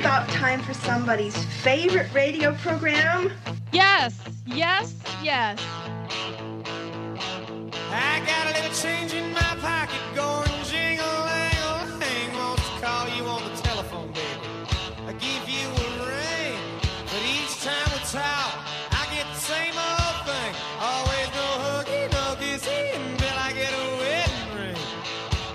top time for somebody's favorite radio program. Yes, yes, yes. I got a little change in my pocket going jingle jangle hang wants to call you on the telephone, baby. I give you a ring, but each time we talk, I get the same old thing. Always no hooky, no kissy until I get a wedding ring.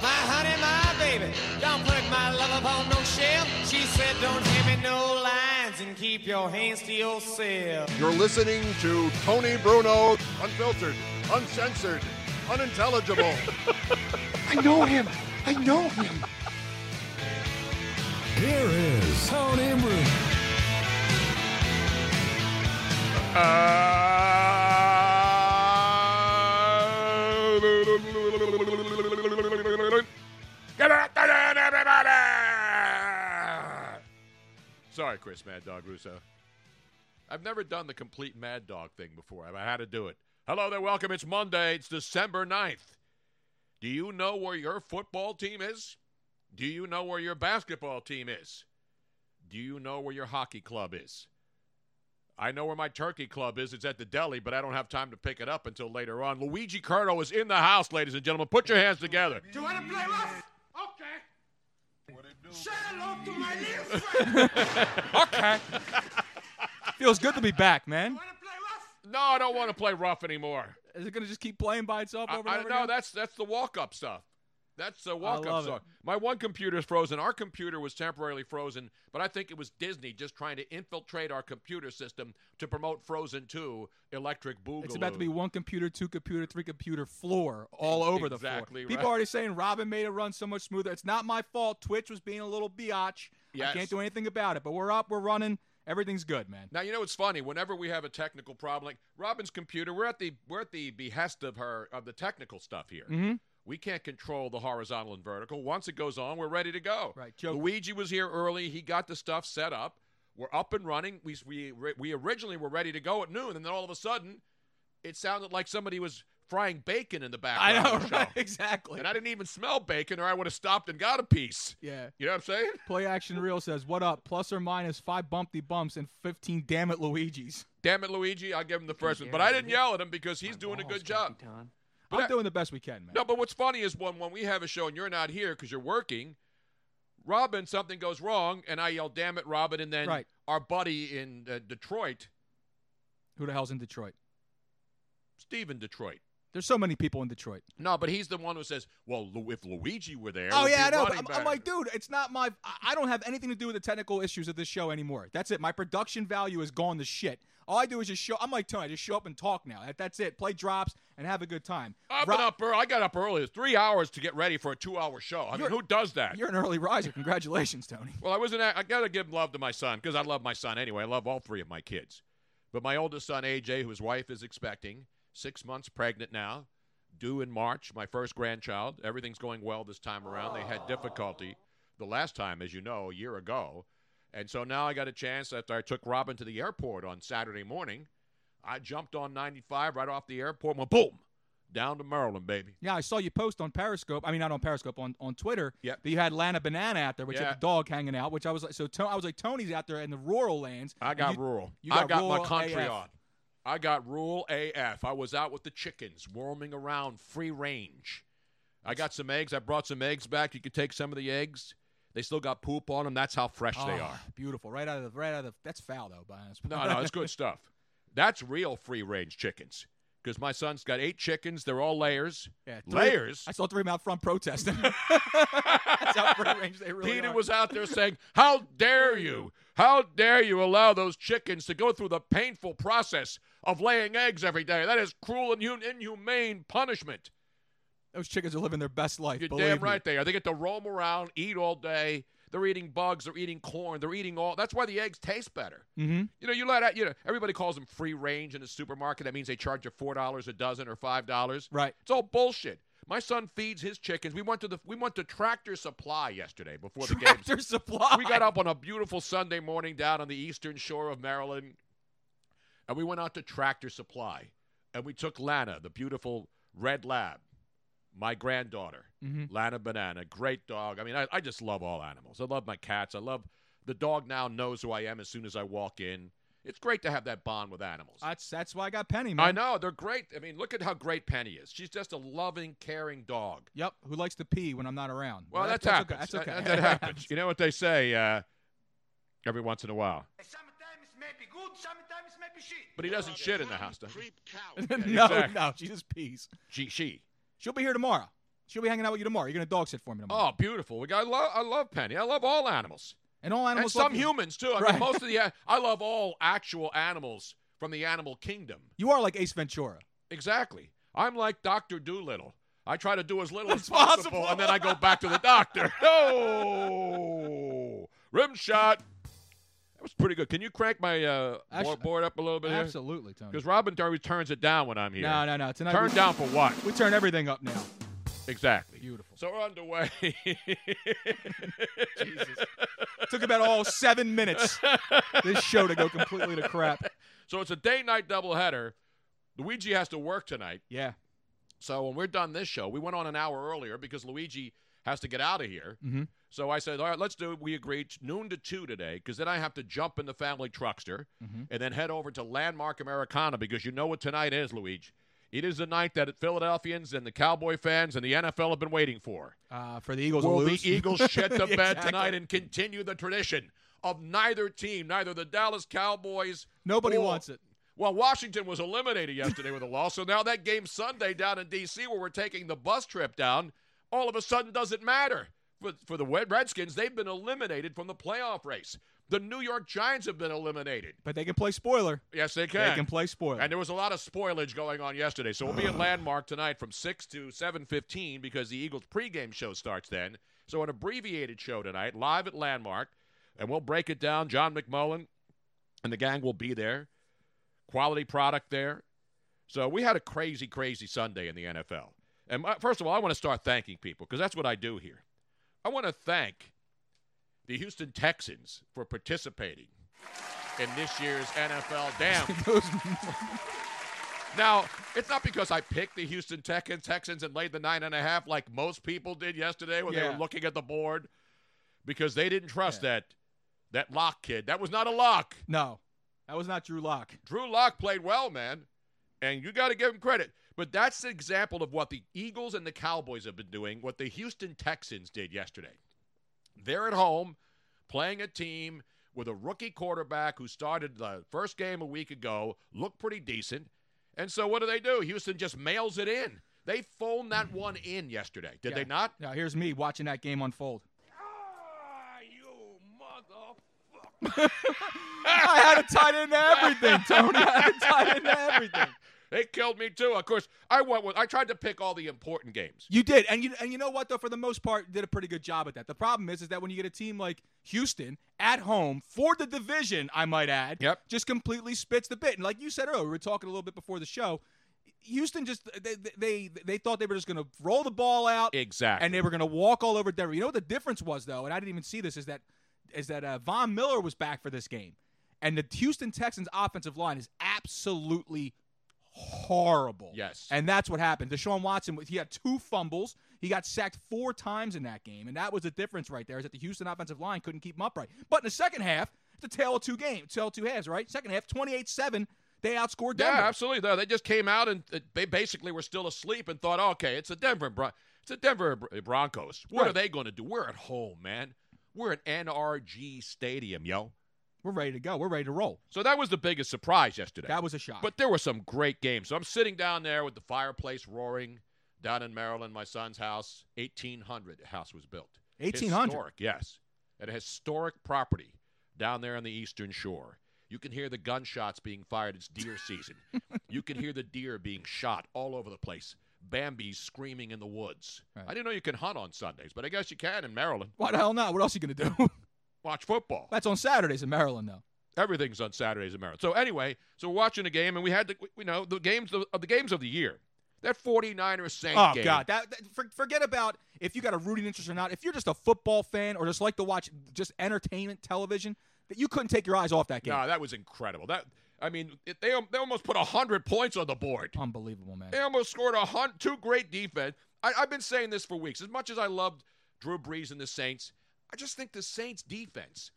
My honey, my baby, don't put my love upon no shelf. She said, don't give me no lines and keep your hands to yourself. You're listening to Tony Bruno, unfiltered, uncensored, unintelligible. I know him. I know him. Here is Tony Bruno. Good afternoon, everybody. Sorry, Chris Mad Dog Russo. I've never done the complete Mad Dog thing before. I had to do it. Hello there, welcome. It's Monday. It's December 9th. Do you know where your football team is? Do you know where your basketball team is? Do you know where your hockey club is? I know where my turkey club is. It's at the deli, but I don't have time to pick it up until later on. Luigi Curto is in the house, ladies and gentlemen. Put your hands together. Do you want to play rough? Okay. Say hello to my little friend. Okay. Feels good to be back, man. Want to play rough? No, I don't want to play rough anymore. Is it gonna just keep playing by itself I, over I, and over? no, again? that's that's the walk up stuff. That's the walk up love it. stuff. My one computer is frozen. Our computer was temporarily frozen, but I think it was Disney just trying to infiltrate our computer system to promote Frozen 2 Electric Boogaloo. It's about to be one computer, two computer, three computer floor all over Exactly the floor. right. People already saying Robin made it run so much smoother. It's not my fault. Twitch was being a little biatch. Yes. I can't do anything about it. But we're up. We're running. Everything's good, man. Now you know it's funny. Whenever we have a technical problem, like Robin's computer, we're at the we're at the behest of her of the technical stuff here. Mm-hmm. We can't control the horizontal and vertical. Once it goes on, we're ready to go. Right, Joe- Luigi was here early. He got the stuff set up. We're up and running. We we we originally were ready to go at noon, and then all of a sudden, it sounded like somebody was frying bacon in the I background. know, of the right? show. Exactly. And I didn't even smell bacon, or I would have stopped and got a piece. yeah. You know what I'm saying? Play Action Real says, "What up? Plus or minus five bumpty bumps and fifteen damn it Luigi's. Damn it, Luigi! I give him the first one, but I didn't yell at him because he's doing a good job. I'm that- doing the best we can, man. No, but what's funny is when when we have a show and you're not here because you're working, Robin, something goes wrong, and I yell, "Damn it, Robin!" And then Right. our buddy in uh, Detroit, Who the hell's in Detroit? Steve in Detroit. There's so many people in Detroit. No, but he's the one who says, "Well, Lu- if Luigi were there." Oh we'd yeah, I be know. running but I'm, better." I'm like, dude, it's not my. I- I don't have anything to do with the technical issues of this show anymore. That's it. My production value has gone to shit. All I do is just show. I'm like Tony. I just show up and talk now. That, that's it. Play drops and have a good time. I've Rob- been up early. I got up early. It's three hours to get ready for a two-hour show. I mean, You're- who does that? You're an early riser. Congratulations, Tony. Well, I wasn't. I gotta give love to my son because I love my son anyway. I love all three of my kids, but my oldest son AJ, whose wife is expecting, six months pregnant now, due in March. My first grandchild. Everything's going well this time around. They had difficulty the last time, as you know, a year ago, and so now I got a chance after I took Robin to the airport on Saturday morning. I jumped on 95 right off the airport. and Went boom down to Maryland, baby. Yeah, I saw you post on Periscope. I mean, not on Periscope on on Twitter. Yep. That you had Lana Banana out there, which Yeah. had the dog hanging out. Which I was like, so Ton- I was like, Tony's out there in the rural lands. I and got you- rural. you I got my rural country AF. on. I got rural AF. I was out with the chickens, roaming around, free range. I got some eggs. I brought some eggs back. You could take some of the eggs. They still got poop on them. That's how fresh they Ah, are. beautiful. Right out of the right out of the. That's foul though. By honest. No, no, it's good stuff. That's real free range chickens. Because my son's got eight chickens. They're all layers. Yeah, three- layers. I saw three of them out front protesting. That's how free range they really Peter are. was out there saying, How dare you? How dare you allow those chickens to go through the painful process of laying eggs every day? That is cruel and hun- inhumane punishment. Those chickens are living their best life. You're believe damn me. right they are. They get to roam around, eat all day. They're eating bugs, they're eating corn, they're eating all. That's why the eggs taste better. Mm-hmm. You know, you let out, you know, everybody calls them free range in the supermarket. That means they charge you $4 a dozen or $5. Right. It's all bullshit. My son feeds his chickens. We went to the we went to Tractor Supply yesterday before the games Tractor Supply. we got up on a beautiful Sunday morning down on the eastern shore of Maryland, and we went out to Tractor Supply, and we took Lana, the beautiful red lab, my granddaughter, Lana Banana, great dog. I mean, I, I just love all animals. I love my cats. I love The dog now knows who I am as soon as I walk in. It's great to have that bond with animals. That's that's why I got Penny, man. I know they're great. I mean, look at how great Penny is. She's just a loving, caring dog. Yep. Who likes to pee when I'm not around? Well, That- that's, happens. That's okay. That, That's okay. that happens. You know what they say uh, every once in a while. Sometimes it may be good, sometimes it may be shit. But he doesn't shit in the house. does he? no, exactly. no, she just pees. She, she. She'll be here tomorrow. She'll be hanging out with you tomorrow. You're gonna dog sit for me tomorrow. Oh, beautiful. We got, I, love, I love Penny. I love all animals. and all animals. and love some you. humans, too. I mean, Right. most of the. I love all actual animals from the animal kingdom. You are like Ace Ventura. Exactly. I'm like Dr. Doolittle. I try to do as little as As possible, possible. and then I go back to the doctor. Oh, rim shot. That was pretty good. Can you crank my uh, bo- Actu- board up a little bit here? Absolutely, Tony. Because Robin always turns it down when I'm here. No, no, no. Tonight Turn we, down for what? we turn everything up now. Exactly. Beautiful. So we're underway. Took about all seven minutes this show to go completely to crap. so it's a day-night doubleheader. Luigi has to work tonight. Yeah. So when we're done this show, we went on an hour earlier because Luigi has to get out of here. Mhm. So I said, all right, let's do it. We agreed noon to two today because then I have to jump in the family truckster Mhm. and then head over to Landmark Americana because you know what tonight is, Luigi. It is the night that Philadelphians and the Cowboy fans and the NFL have been waiting for. Uh, for the Eagles Will to the lose. Eagles shit the bed Exactly. tonight and continue the tradition of neither team, neither the Dallas Cowboys? Nobody or- wants it. Well, Washington was eliminated yesterday with a loss, so now that game Sunday down in D.C., where we're taking the bus trip down, all of a sudden doesn't matter. For, for the Red- Redskins, they've been eliminated from the playoff race. The New York Giants have been eliminated. But they can play spoiler. Yes, they They can play spoiler. and there was a lot of spoilage going on yesterday, so we'll be at Landmark tonight from six to seven fifteen because the Eagles pregame show starts then. So an abbreviated show tonight, live at Landmark, and we'll break it down. John McMullen and the gang will be there. Quality product there. So we had a crazy, crazy Sunday in the NFL. And my, first of all, I want to start thanking people because that's what I do here. I want to thank the Houston Texans for participating in this year's NFL. Damn. Those- Now, it's not because I picked the Houston Tech- Texans and laid the nine and a half like most people did yesterday when they Yeah. were looking at the board, because they didn't trust that that lock kid. That was not a lock. no, that was not Drew Lock. Drew Lock played well, man, and you got to give him credit. But that's an example of what the Eagles and the Cowboys have been doing, what the Houston Texans did yesterday. They're at home playing a team with a rookie quarterback who started the first game a week ago, looked pretty decent. And so what do they do? Houston just mails it in. They phoned that one in yesterday, did Yeah. they not? Now here's me watching that game unfold. Ah, I had it tied into everything, Tony. I had it tied into everything. They killed me too. Of course, I went with I tried to pick all the important games. You did, and you and you know what though? For the most part, did a pretty good job at that. The problem is, is that when you get a team like Houston at home for the division, I might add, Yep. just completely spits the bit. And like you said earlier, we were talking a little bit before the show. Houston just they they they thought they were just going to roll the ball out Exactly. and they were going to walk all over Denver. You know what the difference was though, and I didn't even see this is that is that uh, Von Miller was back for this game, and the Houston Texans offensive line is absolutely horrible. Yes. and that's what happened. Deshaun Watson he had two fumbles. He got sacked four times in that game, and that was the difference right there. Is that the Houston offensive line couldn't keep him upright. But in the second half, it's a tale of two games, tale of two halves, right? Second half, twenty-eight-seven, they outscored Denver. Yeah, absolutely. No, they just came out and uh, they basically were still asleep and thought, okay, it's the Denver, Bron- it's the Denver Br- uh, Broncos. What are Right. they going to do? We're at home, man. We're at NRG Stadium, yo. We're ready to go. We're ready to roll. So that was the biggest surprise yesterday. That was a shock. But there were some great games. So I'm sitting down there with the fireplace roaring down in Maryland, my son's house. 1800 house was built. 1800. Historic, yes. At a historic property down there on the Eastern Shore. You can hear the gunshots being fired. It's deer season. you can hear the deer being shot all over the place. Bambi's screaming in the woods. Right. I didn't know you can hunt on Sundays, but I guess you can in Maryland. Why the hell not? What else are you gonna do? Watch football. That's on Saturdays in Maryland, though. Everything's on Saturdays in Maryland. So anyway, so we're watching the game, and we had the you know the games of the games of the year. That 49ers Saints Oh game. God, that, that- for, forget about if you got a rooting interest or not. If you're just a football fan or just like to watch just entertainment television, that you couldn't take your eyes off that game. No, that was incredible. That I mean, it, they they almost put hundred points on the board. Unbelievable, man. They almost scored a hun- two great defense. I, I've been saying this for weeks. As much as I loved Drew Brees and the Saints, I just think the Saints defense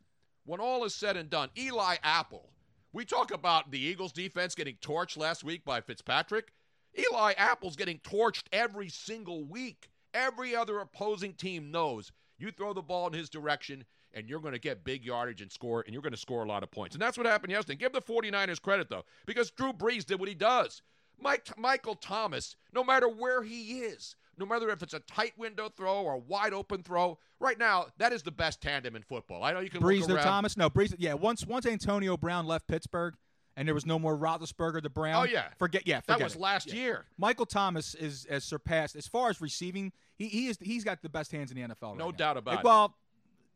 when all is said and done, Eli Apple, we talk about the Eagles defense getting torched last week by Fitzpatrick. Eli Apple's getting torched every single week. Every other opposing team knows you throw the ball in his direction and you're going to get big yardage and score, and you're going to score a lot of points. And that's what happened yesterday. Give the 49ers credit, though, because Drew Brees did what he does. Mike, Michael Thomas, no matter where he is, no matter if it's a tight window throw or a wide open throw, right now, that is the best tandem in football. I know you can Breeze look or around. Thomas? No, Breeze. Yeah, once once Antonio Brown left Pittsburgh and there was no more Roethlisberger the Brown. Oh, yeah. forget. Yeah, That forget was it. last Yeah. year. Michael Thomas is has surpassed as far as receiving. He he is he's got the best hands in the NFL. No right now. doubt about it. Like, Well,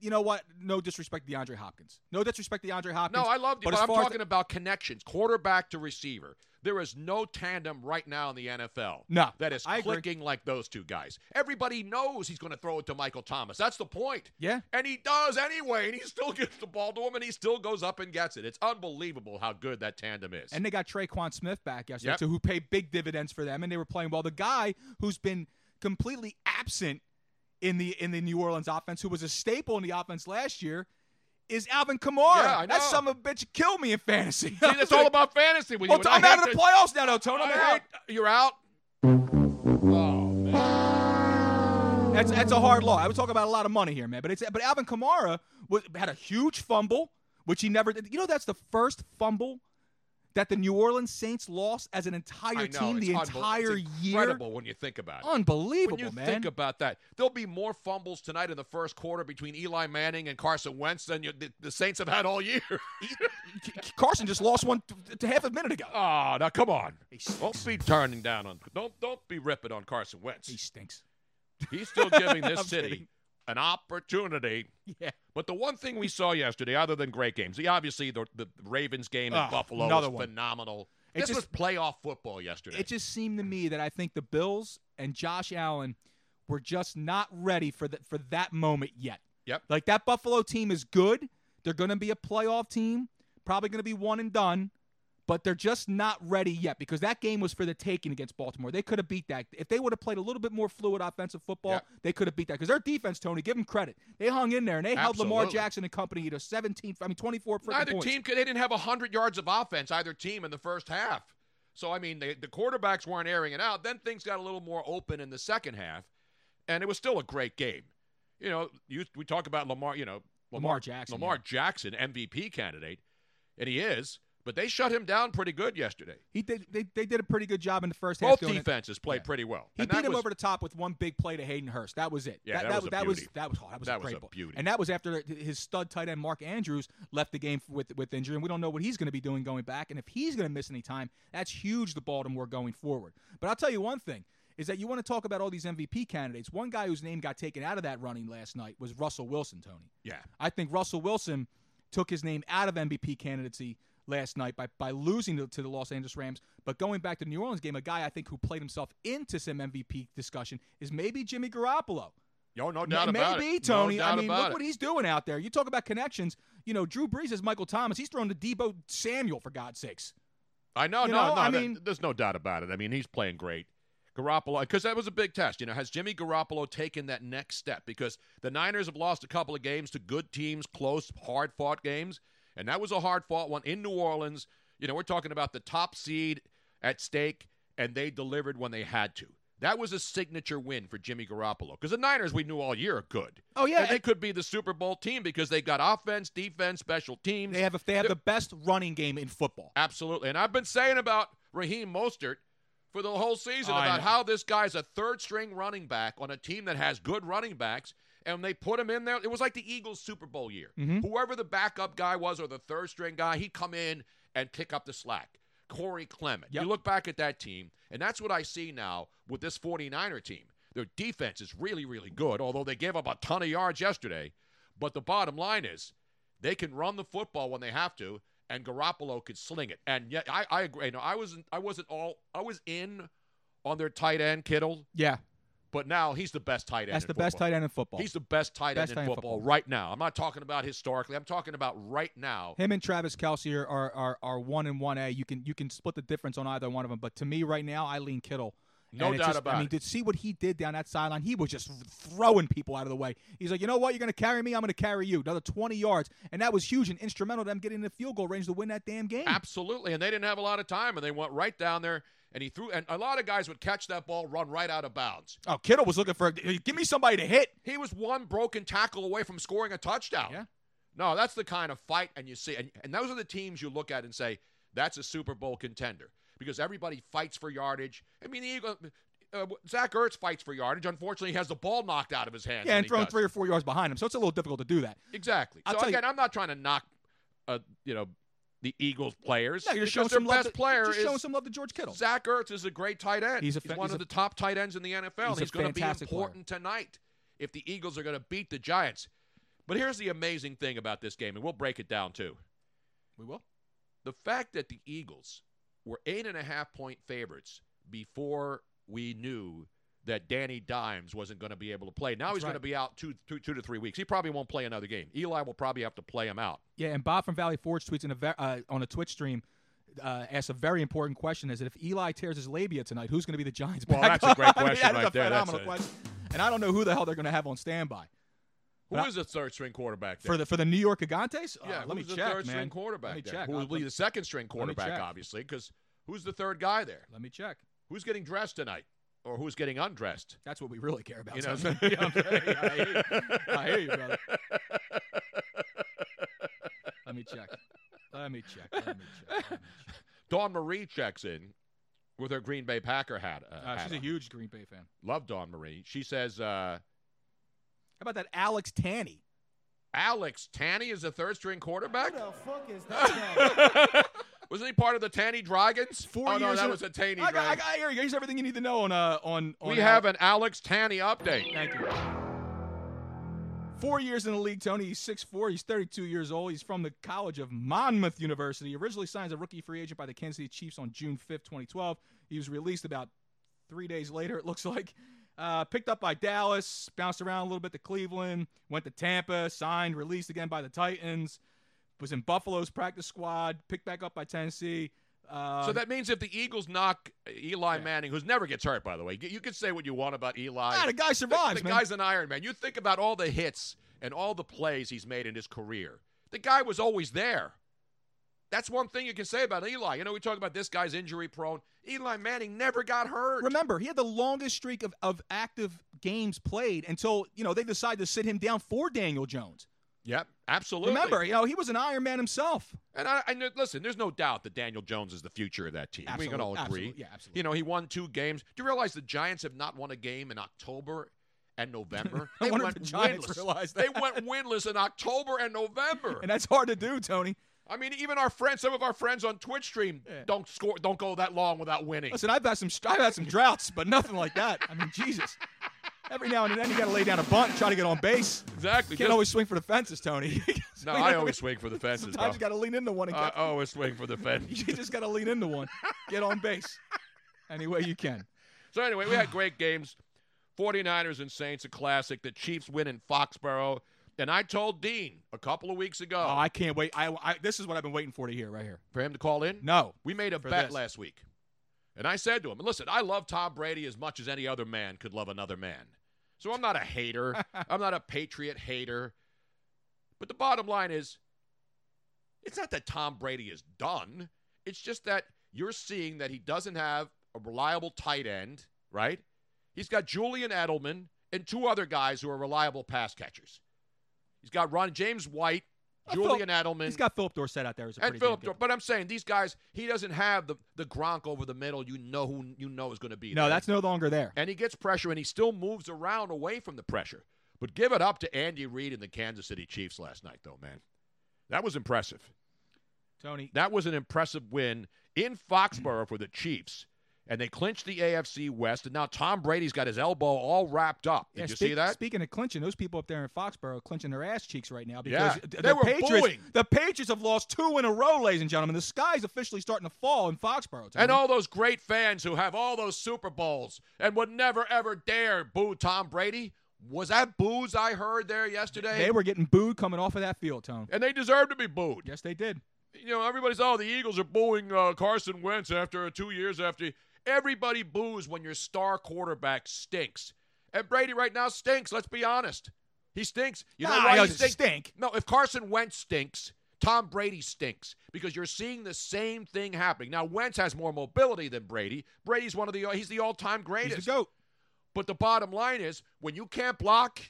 you know what? No disrespect to DeAndre Hopkins. No disrespect to DeAndre Hopkins. No, I love you, but, as I'm far as talking about connections, quarterback to receiver. There is no tandem right now in the NFL No, that is I agree. clicking like those two guys. Everybody knows he's going to throw it to Michael Thomas. That's the point. Yeah. And he does anyway, and he still gives the ball to him, and he still goes up and gets it. It's unbelievable how good that tandem is. And they got Traquan Smith back yesterday, Yep. so who paid big dividends for them, and they were playing well. The guy who's been completely absent in the in the New Orleans offense, who was a staple in the offense last year, is Alvin Kamara. Yeah, I That know. son of a bitch killed me in fantasy. See, that's all about fantasy with you. Oh, and I I'm out hate of the to- playoffs now, though, Tone. I I'm hate- out. You're out. Oh, man. That's that's a hard law. I was talking about a lot of money here, man. But it's but Alvin Kamara was, had a huge fumble, which he never did. You know, that's the first fumble that the New Orleans Saints lost as an entire I know. team it's the unbel- entire it's year. Incredible when you think about it. Unbelievable, When you man. think about that, there'll be more fumbles tonight in the first quarter between Eli Manning and Carson Wentz than you, the, the Saints have had all year. K- K- Carson just lost one t- t- half a minute ago. oh, now come on! He stinks. Don't be turning down on. Don't don't be ripping on Carson He Wentz. stinks. He's still giving this I'm city kidding. an opportunity. Yeah. But the one thing we saw yesterday, other than great games, the, obviously the, the Ravens game in Ah, Buffalo another was one. phenomenal. It this just- was playoff football yesterday. It just seemed to me that I think the Bills and Josh Allen were just not ready for that for that moment yet. Yep. Like that Buffalo team is good. They're going to be a playoff team, probably going to be one and done, but they're just not ready yet because that game was for the taking against Baltimore. They could have beat that if they would have played a little bit more fluid offensive football. Yep. They could have beat that because their defense, Tony, give them credit. They hung in there and they held Lamar Absolutely. Jackson and company to 17. I mean, 24. freaking Neither points. team could. They didn't have hundred yards of offense either team in the first half. So I mean, they, the quarterbacks weren't airing it out. Then things got a little more open in the second half, and it was still a great game. You know, you, we talk about Lamar. You know, Lamar, Lamar Jackson, Lamar yeah. Jackson, MVP candidate, and he is. But they shut him down pretty good yesterday. He did. They, they did a pretty good job in the first half. Both doing it. defenses played Yeah. pretty well. He and beat that him was- over the top with one big play to Hayden Hurst. That was it. Yeah, that was a that beauty. was that was oh, that was That a was great a ball. beauty. And that was after his stud tight end Mark Andrews left the game with with injury, and we don't know what he's going to be doing going back. And if he's going to miss any time, that's huge to Baltimore going forward. But I'll tell you one thing. Is that you want to talk about all these MVP candidates? One guy whose name got taken out of that running last night was Russell Wilson, Tony. yeah. I think Russell Wilson took his name out of MVP candidacy last night by, by losing to, to the Los Angeles Rams. But going back to the New Orleans game, a guy I think who played himself into some MVP discussion is maybe Jimmy Garoppolo. Yo, no doubt Maybe about it. No Tony. I doubt mean, about look it. what he's doing out there. You talk about connections. You know, Drew Brees is Michael Thomas. He's throwing to Debo Samuel for God's sakes. I know, You no, know, no. I there- mean- there's no doubt about it. I mean, he's playing great. Garoppolo, because that was a big test. You know, has Jimmy Garoppolo taken that next step? Because the Niners have lost a couple of games to good teams, close, hard fought games. And that was a hard fought one in New Orleans. You know, we're talking about the top seed at stake, and they delivered when they had to. That was a signature win for Jimmy Garoppolo. Because the Niners, we knew all year, are good. Oh, yeah, And they and- could be the Super Bowl team because they've got offense, defense, special teams. They have a, they have the best running game in football. Absolutely. And I've been saying about Raheem Mostert for the whole season Oh, I about know. how this guy's a third string running back on a team that has good running backs. And they put him in there. It was like the Eagles Super Bowl year. Mm-hmm. Whoever the backup guy was or the third string guy, he'd come in and pick up the slack. Corey Clement. Yep. You look back at that team, and that's what I see now with this 49er team. Their defense is really, really good, although they gave up a ton of yards yesterday. But the bottom line is they can run the football when they have to, and Garoppolo could sling it. And yet, I, I agree. No, I wasn't. I wasn't all. I was in on their tight end Kittle, Yeah, but now he's the best tight end. that's in the best football. tight end in football. He's the best tight Best end tight in end in football, football. right now. I'm not talking about historically. I'm talking about right now. Him and Travis Kelsey are, are are are one and one A. You can you can split the difference on either one of them. But to me, right now, I lean Kittle No And it doubt just- about I mean, it. to see what he did down that sideline, he was just throwing people out of the way. He's like, you know what? You're going to carry me. I'm going to carry you. Another 20 yards. And that was huge and instrumental to them getting in the field goal range to win that damn game. Absolutely, and they didn't have a lot of time, and they went right down there, and he threw. And a lot of guys would catch that ball, run right out of bounds. Oh, Kittle was looking for, give me somebody to hit. He was one broken tackle away from scoring a touchdown. Yeah. No, that's the kind of fight, and you see, and, and those are the teams you look at and say that's a Super Bowl contender because everybody fights for yardage. I mean, the Eagle, uh, Zach Ertz fights for yardage. Unfortunately, he has the ball knocked out of his hands. Yeah, when and he thrown does. three or four yards behind him. So it's a little difficult to do that. Exactly. I'll so tell you- again, I'm not trying to knock, uh, you know, the Eagles players. No, you're because showing their some love best to, player you're is showing some love to George Kittle. Zach Ertz is a great tight end. He's a fa- one he's of a- the top tight ends in the NFL. he's He's, a going to be fantastic player. important tonight if the Eagles are going to beat the Giants. But here's the amazing thing about this game, and we'll break it down too. We will. The fact that the Eagles were eight and a half point favorites before we knew that Danny Dimes wasn't going to be able to play. Now That's he's going right. to be out two, two, two to three weeks. He probably won't play another game. Eli will probably have to play him out. Yeah, and Bob from Valley Forge tweets in a ve- uh, on a Twitch stream. Uh, asks a very important question: Is that if Eli tears his labia tonight, who's going to be the Giants? Well, backup? that's a great I mean, question that is right a there. That's phenomenal a- question. And I don't know who the hell they're going to have on standby Who But I- is the third string quarterback? There? for the for the New York Gigantes. Uh, yeah, let me who's the check, third man. string quarterback? Let me there? check. Who will I'll- be the second string let me quarterback? check. Obviously, because who's the third guy there? Let me check. Who's getting dressed tonight, or who's getting undressed? That's what we really care about. You know, Tony. so- Yeah, I'm sorry. I, hear you. I hear you, brother. Let me check. Let me check. Let me check. Let me check. Dawn Marie checks in with her Green Bay Packer hat. Uh, Uh, hat she's a on. huge Green Bay fan. Love Dawn Marie. She says uh, How about that Alex Tanny? Alex Tanny is the third string quarterback. fuck is Wasn't he part of the Tanny Dragons? Four oh years. no, that in- was a Tanny I got, I Dragon. got, here you go. Here's everything you need to know on uh on. on we how- have an Alex Tanny update. Thank you. Four years in the league, Tony. He's 6'4. He's 32 years old. He's from the College of Monmouth University. He originally signed as a rookie free agent by the Kansas City Chiefs on June 5th, 2012. He was released about three days later, it looks like. Uh, picked up by Dallas, bounced around a little bit to Cleveland, went to Tampa, signed, released again by the Titans, was in Buffalo's practice squad, picked back up by Tennessee. Uh, so that means if the Eagles knock Eli Yeah. Manning, who's never gets hurt, by the way, you could say what you want about Eli. Ah, the guy The- survives, the, man. guy's an Iron Man. You think about all the hits and all the plays he's made in his career. The guy was always there. That's one thing you can say about Eli. You know, we talk about this guy's injury prone. Eli Manning never got hurt. Remember, he had the longest streak of, of active games played until, you know, they decided to sit him down for Daniel Jones. Yep, absolutely. Remember, you know, he was an Iron Man himself. and I, I kn- listen. There's no doubt that Daniel Jones is the future of that team. we can Absolute- all agree. absolute- yeah, absolutely. You know, he won two games. Do you realize the Giants have not won a game in October and November? I they wonder went if the Giants winless. realized They that. went winless in October and November. And that's hard to do, Tony. I mean, even our friends, some of our friends on Twitch stream Yeah. don't score, don't go that long without winning. Listen, I've had some I've had some droughts, but nothing like that. I mean, Jesus. Every now and then you got to lay down a bunt, and try to get on base. exactly. You can't Just- always swing for the fences, Tony. no, I always swing for the fences. Uh, Sometimes you bro. got to lean into one and I get, always swing for the fence. you just got to lean into one, get on base, any way you can. So anyway, we had great games. 49ers and Saints, a classic. The Chiefs win in Foxborough. And I told Dean a couple of weeks ago Oh, I can't wait. I, I this is what I've been waiting for to hear right here. for him to call in. No, We made a for bet this. last week. And I said to him, listen, I love Tom Brady as much as any other man could love another man. So I'm not a hater. I'm not a patriot hater. But the bottom line is it's not that Tom Brady is done. It's just that you're seeing that he doesn't have a reliable tight end, right? He's got Julian Edelman and two other guys who are reliable pass catchers. He's got Ron James White, I felt- Julian Edelman He's got Philip Dorsett out there. As a and pretty damn Philip, good- Dor- but I'm saying these guys, he doesn't have the the Gronk over the middle. You know who you know is going to be. No, there. that's no longer there. and he gets pressure, and he still moves around away from the pressure. But give it up to Andy Reid and the Kansas City Chiefs last night, though, man. That was impressive. Tony, That was an impressive win in Foxborough for the Chiefs, and they clinched the AFC West. And now Tom Brady's got his elbow all wrapped up. Did yeah, you speak- see that? Speaking of clinching, those people up there in Foxborough are clinching their ass cheeks right now Yeah, because th- they the were Patriots, booing. the Patriots have lost two in a row, ladies and gentlemen. The sky's officially starting to fall in Foxborough. Tony. And all those great fans who have all those Super Bowls and would never ever dare boo Tom Brady. Was that booze I heard there yesterday? they were getting booed coming off of that field, Tony. and they deserve to be booed. Yes, they did. You know, everybody's oh the Eagles are booing uh, Carson Wentz after two years after. Everybody boos when your star quarterback stinks. And Brady right now stinks, let's be honest. He stinks. You know Nah, why he he doesn't stinks? Ah, stink. No, if Carson Wentz stinks, Tom Brady stinks because you're seeing the same thing happening. Now Wentz has more mobility than Brady. Brady's one of the he's the all-time greatest. He's the goat. But the bottom line is when you can't block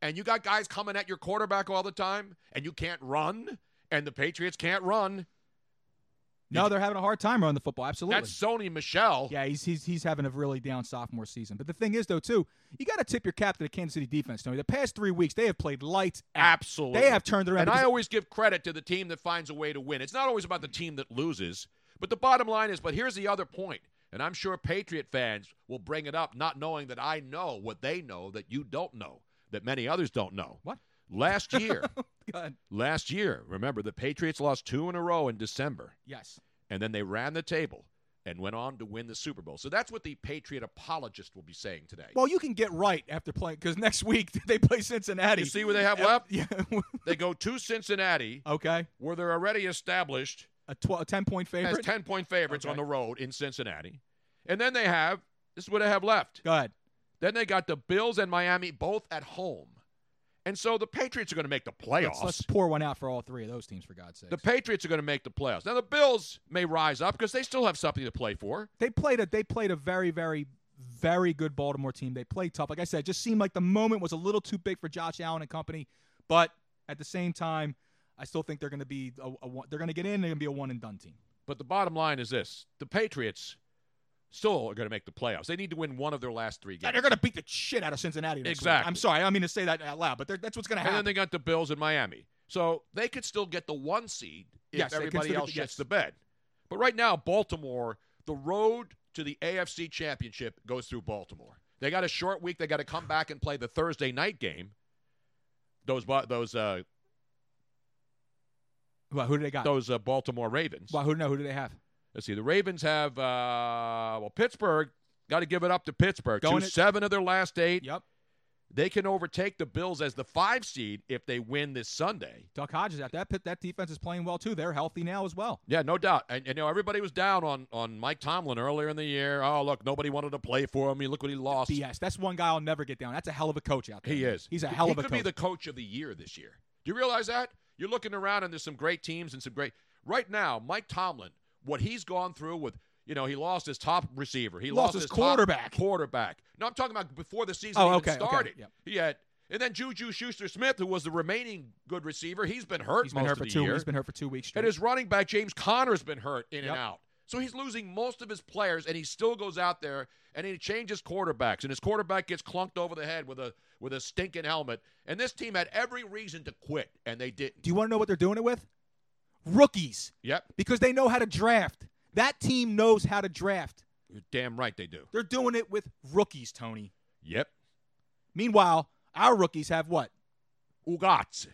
and you got guys coming at your quarterback all the time and you can't run and the Patriots can't run, No, they're having a hard time running the football. Absolutely. that's Sony Michelle. Yeah, he's, he's he's having a really down sophomore season. But the thing is, though, too, you got to tip your cap to the Kansas City defense. Tony, the past three weeks they have played lights out. Absolutely. They have turned it around. And I because- always give credit to the team that finds a way to win. It's not always about the team that loses. But the bottom line is, but here's the other point, and I'm sure Patriot fans will bring it up, not knowing that I know what they know that you don't know, that many others don't know. What? Last year, Go ahead. last year, remember, the Patriots lost two in a row in December. yes, and then they ran the table and went on to win the Super Bowl. So that's what the Patriot apologist will be saying today. well, you can get right after playing because next week they play Cincinnati. you see what they have left? Yeah. They go to Cincinnati, okay. where they're already established A, tw- a ten point as favorite. 10 point favorites Okay. on the road in Cincinnati. And then they have this is what they have left. Go ahead. Then they got the Bills and Miami both at home. And so the Patriots are going to make the playoffs. Let's, let's pour one out for all three of those teams, for God's sake. the Patriots are going to make the playoffs. Now the Bills may rise up because they still have something to play for. they played a they played a very very very good Baltimore team. They played tough. Like I said, it just seemed like the moment was a little too big for Josh Allen and company. But at the same time, I still think they're going to be a, a one- they're going to get in. They're going to be a one and done team. But the bottom line is this: the Patriots still are going to make the playoffs. They need to win one of their last three games. Yeah, they're going to beat the shit out of Cincinnati. next week. Exactly. I'm sorry, I don't mean to say that out loud, but they're- that's what's going to and then happen. they got the Bills in Miami, so they could still get the one seed if Yes, they could everybody still get else the- gets yes. the bed. But right now, Baltimore, the road to the AFC Championship goes through Baltimore. They got a short week. They got to come back and play the Thursday night game. Those Ba- those uh, well, who do they got? those uh, Baltimore Ravens. Well, who no? Who do they have? Let's see. The Ravens have uh, well Pittsburgh. Got to give it up to Pittsburgh. Going Two at- seven of their last eight. Yep, They can overtake the Bills as the five seed if they win this Sunday. Duck Hodges out. That pit- that defense is playing well too. They're healthy now as well. Yeah, no doubt. And you know, everybody was down on on Mike Tomlin earlier in the year. Oh, look, nobody wanted to play for him. I mean, look what he lost. BS. That's one guy I'll never get down. That's a hell of a coach out there. He is. He's a hell he of a could coach. be the coach of the year this year. Do you realize that? You're looking around and there's some great teams and some great. Right now, Mike Tomlin, what he's gone through with, you know, he lost his top receiver. He Lost lost, his top quarterback. Quarterback. No, I'm talking about before the season Oh, even okay, okay, started. yep. He had, and then Juju Schuster-Smith, who was the remaining good receiver, he's been hurt He's most been hurt of for the two. year. He's been hurt for two weeks straight. And his running back, James Connor's been hurt in Yep. and out. So he's losing most of his players, and he still goes out there and he changes quarterbacks. And his quarterback gets clunked over the head with a with a stinking helmet. And this team had every reason to quit, and they didn't. Do you want to know what they're doing it with? Rookies, yep, because they know how to draft. That team knows how to draft. you're damn right they do. They're doing it with rookies, Tony. Yep, Meanwhile, our rookies have what? Eh, Ugats.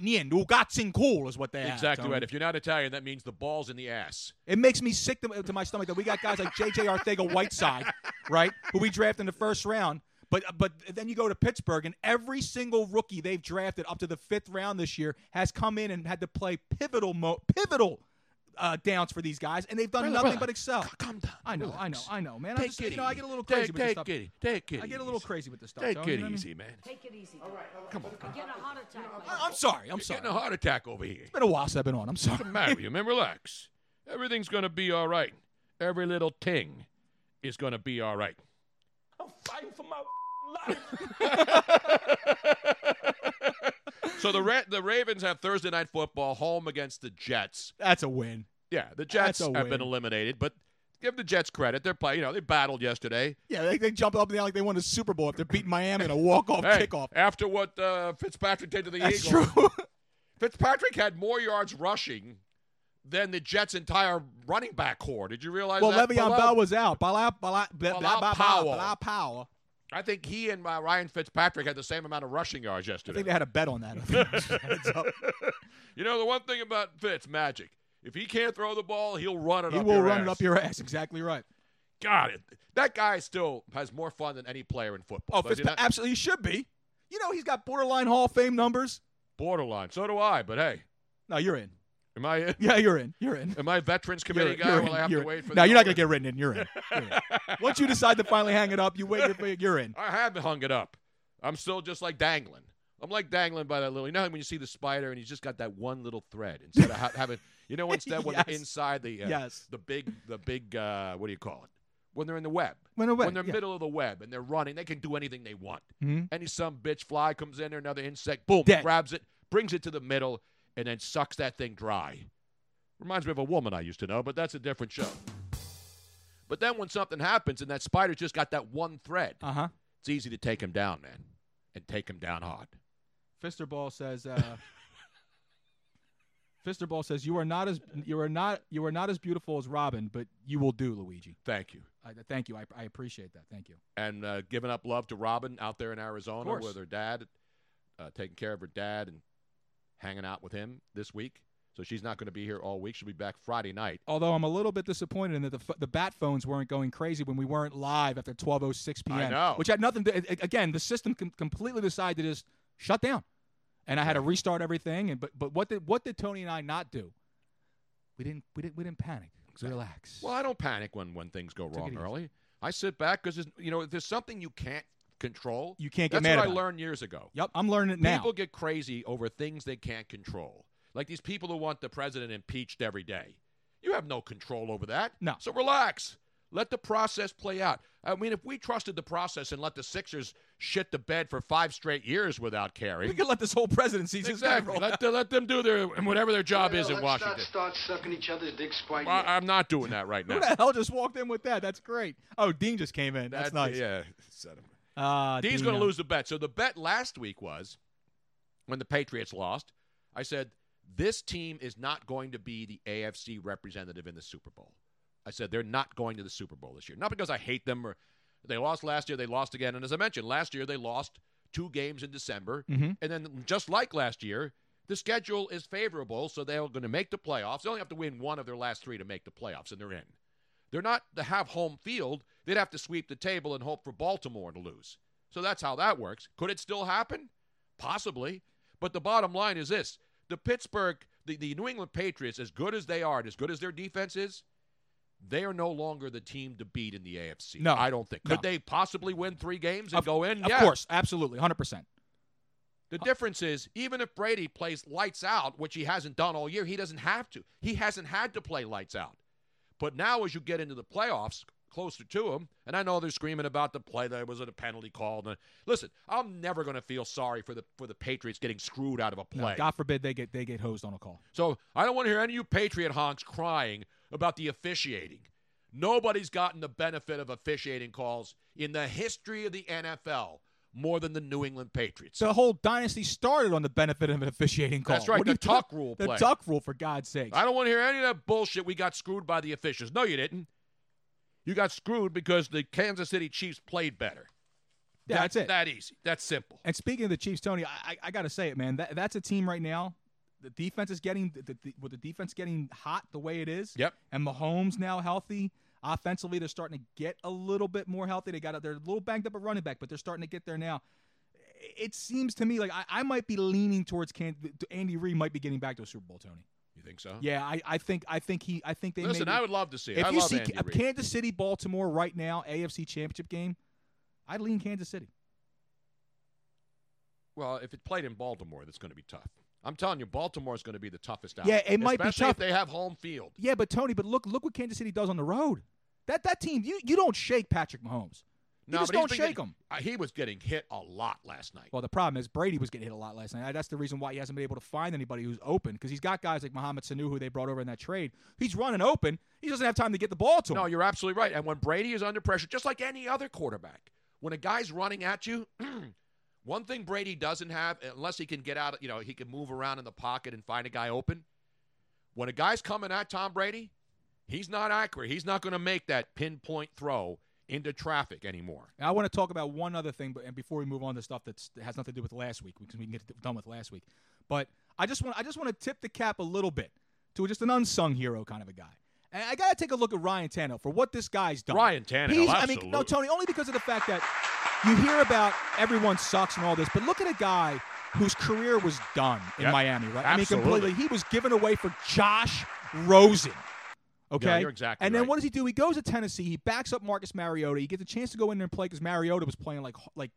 Nien, Ugatsin cool is what they have. exactly Tony. right. If you're not Italian, that means the ball's in the ass. It makes me sick to, to my stomach that we got guys like J.J. Ortega Whiteside, right, who we draft in the first round. But uh, but then you go to Pittsburgh, and every single rookie they've drafted up to the fifth round this year has come in and had to play pivotal mo- pivotal uh, downs for these guys, and they've done Brother, nothing brother, but excel. Calm down. I know, I know, relax. I know, man. I Take just it you know I get a easy. little crazy Take, with this take stuff. it. Take it. I get a little easy. crazy with this stuff. Take Tony, you it know what I mean? easy, man. Take it easy. Come on. You're getting a heart attack. Mike. I- I'm sorry. I'm You're sorry. getting a heart attack over here. It's been a while since I've been on. I'm sorry. matter with you, man? Relax. Everything's going to be all right. Every little ting is going to be all right. I'm fighting for my life. so the Ra- the Ravens have Thursday night football home against the Jets. That's a win. Yeah, the That's Jets a have been win. eliminated, but give the Jets credit. They're play, you know, they battled yesterday. Yeah, they, they jump up and down like they won a Super Bowl after beating Miami in a walk-off Hey, kickoff. after what uh, Fitzpatrick did to the That's Eagles, true. Fitzpatrick had more yards rushing than the Jets' entire running back core. Did you realize Well, that? Le'Veon Below- Bell was out. Bala, Bala, Bilal Bala, Bala, Powell. Bala Powell. I think he and uh, Ryan Fitzpatrick had the same amount of rushing yards I yesterday. think they had a bet on that. Heads up. you know, the one thing about Fitz, magic. If he can't throw the ball, he'll run it he up will your run it ass. up your ass. Exactly right. God, it. That guy still has more fun than any player in football. Oh, Does he Fitzpa- not? absolutely. He should be. You know, he's got borderline Hall of Fame numbers. borderline. So do I, but hey, No, you're in. Am I in? Yeah, you're in. You're in. Am I Veterans You're Committee in. guy? You're Will in. I have You're to in. wait for No, the you're not order? gonna get written in. You're in. You're in. Once you decide to finally hang it up, you wait. Your, you're in. I have hung it up. I'm still just like dangling. I'm like dangling by that little. You know how when you see the spider and he's just got that one little thread instead of ha- having. You know instead when they're Yes. inside the uh, Yes. the big the big uh, what do you call it when they're in the web When away. when they're middle of the web and they're running they can do anything they want. Mhm. Any some bitch fly comes in there another insect boom Dead. grabs it brings it to the middle and then sucks that thing dry. Reminds me of a woman I used to know, but that's a different show. But then when something happens and that spider's just got that one thread, Uh huh. it's easy to take him down, man, and take him down hard. Fister Ball says. Uh, Fister Ball says you are not as you are not you are not as beautiful as Robin, but you will do, Luigi. Thank you. I, thank you. I, I appreciate that. Thank you. And uh, giving up love to Robin out there in Arizona course. with her dad, uh, taking care of her dad and hanging out with him this week. So she's not going to be here all week. She'll be back Friday night. Although I'm a little bit disappointed in that the, ph- the bat phones weren't going crazy when we weren't live after 12:06 p.m. I know. Which had nothing to. a- Again, the system com- completely decided to just shut down, and I had to restart everything. And but but what did what did Tony and I not do? We didn't we didn't we didn't panic. Relax. Well, I don't panic when, when things go Took it wrong easy. early. I sit back because, you know, if there's something you can't control, You can't get that's mad what I about it. learned years ago. Yep, I'm learning it now. People get crazy over things they can't control. Like these people who want the president impeached every day. You have no control over that. No. So relax. Let the process play out. I mean, if we trusted the process and let the Sixers shit the bed for five straight years without we caring, could let this whole presidency just kind of exactly. roll Let, the, let them do their whatever their job is in let's Washington. not start sucking each other's dicks quite Well, yet. I'm not doing that right now. Who the hell just walked in with that? That's great. Oh, Dean just came in. That's That- nice. Yeah. Son of a- Uh, D's going to Dino. lose the bet. So the bet last week was when the Patriots lost. I said this team is not going to be the AFC representative in the Super Bowl. I said they're not going to the Super Bowl this year. Not because I hate them or they lost last year, they lost again. And as I mentioned, last year they lost two games in December. Mhm. And then just like last year, the schedule is favorable, so they're going to make the playoffs. They only have to win one of their last three to make the playoffs, and they're in. They're not to have home field. They'd have to sweep the table and hope for Baltimore to lose. So that's how that works. Could it still happen? Possibly. But the bottom line is this the Pittsburgh, the, the New England Patriots, as good as they are and as good as their defense is, they are no longer the team to beat in the AFC. No. I don't think. Could No. they possibly win three games and Of- go in? Of yeah. course, absolutely, hundred percent. The difference is, even if Brady plays lights out, which he hasn't done all year, he doesn't have to. He hasn't had to play lights out. But now, as you get into the playoffs, closer to him, and I know they're screaming about the play that was a penalty call. And listen, I'm never going to feel sorry for the for the Patriots getting screwed out of a play. God forbid they get they get hosed on a call. So I don't want to hear any of you Patriot honks crying about the officiating. Nobody's gotten the benefit of officiating calls in the history of the NFL more than the New England Patriots. So the whole dynasty started on the benefit of an officiating call. That's right, What are the you talk- tuck rule The play. tuck rule, for God's sake. I don't want to hear any of that bullshit. We got screwed by the officials. No, you didn't. You got screwed because the Kansas City Chiefs played better. Yeah, that's it. That easy. That's simple. And speaking of the Chiefs, Tony, I, I, I got to say it, man. That, that's a team right now. The defense is getting the, the, with the defense getting hot the way it is. Yep. And Mahomes now healthy. Offensively, they're starting to get a little bit more healthy. They got they're a little banged up at running back, but they're starting to get there now. It seems to me like I, I might be leaning towards Can- Andy Reid might be getting back to a Super Bowl, Tony. You think so? Yeah, I, I think I think he I think they Listen, maybe- I would love to see it. If I you love see Andy K- Reid. Kansas City, Baltimore right now, AFC Championship game, I'd lean Kansas City. Well, if it played in Baltimore, that's going to be tough. I'm telling you, Baltimore's going to be the toughest out. Yeah, it might be Especially tough. if they have home field. Yeah, but Tony, but look, look what Kansas City does on the road. That that team, you you don't shake Patrick Mahomes. You but just he's don't been shake getting- him. uh, He was getting hit a lot last night. Well, the problem is Brady was getting hit a lot last night. That's the reason why he hasn't been able to find anybody who's open because he's got guys like Mohamed Sanu who they brought over in that trade. He's running open. He doesn't have time to get the ball to him. No, you're absolutely right. And when Brady is under pressure, just like any other quarterback, when a guy's running at you, one thing Brady doesn't have, unless he can get out, you know, he can move around in the pocket and find a guy open. When a guy's coming at Tom Brady, he's not accurate. He's not going to make that pinpoint throw into traffic anymore. And I want to talk about one other thing, but and before we move on to stuff that's, that has nothing to do with last week, because we can get done with last week. But I just want I just want to tip the cap a little bit to just an unsung hero kind of a guy. And I gotta take a look at Ryan Tannehill for what this guy's done. Ryan Tannehill, He's- I mean, no, absolutely. Tony, only because of the fact that you hear about everyone sucks and all this, but look at a guy whose career was done in Yep. Miami, Absolutely. right? I mean, completely. He was given away for Josh Rosen. Okay, you're exactly And then right. what does he do? He goes to Tennessee. He backs up Marcus Mariota. He gets a chance to go in there and play because Mariota was playing like like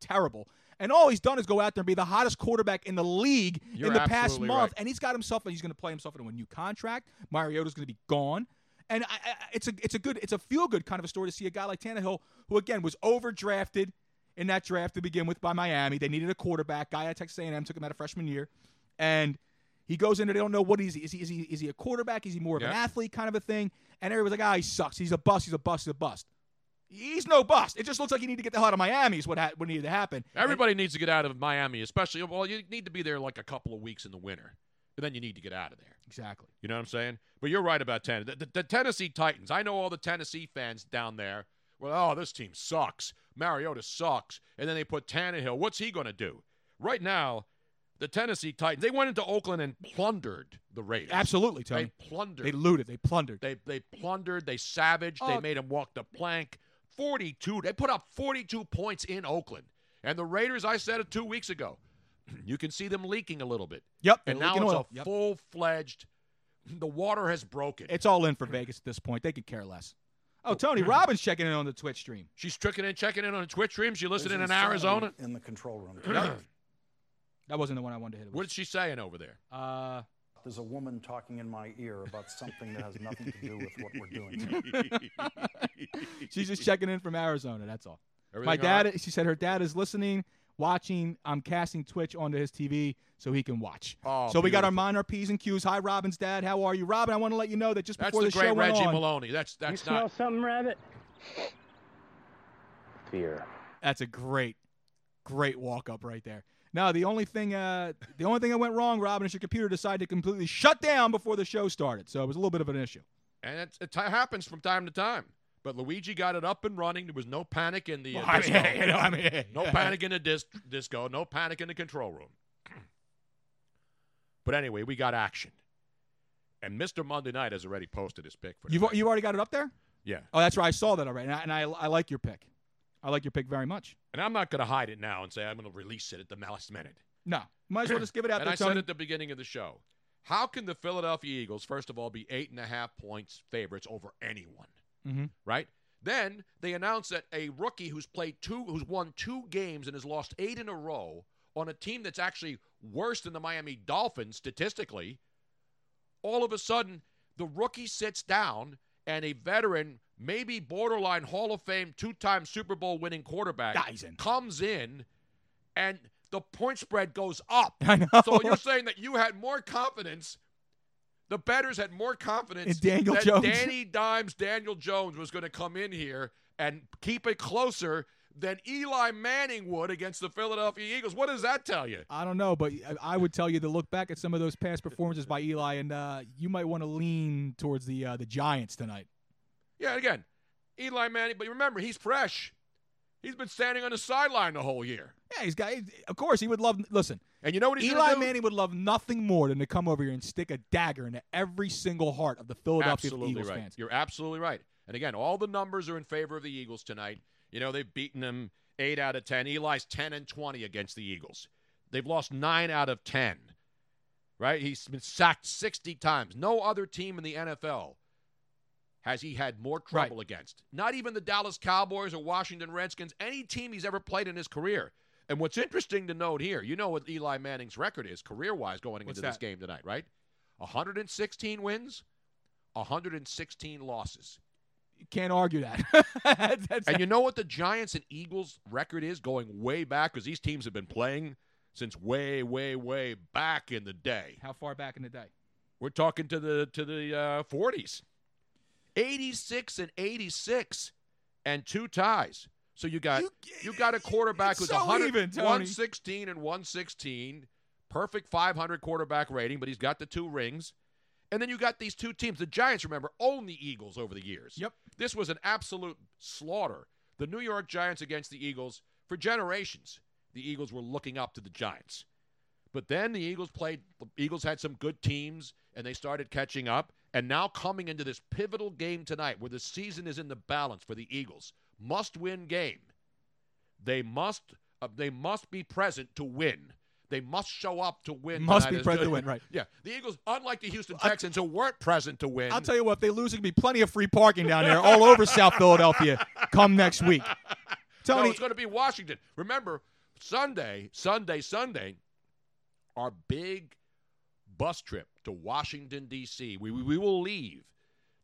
terrible. And all he's done is go out there and be the hottest quarterback in the league You're in the past absolutely month. right. And he's got himself. He's going to play himself into a new contract. Mariota's going to be gone. And I, I, I- it's a it's a good it's a feel good kind of a story to see a guy like Tannehill, who again was overdrafted in that draft to begin with by Miami. They needed a quarterback. Guy at Texas A&M took him out of freshman year, and he goes in there. They don't know what he is. Is he is he is he a quarterback? Is he more of an Yeah. athlete kind of a thing? And everybody's like, ah, he sucks. He's a bust. He's a bust. He's a bust. He's no bust. It just looks like you need to get the hell out of Miami. Is what ha- what needed to happen. Everybody needs to get out of Miami, especially. Well, you need to be there like a couple of weeks in the winter, and then you need to get out of there. exactly. You know what I'm saying? But you're right about Tennessee. The, the, the Tennessee Titans. I know all the Tennessee fans down there. Well, oh, this team sucks. Mariota sucks. And then they put Tannehill. What's he going to do? Right now, the Tennessee Titans. They went into Oakland and plundered the Raiders. Absolutely, They Tony. plundered. They looted. They plundered. They they plundered, they savaged, they Oh. made him walk the plank. 42. They put up 42 points in Oakland. And the Raiders, I said it 2 weeks ago. You can see them leaking a little bit. Yep. And they're now leaking it's oil. a Yep. full-fledged the water has broken. It's all in for Vegas at this point. They could care less. Oh, Tony Robbins checking in on the Twitch stream. She's tricking in, checking in on Twitch stream. She listening in Arizona. in the control room. That wasn't the one I wanted to hit. it with. What's she saying over there? Uh, There's a woman talking in my ear about something that has nothing to do with what we're doing. Here. uh, she's just checking in from Arizona. That's all. Everything My all dad. right? She said her dad is listening, watching. I'm casting Twitch onto his TV so he can watch. Oh, so we got our beautiful. minor P's and Q's. Hi, Robin's dad. How are you, Robin? I want to let you know that just That's before the show great went Reggie on, Maloney. That's that's not something, Rabbit? Fear. That's a great, great walk up right there. Now the only thing, uh, the only thing that went wrong, Robin, is your computer decided to completely shut down before the show started. So it was a little bit of an issue. and it's, it t- happens from time to time. But Luigi got it up and running. There was no panic in the uh, Well, I mean, disco. you know, I mean, No panic in the dis- disco. No panic in the control room. But anyway, we got action, and Mr. Monday Night has already posted his pick for. You've tonight. you already got it up there. yeah, Oh, that's right. I saw that already, and I, and I, I like your pick. I like your pick very much. and I'm not going to hide it now and say I'm going to release it at the last minute. No, might as well just give it out and there, I said Tony. at the beginning of the show, how can the Philadelphia Eagles, first of all, be eight and a half points favorites over anyone? Mhm. Right. Then they announced that a rookie who's played two, who's won two games and has lost eight in a row on a team that's actually worse than the Miami Dolphins statistically. All of a sudden, the rookie sits down, and a veteran, maybe borderline Hall of Fame, two-time Super Bowl winning quarterback Ah, he's in. comes in, and the point spread goes up. I know. So you're saying that you had more confidence. The betters had more confidence In Daniel that Jones. Danny Dimes, Daniel Jones was going to come in here and keep it closer than Eli Manning would against the Philadelphia Eagles. What does that tell you? I don't know, but I- I would tell you to look back at some of those past performances by Eli, and uh, you might want to lean towards the uh, the Giants tonight. Yeah, again, Eli Manning. But remember, he's fresh. He's been standing on the sideline the whole year. Yeah, he's got. Of course, he would love. Listen, And you know what he's Eli gonna do? Manning would love nothing more than to come over here and stick a dagger into every single heart of the Philadelphia absolutely Eagles right. fans. You're absolutely right. And again, all the numbers are in favor of the Eagles tonight. You know, they've beaten them eight out of ten. Eli's ten and twenty against the Eagles. They've lost nine out of ten. Right? He's been sacked sixty times. No other team in the NFL has he had more trouble against. Not even the Dallas Cowboys or Washington Redskins, any team he's ever played in his career. And what's interesting to note here, you know what Eli Manning's record is career wise going What's into this that? game tonight, right? 116 wins, 116 losses. You can't argue that. That's- that's- And you know what the Giants and Eagles record is going way back because these teams have been playing since way, way, way back in the day. how far back in the day? We're talking to the to the uh, 40s, 86 and 86, and two ties. So you got you, You- got a quarterback it's who's so 100, even, Tony. 116 and 116, perfect 500 quarterback rating, but he's got the two rings. And then you got these two teams. The Giants, remember, own the Eagles over the years. Yep. This was an absolute slaughter. The New York Giants against the Eagles for generations. The Eagles were looking up to the Giants. But then the Eagles played the Eagles had some good teams and they started catching up and now coming into this pivotal game tonight where the season is in the balance for the Eagles. Must win game. They must uh, they must be present to win. They must show up to win. Must be tonight as present good- to win, right. Yeah. The Eagles, unlike the Houston Texans, who weren't present to win. I'll tell you what, if they lose, it could be plenty of free parking down there all over South Philadelphia come next week. No, Tony, it's going to be Washington. Remember, Sunday, Sunday, Sunday, our big bus trip to Washington, D.C. We, we, we will leave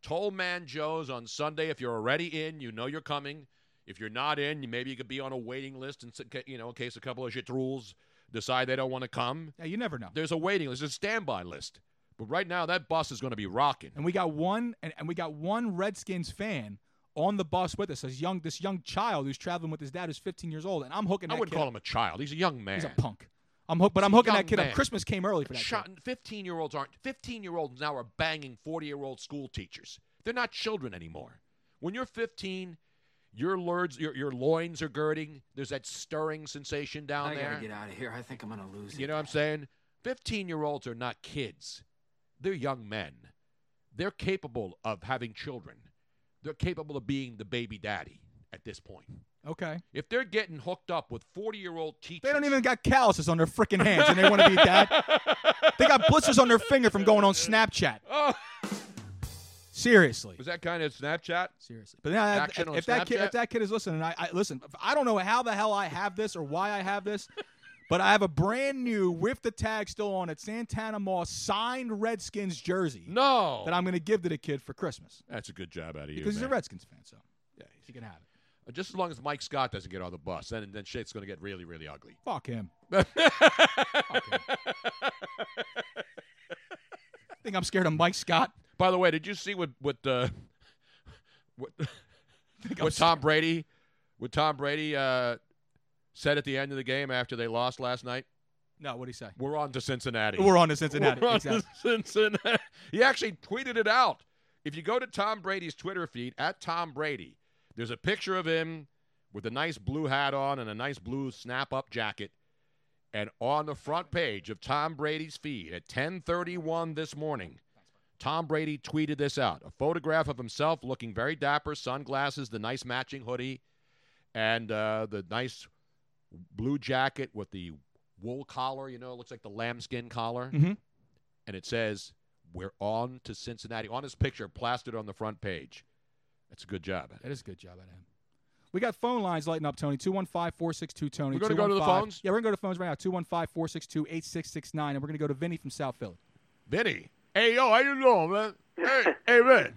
Toll Man Joe's on Sunday. If you're already in, you know you're coming. If you're not in, you- maybe you could be on a waiting list, and you know, in case a couple of shitrules decide they don't want to come. yeah, you never know. There's a waiting list, there's a standby list. But right now, that bus is going to be rocking. and we got one and, and we got one Redskins fan on the bus with us. This young this young child who's traveling with his dad who's 15 years old, and I'm hooking. I That wouldn't kid call up. him a child. He's a young man. He's a punk. I'm hook, but I'm hooking young that kid man. up. Christmas came early for that. Shot, kid. 15 year olds aren't 15 year olds now are banging 40 year old school teachers they're not children anymore when you're 15 your lords your, your loins are girding there's that stirring sensation down I gotta there get out of here. I think I'm gonna lose you know what i'm saying 15 year olds are not kids they're young men they're capable of having children they're capable of being the baby daddy at this point Okay. if they're getting hooked up with 40 year old teachers They don't even got calluses on their freaking hands, and they want to be dad. They got blisters on their finger from going on Snapchat. oh, Seriously. was that kind of snapchat Seriously, but yeah, Action on if that kid, Snapchat? if that kid is listening, I, I listen. I don't know how the hell I have this or why I have this, but I have a brand new with the tag still on it Santana Moss signed Redskins jersey no that I'm going to give to the kid for Christmas That's a good job out of you. because he's a man. Redskins fan, so Yeah, he's- he can have it. Just as long as Mike Scott doesn't get on the bus, then then shit's going to get really, really ugly. Fuck him. I think I'm scared of Mike Scott. By the way, did you see what what uh, what, what Tom Brady what Tom Brady uh, said at the end of the game after they lost last night? No, what would he say? We're on to Cincinnati. We're on to Cincinnati. We're on exactly. to Cincinnati. He actually tweeted it out. If you go to Tom Brady's Twitter feed at Tom Brady, there's a picture of him with a nice blue hat on and a nice blue snap-up jacket. And on the front page of Tom Brady's feed at 10:31 this morning, Tom Brady tweeted this out: a photograph of himself looking very dapper, sunglasses, the nice matching hoodie, and uh, the nice blue jacket with the wool collar. You know, it looks like the lambskin collar Mhm. and it says we're on to Cincinnati on his picture plastered on the front page. That's a good job. That is a good job at him. We got phone lines lighting up, Tony. 215 462 Tony. We're gonna go to the phones? Yeah, we're going to go to the phones right now. 215 462 8669. And we're going to go to Vinny from South Philly. Vinny, hey yo, how you doing, man? Hey, hey, man.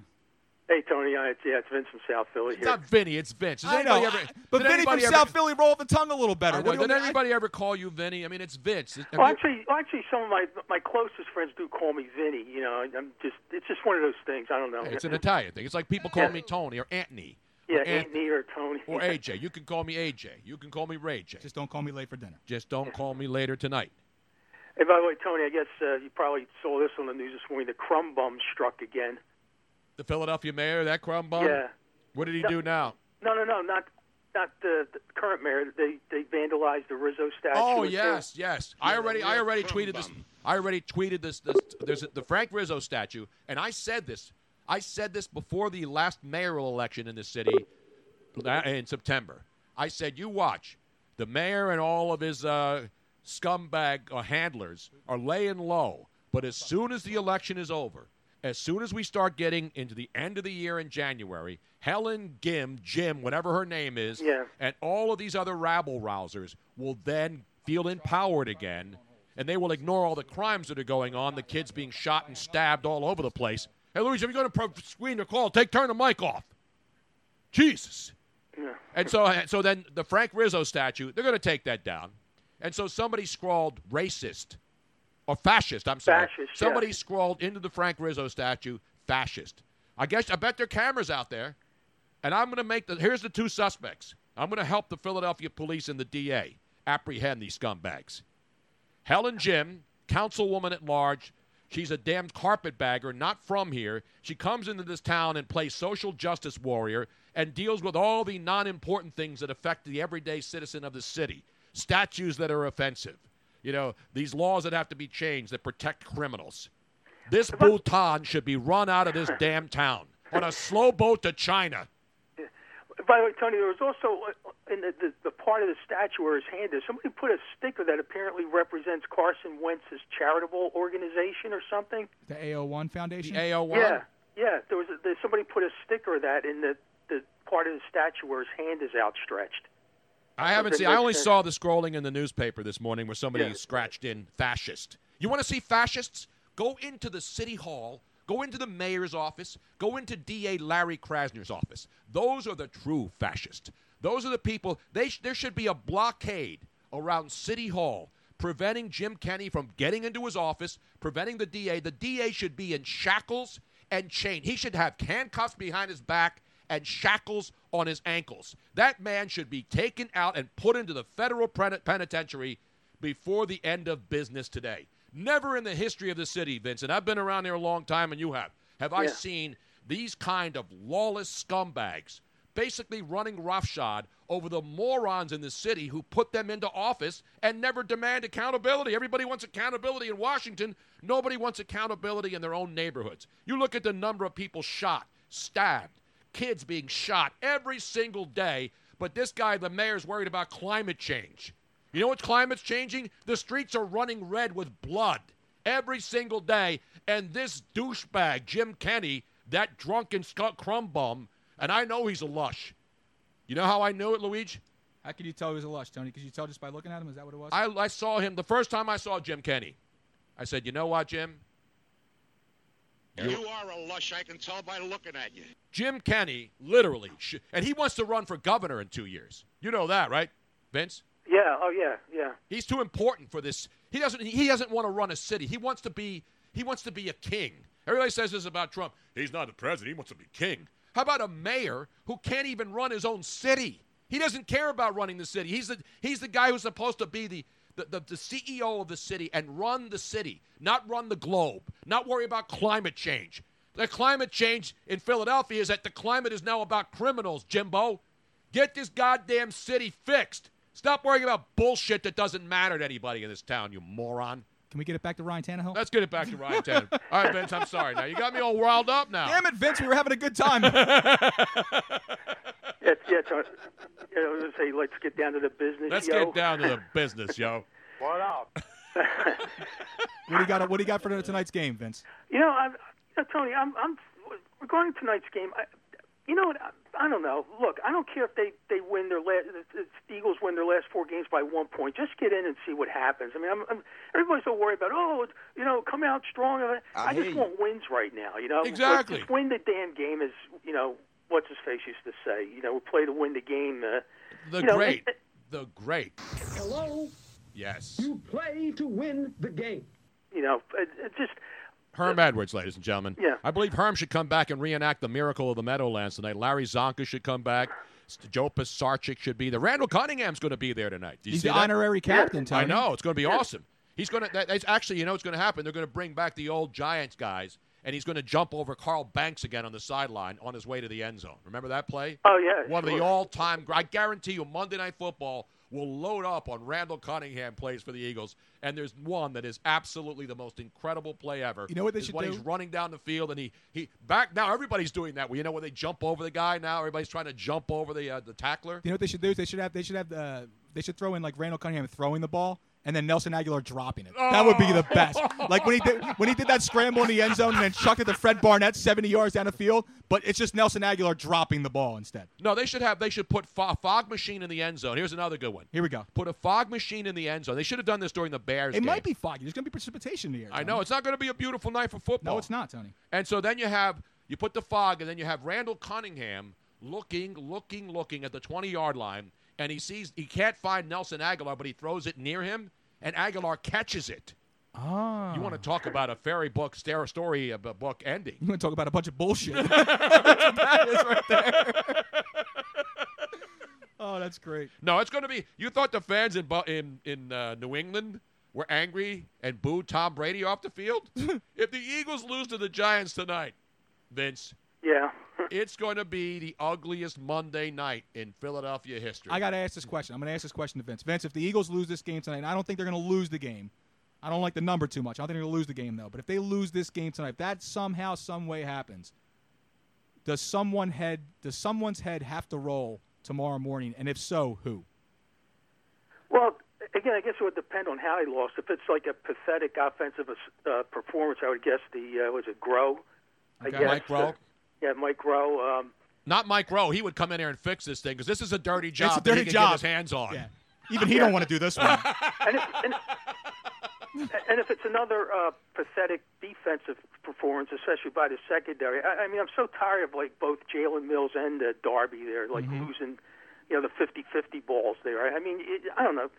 Hey, Tony. I, yeah, it's Vince from South Philly It's here. not Vinny, it's Vince. Does I know. anybody ever- I- but did Vinny from anybody ever- South Philly roll the tongue a little better. I What know, do you Did want me- anybody ever call you Vinny? I mean, it's Vince. Have Well, you- actually, well, actually, some of my my closest friends do call me Vinny. You know, I'm just it's just one of those things. I don't know. Hey, it's an Italian thing. It's like people call me Tony or Anthony yeah, or Anthony Anthony or Tony. or AJ. You can call me AJ. You can call me Ray J. Just, Just don't call me late for dinner. don't call me later tonight. Hey, by the way, Tony, I guess uh, you probably saw this on the news this morning. The crumb bum struck again. The Philadelphia mayor, that crumb bum. Yeah. What did he do now? No, no, no, not not the, the current mayor. They they vandalized the Rizzo statue. Oh and yes, yes. I already, I already tweeted this. I already tweeted this. this there's a, the Frank Rizzo statue, and I said this. I said this before the last mayoral election in the city la- in September. I said, you watch, the mayor and all of his uh, scumbag uh, handlers are laying low. But as soon as the election is over, as soon as we start getting into the end of the year in January, Helen Gim, Jim, whatever her name is, Yeah. and all of these other rabble rousers will then feel empowered again, and they will ignore all the crimes that are going on, the kids being shot and stabbed all over the place. Hey, Luis, if you're going to pro- screen your call, take turn the mic off. Jesus. And so, and so then the Frank Rizzo statue, they're going to take that down. And so somebody scrawled racist or fascist. I'm sorry. Fascist, yeah. somebody scrawled into the Frank Rizzo statue fascist. I guess I bet there are cameras out there. And I'm going to make the here's the two suspects. I'm going to help the Philadelphia police and the DA apprehend these scumbags. Helen Jim, councilwoman at large. She's a damned carpetbagger, not from here. She comes into this town and plays social justice warrior and deals with all the non important things that affect the everyday citizen of the city statues that are offensive, you know, these laws that have to be changed that protect criminals. This Bhutan should be run out of this damn town on a slow boat to China. By the way, Tony, there was also uh, in the, the, the part of the statue where his hand is, somebody put a sticker that apparently represents Carson Wentz's charitable organization or something. The AO1 Foundation. AO1. Yeah, yeah. There was a, there, somebody put a sticker of that in the the part of the statue where his hand is outstretched. I haven't Okay, seen. I makes only sense. saw the scrolling in the newspaper this morning where somebody Yeah. scratched in fascist. You want to see fascists? Go into the city hall. Go into the mayor's office. Go into DA Larry Krasner's office. Those are the true fascists. Those are the people. They sh- there should be a blockade around city hall preventing Jim Kenny from getting into his office, preventing the DA. The DA should be in shackles and chain. He should have handcuffs behind his back and shackles on his ankles. That man should be taken out and put into the federal pen- penitentiary before the end of business today. Never in the history of the city, Vincent. I've been around here a long time, and you have. Have I Yeah. seen these kind of lawless scumbags basically running roughshod over the morons in the city who put them into office and never demand accountability. Everybody wants accountability in Washington. Nobody wants accountability in their own neighborhoods. You look at the number of people shot, stabbed, kids being shot every single day, but this guy, the mayor's worried about climate change. You know what climate's changing? The streets are running red with blood every single day. And this douchebag, Jim Kenny, that drunken scut crumb bum, and I know he's a lush. You know how I knew it, Luigi? How can you tell he was a lush, Tony? Because you tell just by looking at him. Is that what it was? I, I saw him the first time I saw Jim Kenny. I said, You know what, Jim? You are a lush. I can tell by looking at you. Jim Kenny, literally, sh- and he wants to run for governor in two years. You know that, right, Vince? Yeah. Oh yeah. Yeah. He's too important for this. He doesn't. He doesn't want to run a city. He wants to be. He wants to be a king. Everybody says this about Trump. He's not the president. He wants to be king. How about a mayor who can't even run his own city? He doesn't care about running the city. He's the. He's the guy who's supposed to be the. The, the, the CEO of the city and run the city, not run the globe, not worry about climate change. The climate change in Philadelphia is that the climate is now about criminals, Jimbo. Get this goddamn city fixed. Stop worrying about bullshit that doesn't matter to anybody in this town, you moron. can we get it back to Ryan Tannehill? Let's get it back to Ryan Tanner. all right, Vince, I'm sorry. Now you got me all riled up now. Damn it, Vince. We were having a good time. Yeah. yeah, Tony. yeah I was gonna say let's get down to the business. Let's yo. get down to the business, yo. What up? what do you got? What do you got for tonight's game, Vince? You know, I'm, you know, Tony, I'm, I'm regarding tonight's game. I, you know, what, I, I don't know. Look, I don't care if they they win their last. The the Eagles win their last four games by one point. Just get in and see what happens. I mean, I'm, I'm everybody's so worried about oh, you know, come out strong. I, I just want wins right now. You know, Like, Exactly. just win the damn game is you know what's his face used to say. You know, we play to win the game. Uh, The you know, great. it- The great. Hello, Yes. you play to win the game. you know, it, it just Herm Edwards, ladies and gentlemen. Yeah. I believe Herm should come back and reenact the miracle of the Meadowlands tonight. Larry Zonka should come back. S- Joe Pisarcik should be there. Randall Cunningham's going to be there tonight. Do you He's see the that? honorary captain, Tony. I know it's going to be awesome. He's going to. That, that's actually, you know, what's going to happen. They're going to bring back the old Giants guys, and he's going to jump over Carl Banks again on the sideline on his way to the end zone. Remember that play? oh yeah, One of sure. the all-time. I guarantee you, Monday Night Football will load up on Randall Cunningham plays for the Eagles, and there's one that is absolutely the most incredible play ever. You know what they is should when do? he's running down the field and he he back now everybody's doing that. Well, you know when they jump over the guy now, everybody's trying to jump over the uh, the tackler. You know what they should do? Is they should have. They should have. Uh, they should throw in like Randall Cunningham throwing the ball. And then Nelson Aguilar dropping it. That would be the Oh. best. Like when he did when he did that scramble in the end zone and then chucked it to Fred Barnett 70 yards down the field, but it's just Nelson Aguilar dropping the ball instead. No, they should have. They should put fog, fog machine in the end zone. Here's another good one. Here we go. Put a fog machine in the end zone. They should have done this during the Bears. It game. might be foggy. There's going to be precipitation in the air. I Tony. know it's not going to be a beautiful night for football. No, it's not, Tony. And so then you have you put the fog, and then you have Randall Cunningham looking, looking, looking at the 20 yard line, and he sees he can't find Nelson Aguilar, but he throws it near him, and Aguilar catches it. Oh. You want to talk about a fairy book star- story uh, b- book ending? You want to talk about a bunch of bullshit? That's what that is right there. oh, that's great. No, it's going to be. You thought the fans in Bu- in in uh, New England were angry and booed Tom Brady off the field? if the Eagles lose to the Giants tonight, Vince, yeah. it's going to be the ugliest Monday night in Philadelphia history. I got to ask this question. I'm going to ask this question to Vince. Vince, if the Eagles lose this game tonight, and I don't think they're going to lose the game. I don't like the number too much. I don't think they're going to lose the game, though. But if they lose this game tonight, if that somehow, some way happens, does someone head does someone's head have to roll tomorrow morning? And if so, who? Well, again, I guess it would depend on how he lost. If it's like a pathetic offensive uh, performance, I would guess the uh, was it Grow? Okay, I guess, Mike Groh. uh, yeah, Mike Grow. Um, Not Mike Rowe. He would come in here and fix this thing because this is a dirty job. a that he dirty could job. Get his hands on. Yeah. Even he don't want to do this one. and, if, and, and if it's another uh, pathetic defensive performance, especially by the secondary, I, I mean, I'm so tired of like both Jalen Mills and uh, Darby there, like Mm-hmm. Mhm. losing, you know, the 50-50 balls there. I mean, it, I don't know.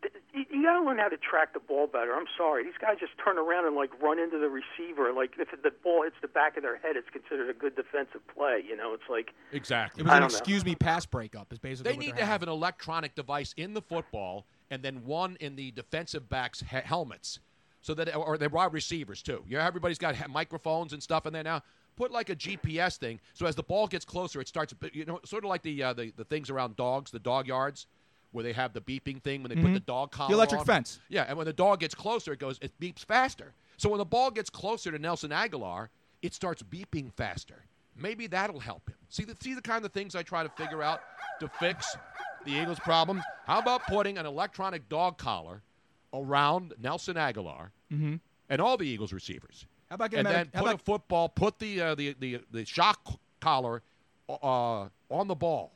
Th- You, you got to learn how to track the ball better. I'm sorry, these guys just turn around and like run into the receiver. Like if the ball hits the back of their head, it's considered a good defensive play. You know, it's like Exactly. It was an excuse me pass breakup. Is basically They what need they're to having. have an electronic device in the football and then one in the defensive backs' he- helmets, so that or they wide receivers too. You know, everybody's got he- microphones and stuff in there now. Put like a GPS thing, so as the ball gets closer, it starts. You know, sort of like the uh, the, the things around dogs, the dog yards, where they have the beeping thing when they put Mhm. the dog The collar. electric on. fence. Yeah, and when the dog gets closer, it goes. It beeps faster. So when the ball gets closer to Nelson Aguilar, it starts beeping faster. Maybe that'll help him. See the see the kind of things I try to figure out to fix the Eagles' problems. How about putting an electronic dog collar around Nelson Aguilar Mhm. and all the Eagles receivers? How about and getting then medic- how put a about- football, put the uh, the, the the shock collar uh, on the ball,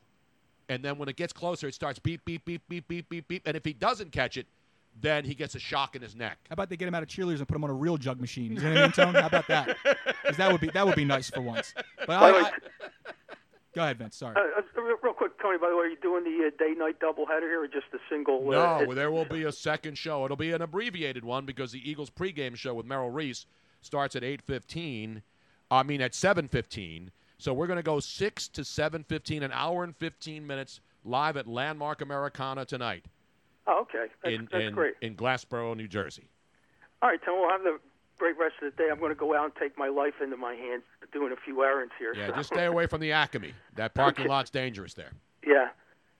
and then when it gets closer, it starts beep beep beep beep beep beep beep. And if he doesn't catch it, then he gets a shock in his neck. How about they get him out of cheerleaders and put him on a real jug machine? You know what I mean, Tone? How about that? 'Cause that would be that would be nice for once. But I, I, go ahead, Vince. Sorry. Uh, uh, real- real quick, Tony. By the way, are you doing the uh, day-night doubleheader here, or just the single? uh, No, it- well, there will be a second show. It'll be an abbreviated one because the Eagles pregame show with Merrill Reese starts at 8:15. I mean at 7:15. So we're going to go 6 to 7:15 an hour and 15 minutes live at Landmark Americana tonight Oh, okay, that's, in that's in, great. in Glassboro, New Jersey. All right, Tom. We'll have the great rest of the day. I'm going to go out and take my life into my hands, doing a few errands here. Yeah, so- just stay away from the Acme. That parking lot's dangerous there. Yeah.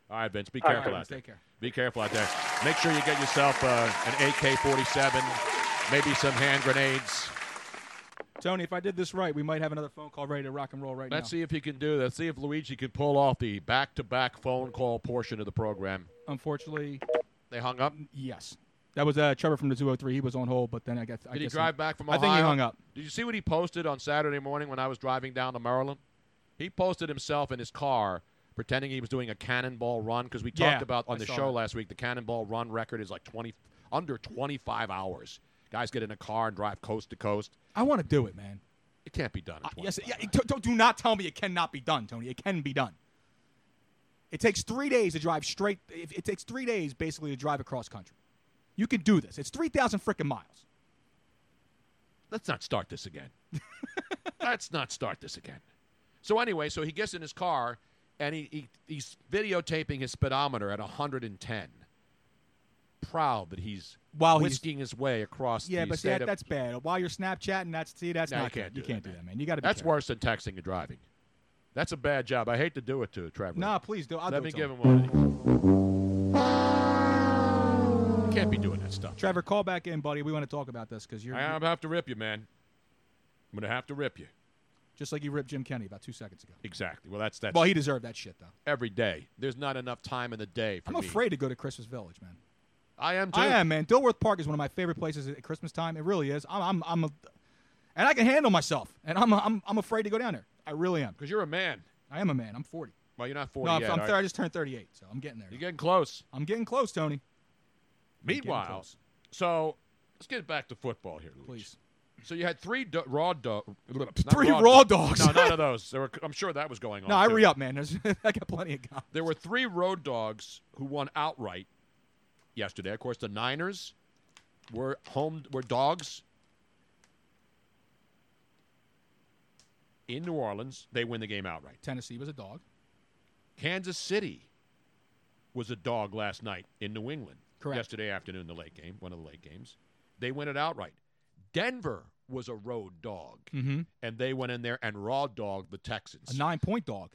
All right, Vince, be All careful right, out there. take care. Be careful out there. Make sure you get yourself uh, an AK-47, maybe some hand grenades. Tony, if I did this right, we might have another phone call ready to rock and roll right Let's now. see if he can do that. See if Luigi can pull off the back-to-back phone call portion of the program. Unfortunately, They hung up. yes. That was uh, Trevor from the 203. He was on hold, but then I got. I Did he guess drive back from I Ohio? think he hung up. Did you see what he posted on Saturday morning when I was driving down to Maryland? He posted himself in his car pretending he was doing a cannonball run because we Yeah, talked about on I the saw show that. last week the cannonball run record is like 20 under 25 hours. Guys get in a car and drive coast to coast. I want to do it, man. It can't be done. in 20 Uh, Yes, yeah, it- don't, do not tell me it cannot be done, Tony. It can be done. It takes three days to drive straight. It, it takes three days basically to drive across country. You can do this. It's three thousand freaking miles. Let's not start this again. Let's not start this again. So anyway, so he gets in his car and he, he he's videotaping his speedometer at 110. Proud that he's While he's- whisking his way across Yeah, the but state see, that, of that's bad. While you're Snapchatting, that's see, that's No, not you good. can't you do can't that, do that, man. You got to be. That's careful. worse than texting and driving. That's a bad job. I hate to do it to Trevor. Nah, please do. I'll Let do me it to give him. him one. of these. Can't be doing that stuff. Trevor, call back in, buddy. We want to talk about this because you're I'm gonna have to rip you, man. I'm gonna have to rip you. just like you ripped Jim Kenny about two seconds ago. Exactly. Well, that's that's. Well, he deserved that shit though. every day. There's not enough time in the day for I'm me. afraid to go to Christmas Village, man. I am too. I am, man. Dilworth Park is one of my favorite places at Christmas time. It really is. I'm, I'm, I'm a, and I can handle myself. And I'm, I'm, I'm afraid to go down there. I really am. Because you're a man. I am a man. I'm 40. Well, you're not 40 no, I'm, yet. I'm are thir- I you? just turned 38, so I'm getting there. You're getting close. I'm getting close, Tony. I'm getting Meanwhile, close. so let's get back to football here, Luigi. Please. So you had three do- raw dogs. Three raw dogs. No, none of those. There were, I'm sure that was going on. no, I too. re up, man. There's, I got plenty of guys. There were three road dogs who won outright yesterday. Of course, the Niners were home were dogs in New Orleans. They win the game outright. Tennessee was a dog. Kansas City was a dog last night in New England. Correct. Yesterday afternoon, the late game, one of the late games. They win it outright. Denver was a road dog, Mm-hmm. and they went in there and raw dogged the Texans. A nine point dog.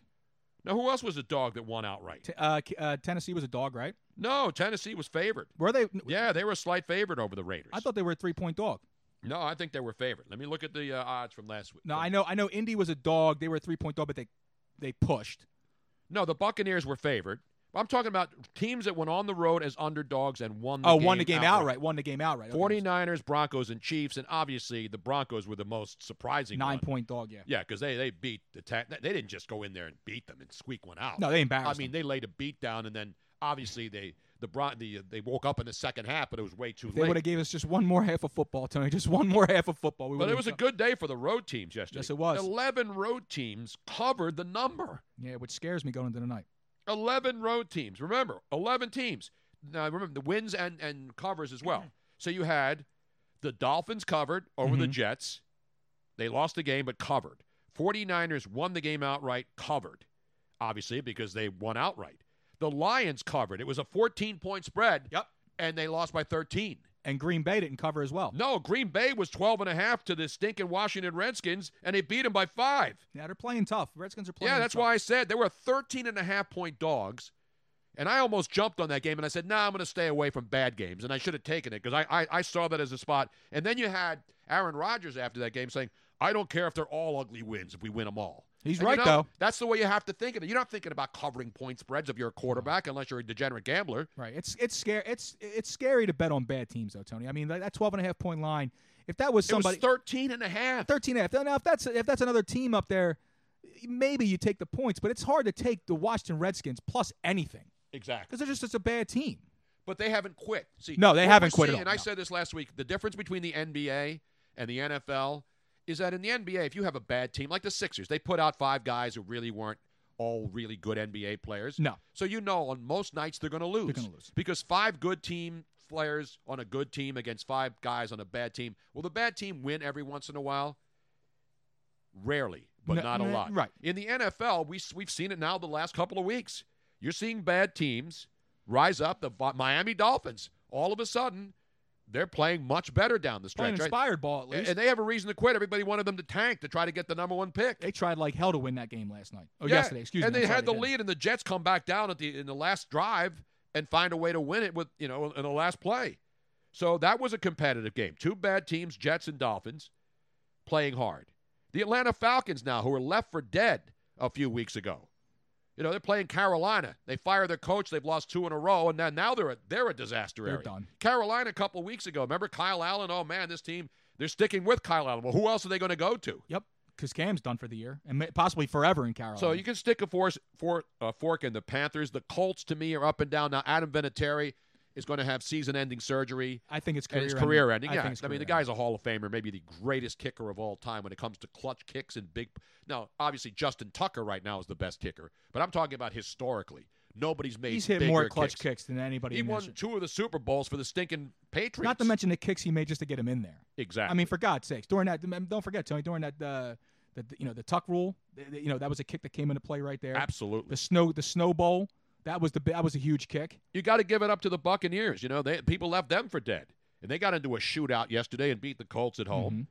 Now, who else was a dog that won outright? T- uh, K- uh, Tennessee was a dog, right? No, Tennessee was favored. Were they? Yeah, they were a slight favorite over the Raiders. I thought they were a three point dog. No, I think they were favored. Let me look at the uh, odds from last week. No, I know. I know. Indy was a dog. They were a three point dog, but they, they pushed. No, the Buccaneers were favored. I'm talking about teams that went on the road as underdogs and won the Oh, game won the game outright. outright. Won the game outright. Okay. 49ers, Broncos, and Chiefs, and obviously the Broncos were the most surprising one. Nine point dog, yeah. Yeah, because they, they beat the ta- they didn't just go in there and beat them and squeak one out. No, they I embarrassed mean, they laid a beat down, and then obviously they the Bron- the uh, they woke up in the second half, but it was way too They would late. have gave us just one more half of football, Tony. Just one more half of football. We but would've it was a been- good day for the road teams yesterday. Yes, it was. Eleven road teams covered the number. Yeah, which scares me going into the night. Eleven road teams. Remember, eleven teams. Now remember the wins and and covers as well. So you had the Dolphins covered over the Mhm. Jets. They lost the game but covered. 49ers won the game outright, covered. Obviously because they won outright. The Lions covered. It was a 14-point spread. Yep. And they lost by 13. And Green Bay didn't cover as well. No, Green Bay was 12 and a half to the stinking Washington Redskins and they beat them by 5. Yeah, they're playing tough. Redskins are playing Yeah, that's tough. why I said they were 13 and a half point dogs. And I almost jumped on that game and I said, nah, I'm going to stay away from bad games. And I should have taken it because I, I, I saw that as a spot. And then you had Aaron Rodgers after that game saying, I don't care if they're all ugly wins if we win them all. He's And you right, know, though. That's the way you have to think of it. You're not thinking about covering point spreads if you're a quarterback unless you're a degenerate gambler. Right. It's it's scary. It's it's scary to bet on bad teams though, Tony. I mean, that, that 12 and a half point line, if that was It was somebody 13 and a half. 13 and a half. Now, if that's if that's another team up there, maybe you take the points, but it's hard to take the Washington Redskins plus anything Exactly. because they're just such a bad team. But they haven't quit. See, No, they what haven't we're quit at seeing- all, And I no. said this last week: the difference between the NBA and the NFL is that in the NBA, if you have a bad team like the Sixers, they put out five guys who really weren't all really good NBA players. No. so you know on most nights they're going to lose. gonna lose. because five good team players on a good team against five guys on a bad team. Will the bad team win every once in a while? Rarely, but No, not a no, lot. right. In the NFL, we s- we've seen it now the last couple of weeks. You're seeing bad teams rise up. The Vi- Miami Dolphins, all of a sudden, they're playing much better down the Playing stretch. right? inspired ball at A- least. And they have a reason to quit. Everybody wanted them to tank to try to get the number one pick. they tried like hell to win that game last night. Oh, Yeah, yesterday. Excuse and me. they I'm sorry, had the did. lead, and the Jets come back down at the in the last drive and find a way to win it with you know in the last play. So that was a competitive game. Two bad teams, Jets and Dolphins, playing hard. The Atlanta Falcons now, who were left for dead a few weeks ago, you know they're playing Carolina. They fire their coach. They've lost two in a row, and now now they're a, they're a disaster They're area. done. Carolina a couple weeks ago. Remember Kyle Allen? Oh man, this team they're sticking with Kyle Allen. Well, who else are they going to go to? Yep. Because Cam's done for the year and ma- possibly forever in Carolina. So you can stick a force, for, uh, fork in the Panthers. The Colts, to me, are up and down. Now, Adam Vinatieri is going to have season-ending surgery. I think it's And career his career ending. I yeah, think it's I mean the career guy's a Hall of Famer, maybe the greatest kicker of all time when it comes to clutch kicks and big. Now, obviously, Justin Tucker right now is the best kicker, but I'm talking about historically. Nobody's made. ending. He's hit bigger more clutch kicks. kicks than anybody. He in won history. two of the Super Bowls for the stinking Patriots. Not to mention the kicks he made just to get him in there. exactly. I mean, for God's sakes, during that, don't forget, Tony, during that, uh, the, you know, the tuck rule, th- th- you know, that was a kick that came into play right there. absolutely. The snow, the snow bowl, that was the bi- that was a huge kick. you got to give it up to the Buccaneers. You know, they people left them for dead, and they got into a shootout yesterday and beat the Colts at home. Mm-hmm.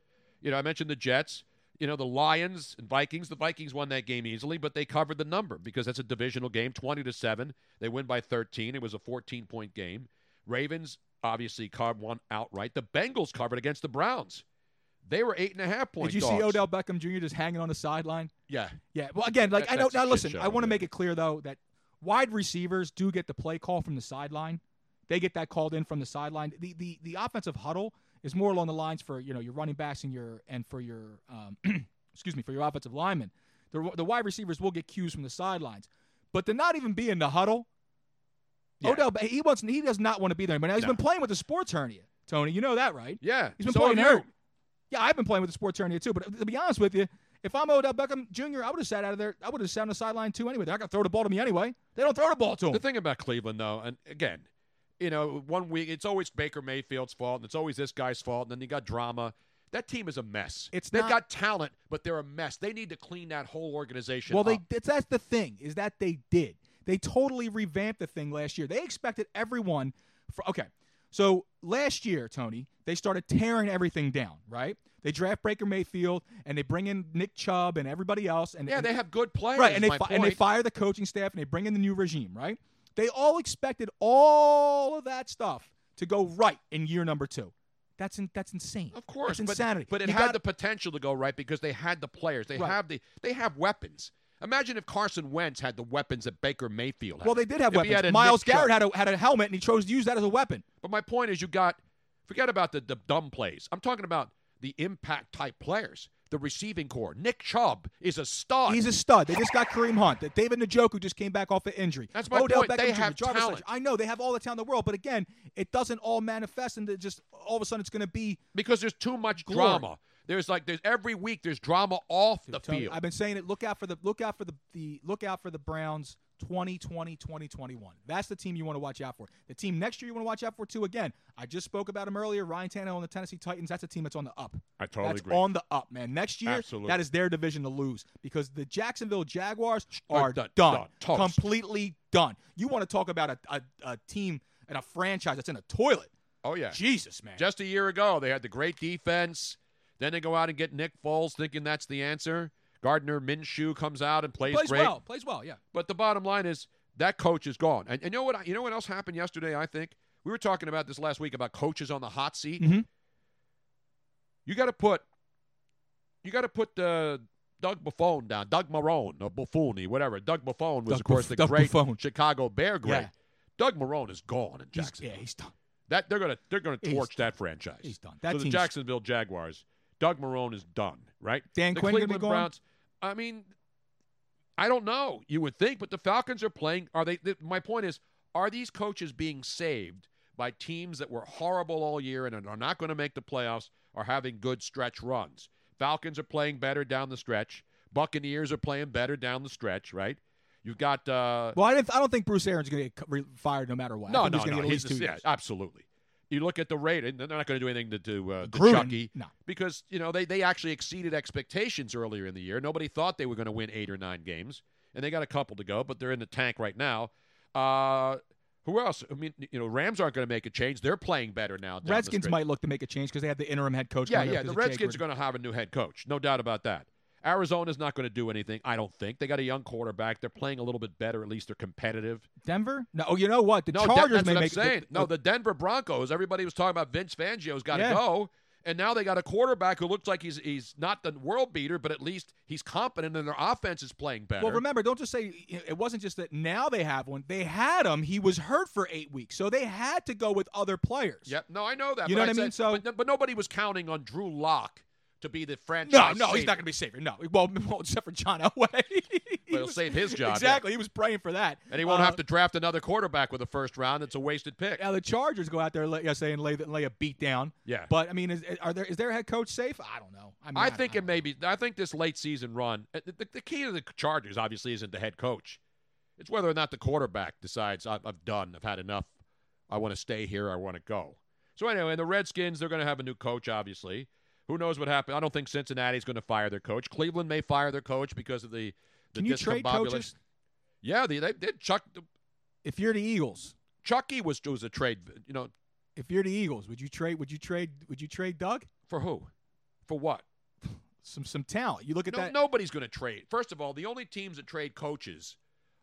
You know, I mentioned the Jets. You know, the Lions and Vikings. The Vikings won that game easily, but they covered the number because that's a divisional game, twenty to seven. They win by thirteen. It was a fourteen-point game. Ravens obviously covered one outright. The Bengals covered against the Browns. They were eight and a half point. Did you see dogs. Odell Beckham Jr. just hanging on the sideline? Yeah, Yeah. Well, again, like That- I know. that's a Now, shit listen, show I want to there. make it clear though that wide receivers do get the play call from the sideline. They get that called in from the sideline. The the the offensive huddle is more along the lines for you know your running backs and your and for your um, excuse me for your offensive linemen. The the wide receivers will get cues from the sidelines, but to not even be in the huddle. Yeah. Odell, he wants he does not want to be there. But now he's No. been playing with a sports hernia, Tony. You know that, right? yeah. He's been so playing have you. hurt. Yeah, I've been playing with the sports hernia too. But to be honest with you, if I'm Odell Beckham Jr., I would have sat out of there. I would have sat on the sideline too anyway. They're not going to throw the ball to me anyway. They don't throw the ball to him. The thing about Cleveland, though, and again, you know, one week it's always Baker Mayfield's fault, and it's always this guy's fault, and then you got drama. That team is a mess. It's they've not- got talent, but they're a mess. They need to clean that whole organization. well, they up. that's, that's the thing is that they did. They totally revamped the thing last year. They expected everyone. For, okay, so last year, Tony, they started tearing everything down. Right? They draft Baker Mayfield and they bring in Nick Chubb and everybody else. And yeah, and- they have good players. right, and they my fi- and they point. fire the coaching staff and they bring in the new regime, right? They all expected all of that stuff to go right in year number two. That's in, that's insane. Of course, that's but- insanity. But, it You had got- the potential to go right because they had the players. They Right. have the they have weapons. Imagine if Carson Wentz had the weapons that Baker Mayfield had. Well, they did have If he weapons. had a Miles Nick Chubb. Garrett had a, had a helmet, and he chose to use that as a weapon. But my point is, you got forget about the, the dumb plays. I'm talking about the impact type players, the receiving core. Nick Chubb is a stud. He's a stud. They just got Kareem Hunt. That David Njoku just came back off an injury. That's my Odell point. Beckham They Jr., have Jarvis Landry. talent. I know they have all the talent in the world, but again, it doesn't all manifest into just all of a sudden it's going to be because there's too much glory. drama. There's like there's every week there's drama off the Tony, field. I've been saying it. Look out for the look out for the, the look out for the Browns 2020 2021. That's the team you want to watch out for. The team next year you want to watch out for too. Again, I just spoke about him earlier. Ryan Tannehill and the Tennessee Titans. That's a team that's on the up. I totally that's agree. on the up, man. Next year, Absolutely. that is their division to lose because the Jacksonville Jaguars Are are done, done, done, toast. completely done. You want to talk about a, a, a team and a franchise that's in a toilet? Oh yeah, Jesus, man. Just a year ago, they had the great defense. Then they go out and get Nick Foles, thinking that's the answer. Gardner Minshew comes out and plays, plays great. well. Plays well. Yeah. But the bottom line is that coach is gone. And, and you know what? I- You know what else happened yesterday? I think we were talking about this last week about coaches on the hot seat. Mhm. You got to put, you got to put uh, Doug Buffon down. Doug Marone or Buffoni, whatever. Doug Buffon was Doug of course Buff- the Doug great Buffon. Chicago Bear great. Yeah. Doug Marone is gone in He's- Jacksonville. yeah, he's done. That they're gonna they're gonna He's torch that franchise. He's done. That so the team's- Jacksonville Jaguars. Doug Marone is done. Right. Dan the Quinn gonna be Cleveland gone? Browns. I mean, I don't know. You would think, but the Falcons are playing. Are they? th- my point is, are these coaches being saved by teams that were horrible all year and are not going to make the playoffs? Are having good stretch runs? Falcons are playing better down the stretch. Buccaneers are playing better down the stretch. Right. You've got. Uh, Well, I, didn't, I don't think Bruce Aaron's going to get co- re- fired no matter what. I no, think no, he's going no. to get at He's least two just, yeah, years. absolutely. You look at the rating; they're not going to do anything to do uh, to Gruden, Chucky no. because you know they they actually exceeded expectations earlier in the year. Nobody thought they were going to win eight or nine games, and they got a couple to go, but they're in the tank right now. Uh, who else? I mean, you know, Rams aren't going to make a change. They're playing better now. down the Redskins stretch. might look to make a change because they have the interim head coach. Yeah, going there yeah. because The of Jay Redskins are Gruden. going to have a new head coach, no doubt about that. Arizona's not going to do anything, I don't think. They got a young quarterback. They're playing a little bit better. At least they're competitive. Denver? No, oh, you know what? The No, De- Chargers that's may what I'm make. saying. The, no, the Denver Broncos. Everybody was talking about Vince Fangio's got to Yeah. go, and now they got a quarterback who looks like he's he's not the world beater, but at least he's competent, and their offense is playing better. well, remember, don't just say it wasn't just that. Now they have one. They had him. He was hurt for eight weeks, so they had to go with other players. Yep. No, I know that. You but know what I said- mean? So- but, but nobody was counting on Drew Lock to be the No, franchise. no, he's savior. not going to be savior. No, well, well, except for John Elway. He he'll save his job, yeah. Exactly. He was praying for that, And he won't Uh, have to draft another quarterback with the first round. It's a wasted pick. Now the Chargers go out there, let, yeah, say, and lay, lay a beat down. Yeah. But I mean, is, are there is their head coach safe? I don't know. I, mean, I don't- think I it don't may know. be. I think this late season run, uh, the, the key to the Chargers obviously isn't the head coach. It's whether or not the quarterback decides I've, I've done, I've had enough, I want to stay here, I want to go. So anyway, and the Redskins, they're going to have a new coach, obviously. Who knows what happened? I don't think Cincinnati's going to fire their coach. Cleveland may fire their coach because of the the Can you trade discombobulation. coaches? Yeah, they, they did. Chuck If you're the Eagles, Chucky was was a trade. You know if you're the Eagles, would you trade? Would you trade? Would you trade Doug? for who? For what? Some some talent. You look at No, that. nobody's going to trade. First of all, the only teams that trade coaches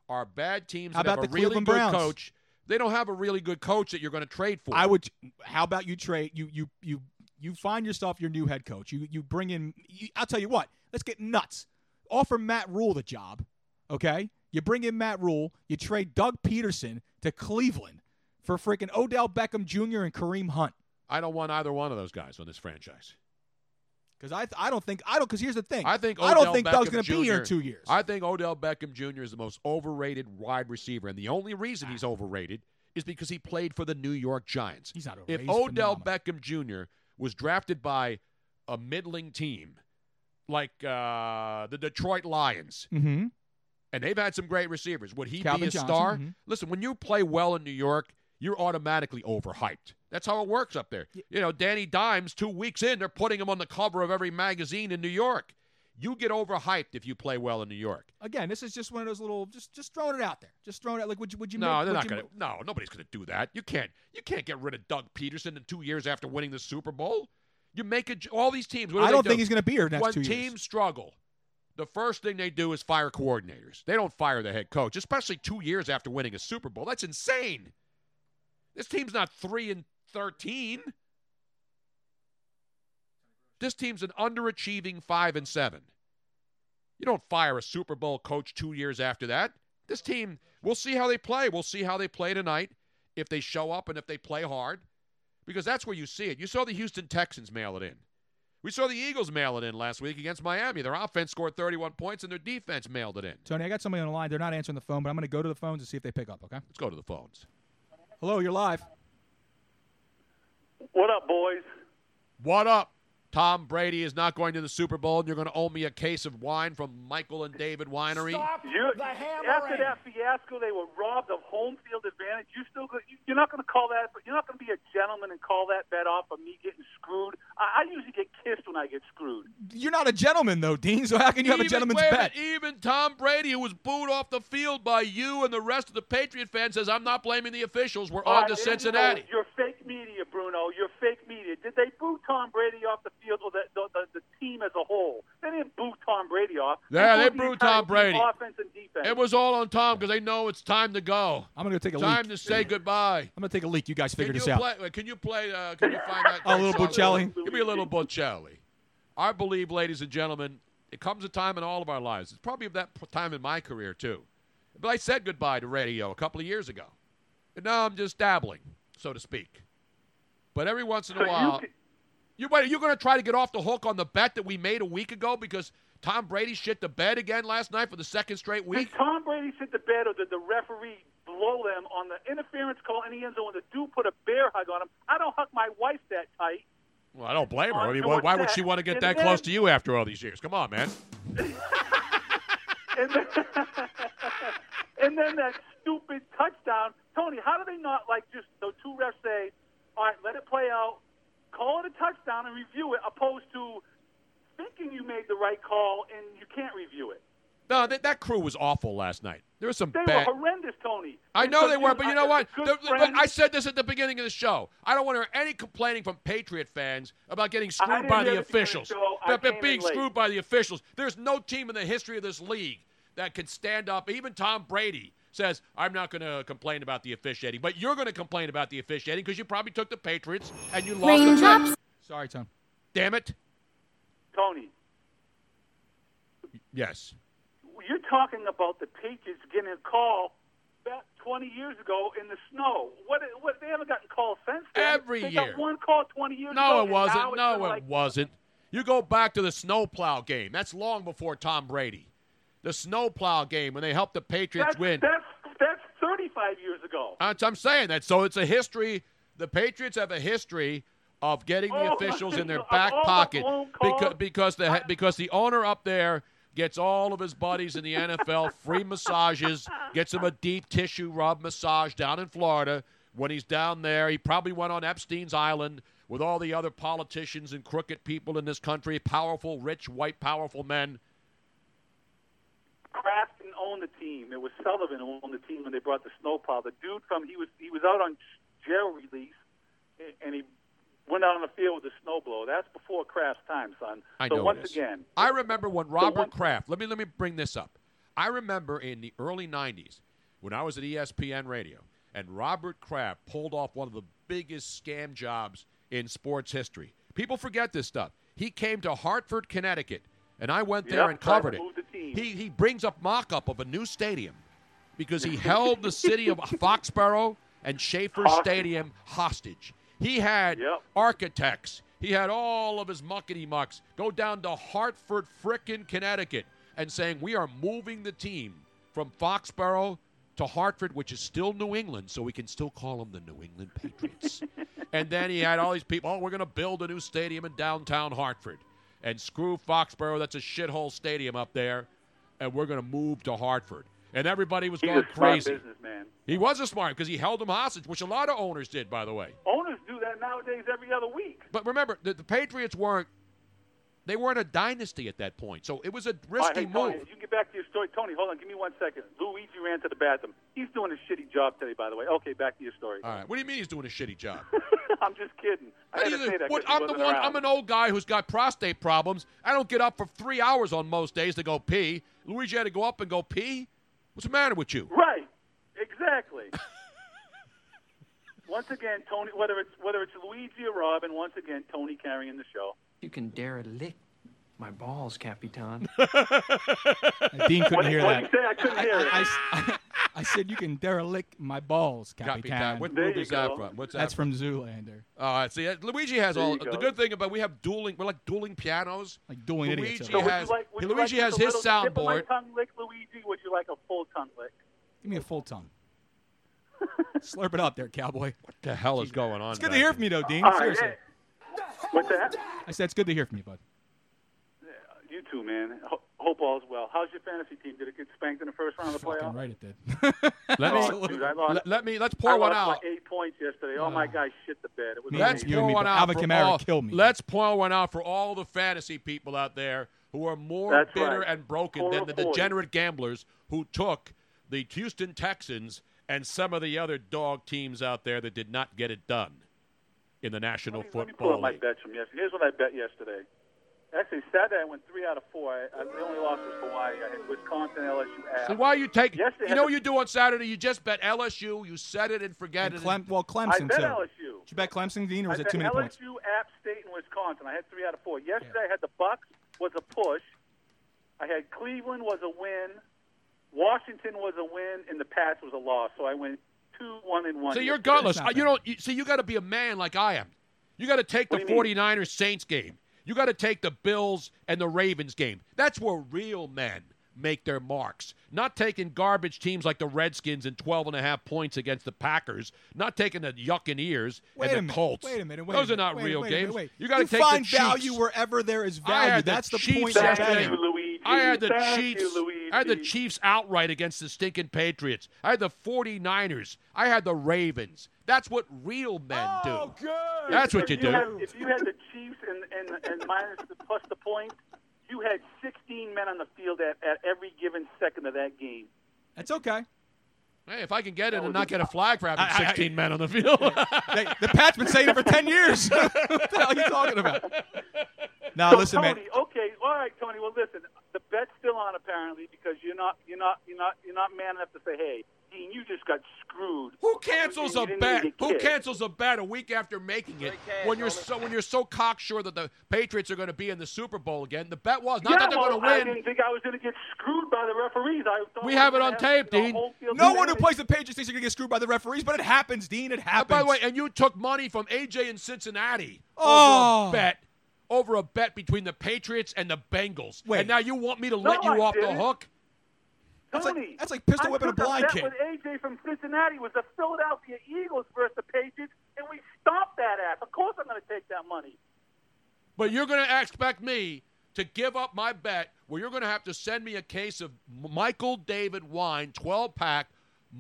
are bad teams How that have about a the really Cleveland good Browns? coach. They don't have a really good coach that you're going to trade for. I would. How about you trade? You you you you find yourself your new head coach. You you bring in. You, I'll tell you what. Let's get nuts. Offer Matt Rule the job. Okay. You bring in Matt Rule. You trade Doug Peterson to Cleveland for freaking Odell Beckham Jr. and Kareem Hunt. I don't want either one of those guys on this franchise. Because I, I don't think I don't. Because here's the thing. I think I don't Odell think Doug's Beckham going to be here in Jr. two years. I think Odell Beckham Jr. is the most overrated wide receiver, and the only reason he's overrated is because he played for the New York Giants. He's not overrated. If He's Odell phenomenal. Beckham Jr. was drafted by a middling team like uh, the Detroit Lions, Mm-hmm. and they've had some great receivers. Would he Calvin be a Johnson, star? mhm. Listen, when you play well in New York, you're automatically overhyped. That's how it works up there. You know, Danny Dimes, two weeks in, they're putting him on the cover of every magazine in New York. You get overhyped if you play well in New York. Again, this is just one of those little just just throwing it out there. Just throwing it out. Like would you would you No, they're make, would not you gonna. mo- No, nobody's gonna do that. You can't. You can't get rid of Doug Peterson in two years after winning the Super Bowl. You make a, j- all these teams. What do I they don't do? think he's going to be here next when two teams years. struggle, the first thing they do is fire coordinators. They don't fire the head coach, especially two years after winning a Super Bowl. That's insane. This team's not three and thirteen. This team's an underachieving five and seven. You don't fire a Super Bowl coach two years after that. This team, we'll see how they play. We'll see how they play tonight, if they show up and if they play hard, because that's where you see it. You saw the Houston Texans mail it in. We saw the Eagles mail it in last week against Miami. Their offense scored 31 points and their defense mailed it in. Tony, I got somebody on the line. They're not answering the phone, but I'm going to go to the phones and see if they pick up, okay? Let's go to the phones. Hello, you're live. What up, boys? What up? Tom Brady is not going to the Super Bowl, and you're going to owe me a case of wine from Michael and David Winery. You- After that fiasco, they were robbed of home field advantage. You still, go- you- you're not going to call that. You're not going to be a gentleman and call that bet off of me getting screwed. I, I usually get kissed when I get screwed. You're not a gentleman, though, Dean, so how can you have a Even- gentleman's wait a bet? minute, even Tom Brady, who was booed off the field by you and the rest of the Patriot fans, says, I'm not blaming the officials. We're on Uh, to you know, Cincinnati. You're fake media, Bruno. You're fake media. Did they boo Tom Brady off the field or the the, the, the team as a whole? They didn't boo Tom Brady off. Yeah, they booed the booed entire Tom team, Brady. Offense and defense. It was all on Tom because they know it's time to go. I'm going to take a Time leak. to say goodbye. I'm going to take a leak. You guys figure Can you, this out. play, wait, can you play? Uh, can you find that? A little great song? Bocelli? Give me a little Bocelli. I believe, ladies and gentlemen, it comes a time in all of our lives. It's probably that p- time in my career too. But I said goodbye to radio a couple of years ago, and now I'm just dabbling, so to speak. But every once in a So you while, could- you wait. Are you going to try to get off the hook on the bet that we made a week ago because Tom Brady shit the bed again last night for the second straight week? Did Tom Brady sit the bed, or did the referee blow them on the interference call in the end zone when the dude put a bear hug on him? I don't hug my wife that tight. Well, I don't blame her. I mean, Onto why, a why would set. she want to get And that then- close to you after all these years? Come on, man. And then, and then that stupid touchdown. Tony, how do they not, like, just the two refs say, all right, let it play out, call it a touchdown and review it, opposed to thinking you made the right call and you can't review it? No, that, that crew was awful last night. There was some They bad. were horrendous, Tony. I And know so they were, but you know what? good The- the- friend- I said this at the beginning of the show. I don't want to hear any complaining from Patriot fans about getting screwed didn't by hear the the beginning of officials. the show. I That- that came in being late. screwed by the officials. There's no team in the history of this league that can stand up. Even Tom Brady says, "I'm not going to complain about the officiating," but you're going to complain about the officiating because you probably took the Patriots and you lost the bet. Sorry, Tom. Damn it! Tony, Yes. you're talking about the Patriots getting a call about 20 years ago in the snow. What? What? They haven't gotten calls since then. Every they year. got one call 20 years No, it ago. and now wasn't. it's No, been it like, wasn't. You go back to the snowplow game. That's long before Tom Brady. The snowplow game when they helped the Patriots That's, win. Uh, that's that's 35 years ago. That's- I'm saying that. So it's a history. The Patriots have a history of getting the Oh, officials in their of back all the pocket blown because, calls. because the he- because the owner up there gets all of his buddies in the NFL free massages, gets him a deep tissue rub massage down in Florida. When he's down there, he probably went on Epstein's Island with all the other politicians and crooked people in this country, powerful, rich, white, powerful men. Kraft didn't own the team. It was Sullivan who owned the team when they brought the snowplow. The dude from he was he was out on jail release, and- and he went out on the field with a snowblower. That's before Kraft's time, son. I so know once it is. again, I remember when Robert one- Kraft. Let me let me bring this up. I remember in the early '90s when I was at E ESPN Radio, and Robert Kraft pulled off one of the biggest scam jobs in sports history. People forget this stuff. He came to Hartford, Connecticut, and I went there Yep, and tried to covered it. move the team. He he brings up mock-up of a new stadium because he held the city of Foxborough and Schaefer Stadium hostage. He had architects. He had all of his muckety mucks go down to Hartford, frickin' Connecticut, and saying, We are moving the team from Foxborough to Hartford, which is still New England, so we can still call them the New England Patriots. and then he had all these people, Oh, we're going to build a new stadium in downtown Hartford. And screw Foxborough, that's a shithole stadium up there, and we're going to move to Hartford. And everybody was he's going a smart crazy. businessman. He was a smart because he held them hostage, which a lot of owners did, by the way. Owners do that nowadays every other week. But remember, the, the Patriots weren't they weren't a dynasty at that point, so it was a All right, risky hey, Tony, move. You can get back to your story. Tony, hold on. Give me one second. Luigi ran to the bathroom. He's doing a shitty job today, by the way. Okay, back to your story. All right, what do you mean he's doing a shitty job? I'm just kidding. I had to say that What- 'cause he I'm the wasn't one. around. I'm an old guy who's got prostate problems. I don't get up for three hours on most days to go pee. Luigi had to go up and go pee. What's the matter with you? Right. Exactly. once again, Tony, whether it's whether it's Luigi or Robin, once again, Tony carrying the show. You can dare a lick. My balls, Capitan. Dean couldn't hear that. I couldn't hear it. I, s- I said you can derelict my balls, Capitan. Capitan. What There movie you is that go. from? What's that That's from? from Zoolander. All right, see, uh, Luigi has There all you the go. good thing about we have dueling. We're like dueling pianos. Like dueling Luigi idiots. So would has you like, would Luigi you like has just a his little tip of my soundboard. tongue lick, Luigi? Would you like a full tongue lick? Give me a full tongue. Slurp it up there, cowboy. What the hell is going on? It's good back to hear here? from you, though, Dean. All right, Seriously. What's that? I said it's good to hear from you, bud. You too, man. Ho- hope all's well. How's your fantasy team? Did it get spanked in the first round of the Fucking playoffs? right it did. Let Oh, me dude, I lost. let, let me let's I pour one lost by out. eight points yesterday. Oh my God, shit the bed. It was Let's amazing. pour one out Alvin for Kamara all, killed me. Let's pour one out for all the fantasy people out there who are more That's bitter right. and broken Four than of the forty. degenerate gamblers who took the Houston Texans and some of the other dog teams out there that did not get it done in the National Let me pull Football up my League. bets from yesterday. Here's what I bet yesterday. Actually, Saturday I went three out of four. I, I, the only loss was Hawaii. I had Wisconsin, LSU, App. So why you take? Yesterday You know what you do on Saturday? You just bet LSU. You set it and forget it. Clem, well, I Clemson, bet too. LSU. Did you bet Clemson, Dean, or was I it too bet many LSU, points? App State, and Wisconsin. I had three out of four. Yesterday, I had the Bucks was a push. I had Cleveland was a win. Washington was a win, and the Pats was a loss. So I went two, one, and one. See, you're yesterday. gutless. Uh, You don't. You, see, you got to be a man like I am. You got to take the 49ers Saints game. You got to take the Bills and the Ravens game. That's where real men make their marks. Not taking garbage teams like the Redskins and 12 and a half points against the Packers. Not taking the yuck and ears Wait a and the minute, Colts. Wait a minute. Wait Those a are minute, not wait, real wait, games. Wait, wait. You got to take find the value Chiefs. wherever there is I value. had the That's the Chiefs point. yesterday. I'm making. I had the Thank Chiefs. you, Luigi. I had the Chiefs outright against the stinking Patriots. I had the 49ers. I had the Ravens. That's what real men do. Oh, If- That's what if you do. Had, if you had the Chiefs and and, and minus the, plus the points, you had 16 men on the field at, at every given second of that game. That's okay. Hey, if I can get it and not get a flag for having 16 men on the field. the Pat's been saying it for 10 years. what the hell are you talking about? Now, So, listen, Tony, man. Okay, all right, Tony. Well, listen, the bet's still on apparently because you're not, you're not, you're not, you're not man enough to say, "Hey, Dean, you just got screwed." Who cancels You a didn't bet? even get Who kicked. cancels a bet a week after making it? When you're so when you're so cocksure that the Patriots are going to be in the Super Bowl again, the bet was not yeah, that they're well, I going to win. didn't think I was going to get screwed by the referees. I thought We I was have it on gonna tape, you know, Dean. whole field No advantage. one who plays the Patriots thinks they're going to get screwed by the referees, but it happens, Dean. It happens. Uh, By the way, and you took money from AJ in Cincinnati Oh. over a bet over a bet between the Patriots and the Bengals. Wait. And now you want me to No, let you I off didn't. the hook? that's, Tony, like, that's like pistol I whipping a took blind bet kid. with AJ from Cincinnati It was the Philadelphia Eagles versus the Patriots, and we stopped that ass. Of course, I'm going to take that money. But you're going to expect me to give up my bet where you're going to have to send me a case of M- Michael David wine, 12 pack,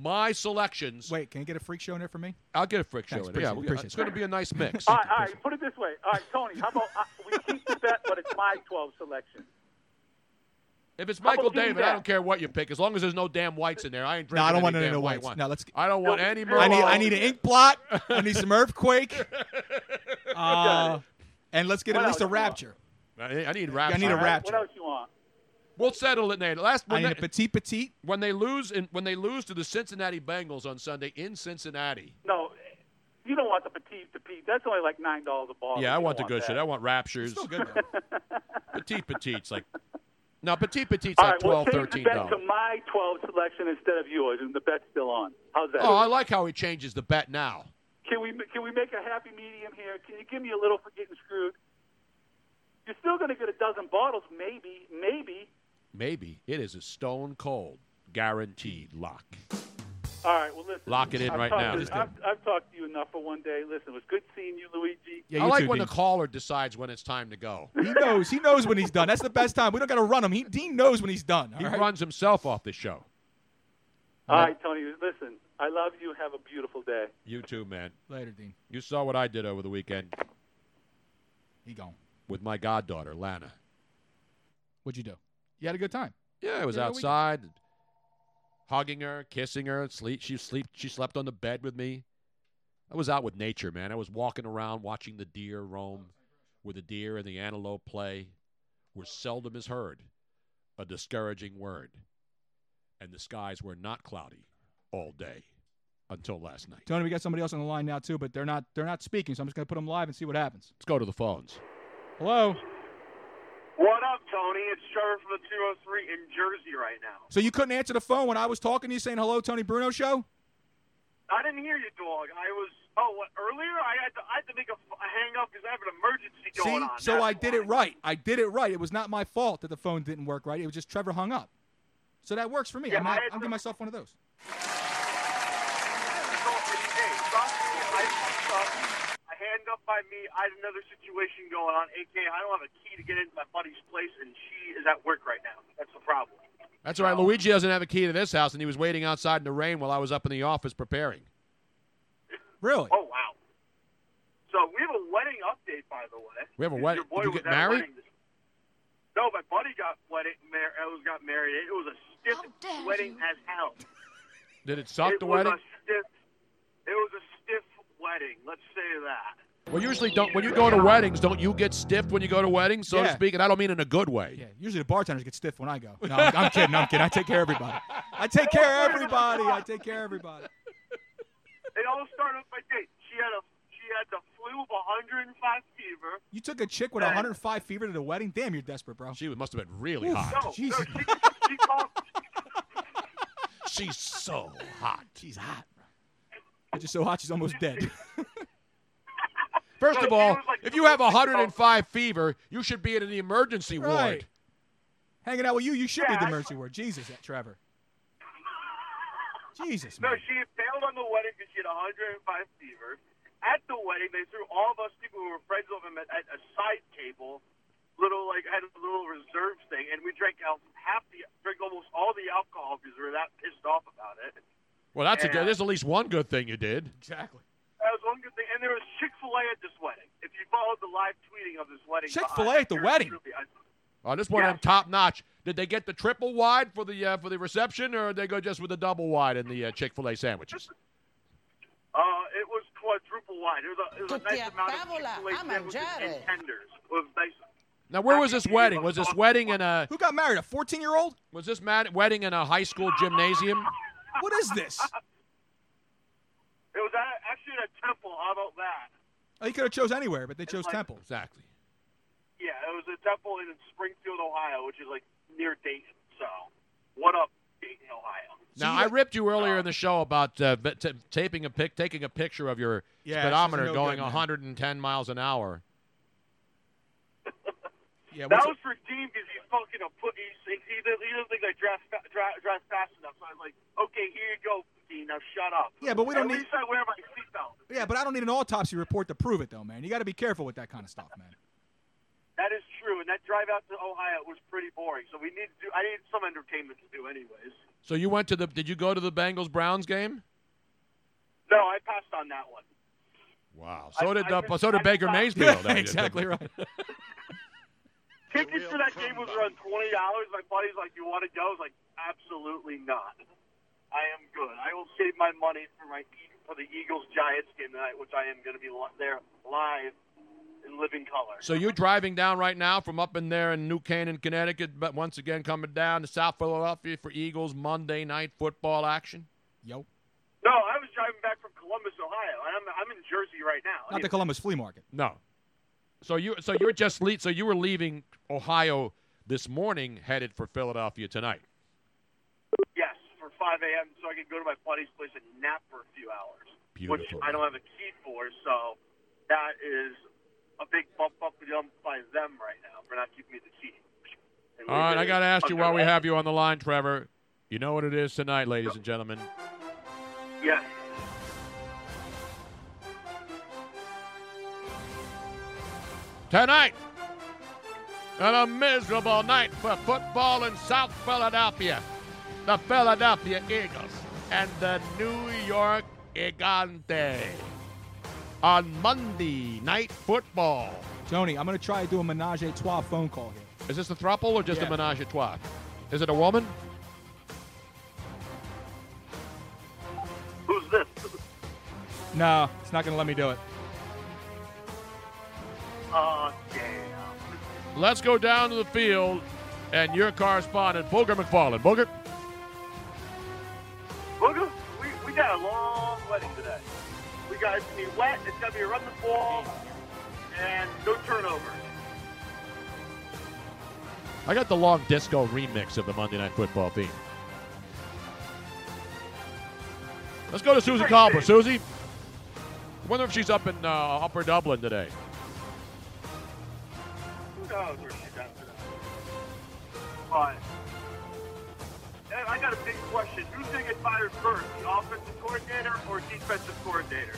my selections. Wait, can you get a freak show in there for me? I'll get a freak show Thanks, in it. Yeah, appreciate it, we'll- appreciate it's it. going to be a nice mix. All right, all right, put it this way. All right, Tony, how about uh, we keep the bet, but it's my 12 selection? If it's How Michael about doing David, I that? don't care what you pick, as long as there's no damn whites in there. I ain't No, drinking I don't any want any damn no white whites. wine. No, let's. I don't want any more. I need. I need an ink blot. I need some earthquake. Uh, and let's get What at else least a you want? rapture. I I need rapture. I need a rapture. What else you want? We'll settle it later. Last I when need a they- petite petite. when they lose in, when they lose to the Cincinnati Bengals on Sunday in Cincinnati. No, you don't want the petite to Pete. That's only like $9 a ball. yeah, I You want the Oh, don't good shit. I want raptures. Still good though. Petite petite's like no petite petite's All like right, well, twelve, change thirteen the bet to dollars. my 12 selection instead of yours, and the bet's still on. How's that? Oh, I like how he changes the bet now. Can we can we make a happy medium here? Can you give me a little for getting screwed? You're still going to get a dozen bottles, maybe, maybe. Maybe it is a stone cold guaranteed lock. All right, well listen. Lock it in I've right talked now. to- Just do it. I've, I've talked to you enough for one day. Listen, it was good seeing you, Luigi. Yeah, I you like too, when Dean. the caller decides when it's time to go. He knows. He knows when he's done. That's the best time. We don't got to run him. He Dean knows when he's done. all He right? runs himself off the show. All right, Tony. Listen, I love you. Have a beautiful day. You too, man. Later, Dean. You saw what I did over the weekend He gone. with my goddaughter, Lana. What'd you do? You had a good time. Yeah, I was Yeah, we can- outside, hugging her, kissing her. Sleep. She sleep. She slept on the bed with me. I was out with nature, man. I was walking around, watching the deer roam, where the deer and the antelope play, where seldom is heard a discouraging word, and the skies were not cloudy all day until last night. Tony, we got somebody else on the line now too, but they're not. They're not speaking. So I'm just gonna put them live and see what happens. Let's go to the phones. Hello. What up, Tony? It's Trevor from the 203 in Jersey right now. So you couldn't answer the phone when I was talking to you saying hello, Tony Bruno show? I didn't hear you, dog. I was. Oh, what, earlier I had to. I had to make a, f- a hang up because I have an emergency going on. So That's I did it right. I did it right. It was not my fault that the phone didn't work right. It was just Trevor hung up. So that works for me. Yeah, I'm, not, I had I'm some- giving myself one of those. I hand up by me. I had another situation going on. AK, I don't have a key to get into my buddy's place, and she is at work right now. That's the problem. That's all right. Luigi doesn't have a key to this house, and he was waiting outside in the rain while I was up in the office preparing. Really? Oh wow. So we have a wedding update, by the way. We have a Your wedding. boy Did you was get at a married? wedding this- No, my buddy got wedding. Mar- Ellis got married. It was a stiff wedding as hell. Did it suck it the was wedding? A stiff, it was a stiff wedding. Let's say that. Well, usually don't. When you go to weddings, don't you get stiffed when you go to weddings, so to Yeah. speak? And I don't mean in a good way. Usually the bartenders get stiff when I go. No, I'm, I'm kidding. I'm kidding. I take care of everybody. I take care of everybody. I take care of everybody. It all started with my date. She had a she had the flu of 105 fever. You took a chick with 105 fever to the wedding. Damn, you're desperate, bro. She must have been really No, no, she, she called. She's so hot. She's hot. Bro. Just so hot, she's almost dead. First of all, if you have 105 fever, you should be in an emergency ward. Right. Hanging out with you, you should be Yeah, the I- mercy word. Jesus, that Trevor. Jesus, No, man. she failed on the wedding because she had 105 fever. At the wedding, they threw all of us people who were friends of him at, at a side table, little like at a little reserve thing, and we drank al- half the drank almost all the alcohol because we were that pissed off about it. Well, that's a Yeah. good. There's at least one good thing you did. Exactly. That was one good thing. And there was Chick Fil A at this wedding. If you followed the live tweeting of this wedding, Chick-fil-A at the wedding? Oh, this one I'm top notch. Did they get the triple wide for the uh, for the reception, or they go just with the double wide and the uh, Chick Fil A sandwiches? Uh, it was quadruple wide. It was a, it was a nice amount of Chick-fil-A sandwiches and tenders. It was nice. Now, where was this wedding? Was this wedding in a who got married? A 14 year old? Was this mad- wedding in a high school gymnasium? What is this? It was at, actually at a temple. How about that? Oh, you could have chose anywhere, but they chose like- Temple. Exactly. Yeah, it was a temple in Springfield, Ohio, which is like near Dayton. So, what up, Dayton, Ohio? Now I ripped you Oh. earlier in the show about uh, v- t- taping a pic, taking a picture of your Yeah, this is speedometer no going good, man. 110 miles an hour. Yeah, that what's- was for Dean because he's fucking a put. He's, he, he doesn't he doesn't think I drive, fa- drive drive fast enough. So I was like, okay, here you go, Dean. Now shut up. Yeah, but we don't At need- least I wear my seatbelt. Yeah, but I don't need an autopsy report to prove it, though, man. You got to be careful with that kind of stuff, man. That is true, and that drive out to Ohio was pretty boring. So we need to do. I need some entertainment to do, anyways. So you went to the? Did you go to the Bengals Browns game? No, I passed on that one. Wow. So I- did uh, I just- so I did Baker just- Mayfield. Yeah, exactly right. Tickets for that game was around twenty dollars. My buddy's like, "You want to go?" I was like, "Absolutely not. I am good. I will save my money for my E, for the Eagles Giants game tonight, which I am going to be li- there live in living color." So you're driving down right now from up in there in New Canaan, Connecticut, but once again coming down to South Philadelphia for Eagles Monday night football action. Yo. No, I was driving back from Columbus, Ohio, and I'm I'm in Jersey right now. Not the Columbus flea market. No. So you so you're just le- so you were leaving Ohio this morning, headed for Philadelphia tonight. Yes, for 5 a.m. so I could go to my buddy's place and nap for a few hours, which Beautiful. I don't have a key for. So that is a big bump up the ump by them right now for not giving me the key. And All right, we're I got to gonna- ask you while we have you on the line, Trevor. You know what it is tonight, ladies and gentlemen. Yes. Tonight, and a miserable night for football in South Philadelphia. The Philadelphia Eagles and the New York Gigantes on Monday Night Football. Tony, I'm going to try to do a menage a trois phone call here. Is this a throuple or just Yeah. a menage a trois? Is it a woman? Who's this? No, it's not going to let me do it. Oh, damn. Let's go down to the field and your correspondent, Booger McFarland. Booger? Booger, we, we got a long wedding today. We got, it's going to be wet, it's going to be run the ball, and no turnovers. I got the long disco remix of the Monday Night Football theme. Let's go to Susie Cobbler. Susie, I wonder if she's up in uh, Upper Dublin today. Who knows where she's at today? But and I got a big question. Who's going to get fired first, the offensive coordinator or defensive coordinator?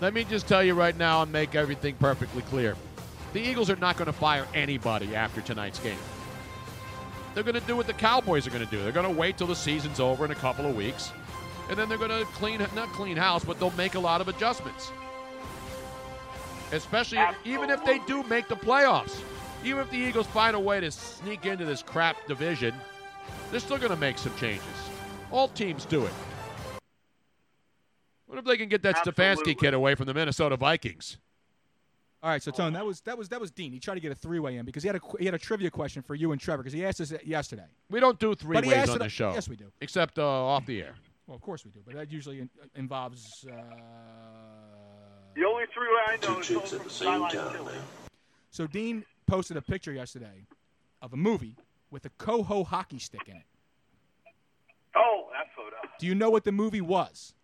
Let me just tell you right now and make everything perfectly clear. The Eagles are not going to fire anybody after tonight's game. They're going to do what the Cowboys are going to do. They're going to wait till the season's over in a couple of weeks, and then they're going to clean not clean house, but they'll make a lot of adjustments. Especially even if they do make the playoffs. Even if the Eagles find a way to sneak into this crap division, they're still going to make some changes. All teams do it. What if they can get that Stefanski kid away from the Minnesota Vikings? All right, so Tone, that was that was that was Dean. He tried to get a three-way in because he had a qu- he had a trivia question for you and Trevor because he asked us yesterday. We don't do three he ways asked on it- the show. Yes, we do. Except uh, off the air. Well, of course we do, but that usually in, involves. Uh, The only three way I know is someone from Skyline Chili. so Dean posted a picture yesterday of a movie with a coho hockey stick in it. Oh, that photo. Do you know what the movie was?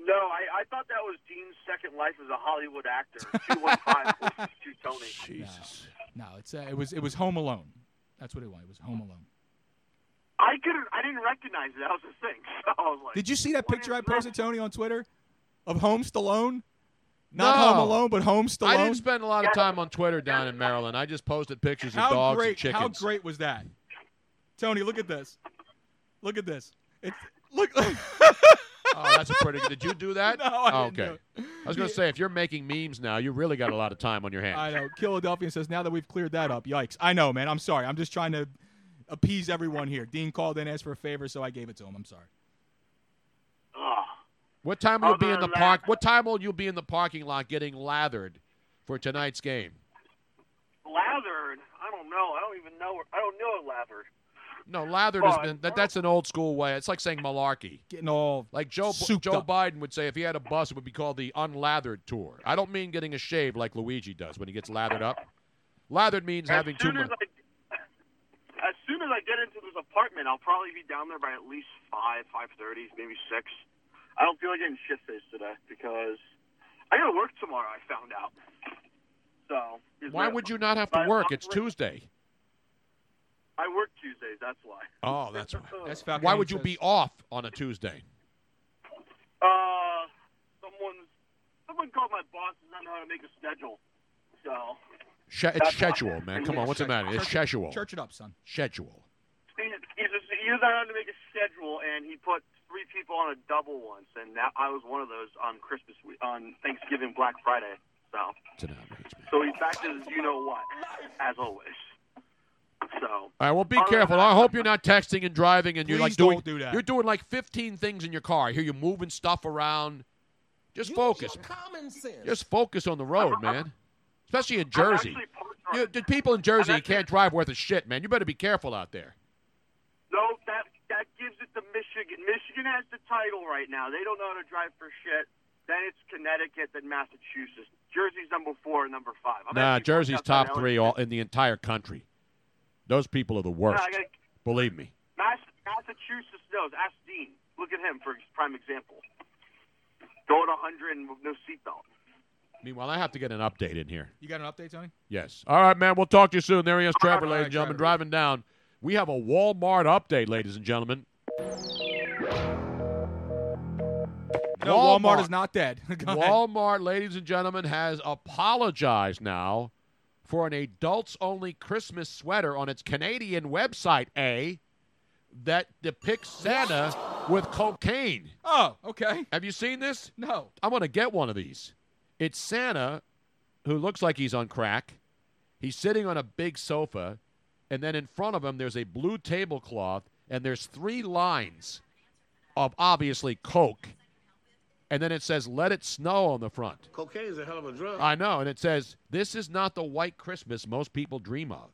No, I, I thought that was Dean's second life as a Hollywood actor. 215 to Tony. Jesus. No, it's uh, it was it was Home Alone. That's what it was. It was Home Alone. I couldn't. I didn't recognize it. That was the thing. So I was like, Did you see that picture I posted, Tony, on Twitter of Home Stallone? Not No. Home Alone, but Home Stallone. I didn't spend a lot of time on Twitter down in Maryland. I just posted pictures of how dogs great, and chickens. How great was that? Tony, look at this. Look at this. It's look. oh, that's a pretty. Did you do that? No, I Oh, didn't okay. I was going to say, if you're making memes now, you really got a lot of time on your hands. I know. Philadelphia says now that we've cleared that up. Yikes. I know, man. I'm sorry. I'm just trying to appease everyone here. Dean called in, asked for a favor, so I gave it to him. I'm sorry. What time will you be Other in the than park? What time will you be in the parking lot getting lathered for tonight's game? Lathered. I don't know. I don't even know. I don't know Lathered. No, lathered has been that, that's an old school way. It's like saying malarkey. Getting all like Joe souped Joe up. Biden would say if he had a bus, it would be called the unlathered tour. I don't mean getting a shave like Luigi does when he gets lathered up. Lathered means having too soon much. as I, as soon as I get into this apartment, I'll probably be down there by at least five, five thirty, maybe six. I don't feel like getting shit faced today because I gotta work tomorrow. I found out. So is Why that- would you not have to I- work? It's Tuesday. I work Tuesdays. That's why. Oh, that's why. That's Why would you be off on a Tuesday? Uh, someone's someone called my boss and I know how to make a schedule. So Sh- it's schedule, man. Come on, what's the matter? It's Church- schedule. Church it up, son. Schedule. he, he's just, he doesn't know how to make a schedule, and he put three people on a double once, and that I was one of those on Christmas week, on Thanksgiving, Black Friday. So so he's back to his you know what, as always. So All right, well, be careful. I hope you're not texting and driving and you're like Please don't doing. do that. You're doing like 15 things in your car. I hear you moving stuff around. Just focus. Common sense. Just focus on the road, man. Especially in Jersey. You, the people in Jersey can't drive worth a shit, man. You better be careful out there. no, that that gives it to Michigan. Michigan has the title right now. They don't know how to drive for shit. Then it's Connecticut, then Massachusetts. Jersey's number four, and number five. I'm nah, actually Jersey's fucked up top on three all in the entire country. Those people are the worst. gotta- Believe me. Mass- Massachusetts knows. Ask Dean. Look at him for his prime example. Go at 100 and with no seatbelt. Meanwhile, I have to get an update in here. You got an update, Tony? Yes. All right, man. We'll talk to you soon. There he is, Trevor, All ladies right, and gentlemen, driving down. We have a Walmart update, ladies and gentlemen. No, Walmart, is not dead. Go ahead. Walmart, ladies and gentlemen, has apologized now for an adults only Christmas sweater on its Canadian website, A, that depicts Santa with cocaine. Oh, okay. Have you seen this? No. I'm going to get one of these. It's Santa who looks like he's on crack. He's sitting on a big sofa, and then in front of him, there's a blue tablecloth, and there's three lines of obviously Coke. And then it says, let it snow on the front. Cocaine is a hell of a drug. I know, and it says this is not the white Christmas most people dream of.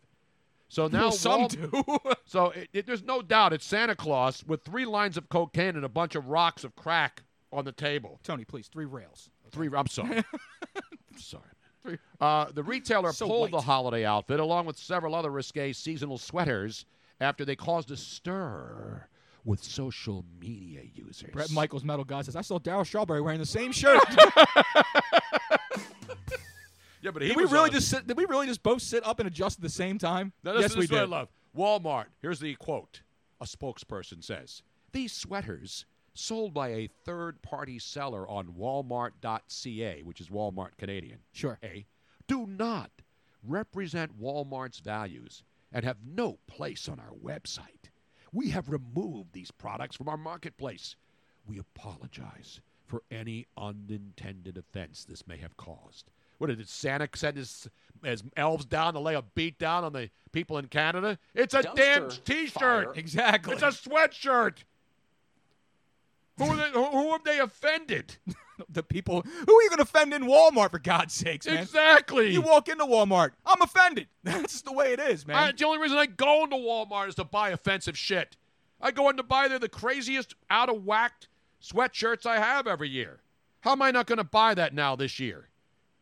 So now Well, some do. so it, it- there's no doubt it's Santa Claus with three lines of cocaine and a bunch of rocks of crack on the table. Tony, please, three rails. Three. I'm sorry. I'm sorry. Uh, the retailer So pulled the white. holiday outfit along with several other risque seasonal sweaters after they caused a stir with social media users. Brett Michaels, metal guy, says, I saw Daryl Strawberry wearing the same shirt. yeah, but did we really just sit, did we really just both sit up and adjust at the same time? Now, this yes, is we what I did. love. Walmart. Here's the quote. A spokesperson says these sweaters sold by a third-party seller on Walmart.ca, which is Walmart Canadian. Sure. A, do not represent Walmart's values and have no place on our website. We have removed these products from our marketplace. We apologize for any unintended offense this may have caused. What did Santa send his, his elves down to lay a beat down on the people in Canada? It's a damn Dumpster t-shirt. fire. Exactly. It's a sweatshirt. Who, are they, who, who have they offended? the people who are you going to offend in Walmart for God's sakes, man? Exactly. You walk into Walmart, I'm offended. That's just the way it is, man. I- the only reason I go into Walmart is to buy offensive shit. I go in to buy the, the craziest, out of whack sweatshirts I have every year. How am I not going to buy that now this year?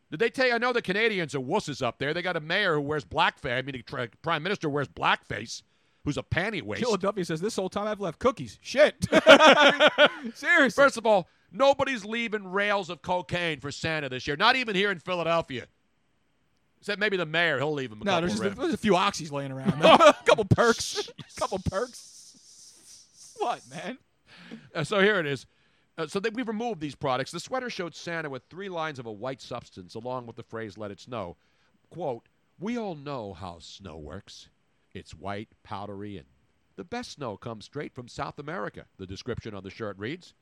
Did they tell you? I know the Canadians are wusses up there. They got a mayor who wears blackface. I mean, a tr- prime minister wears blackface, who's a panty waist. Killer Duffy says this whole time I've left cookies. Shit. Seriously. First of all, nobody's leaving rails of cocaine for Santa this year. Not even here in Philadelphia. Except maybe the mayor. He'll leave him a no, couple there's just a, rims. there's a few oxys laying around. a couple perks. couple perks. What, man? Uh, so here it is. Uh, so that we've removed these products. The sweater showed Santa with three lines of a white substance, along with the phrase "Let it snow." Quote: We all know how snow works. It's white, powdery, and the best snow comes straight from South America. The description on the shirt reads,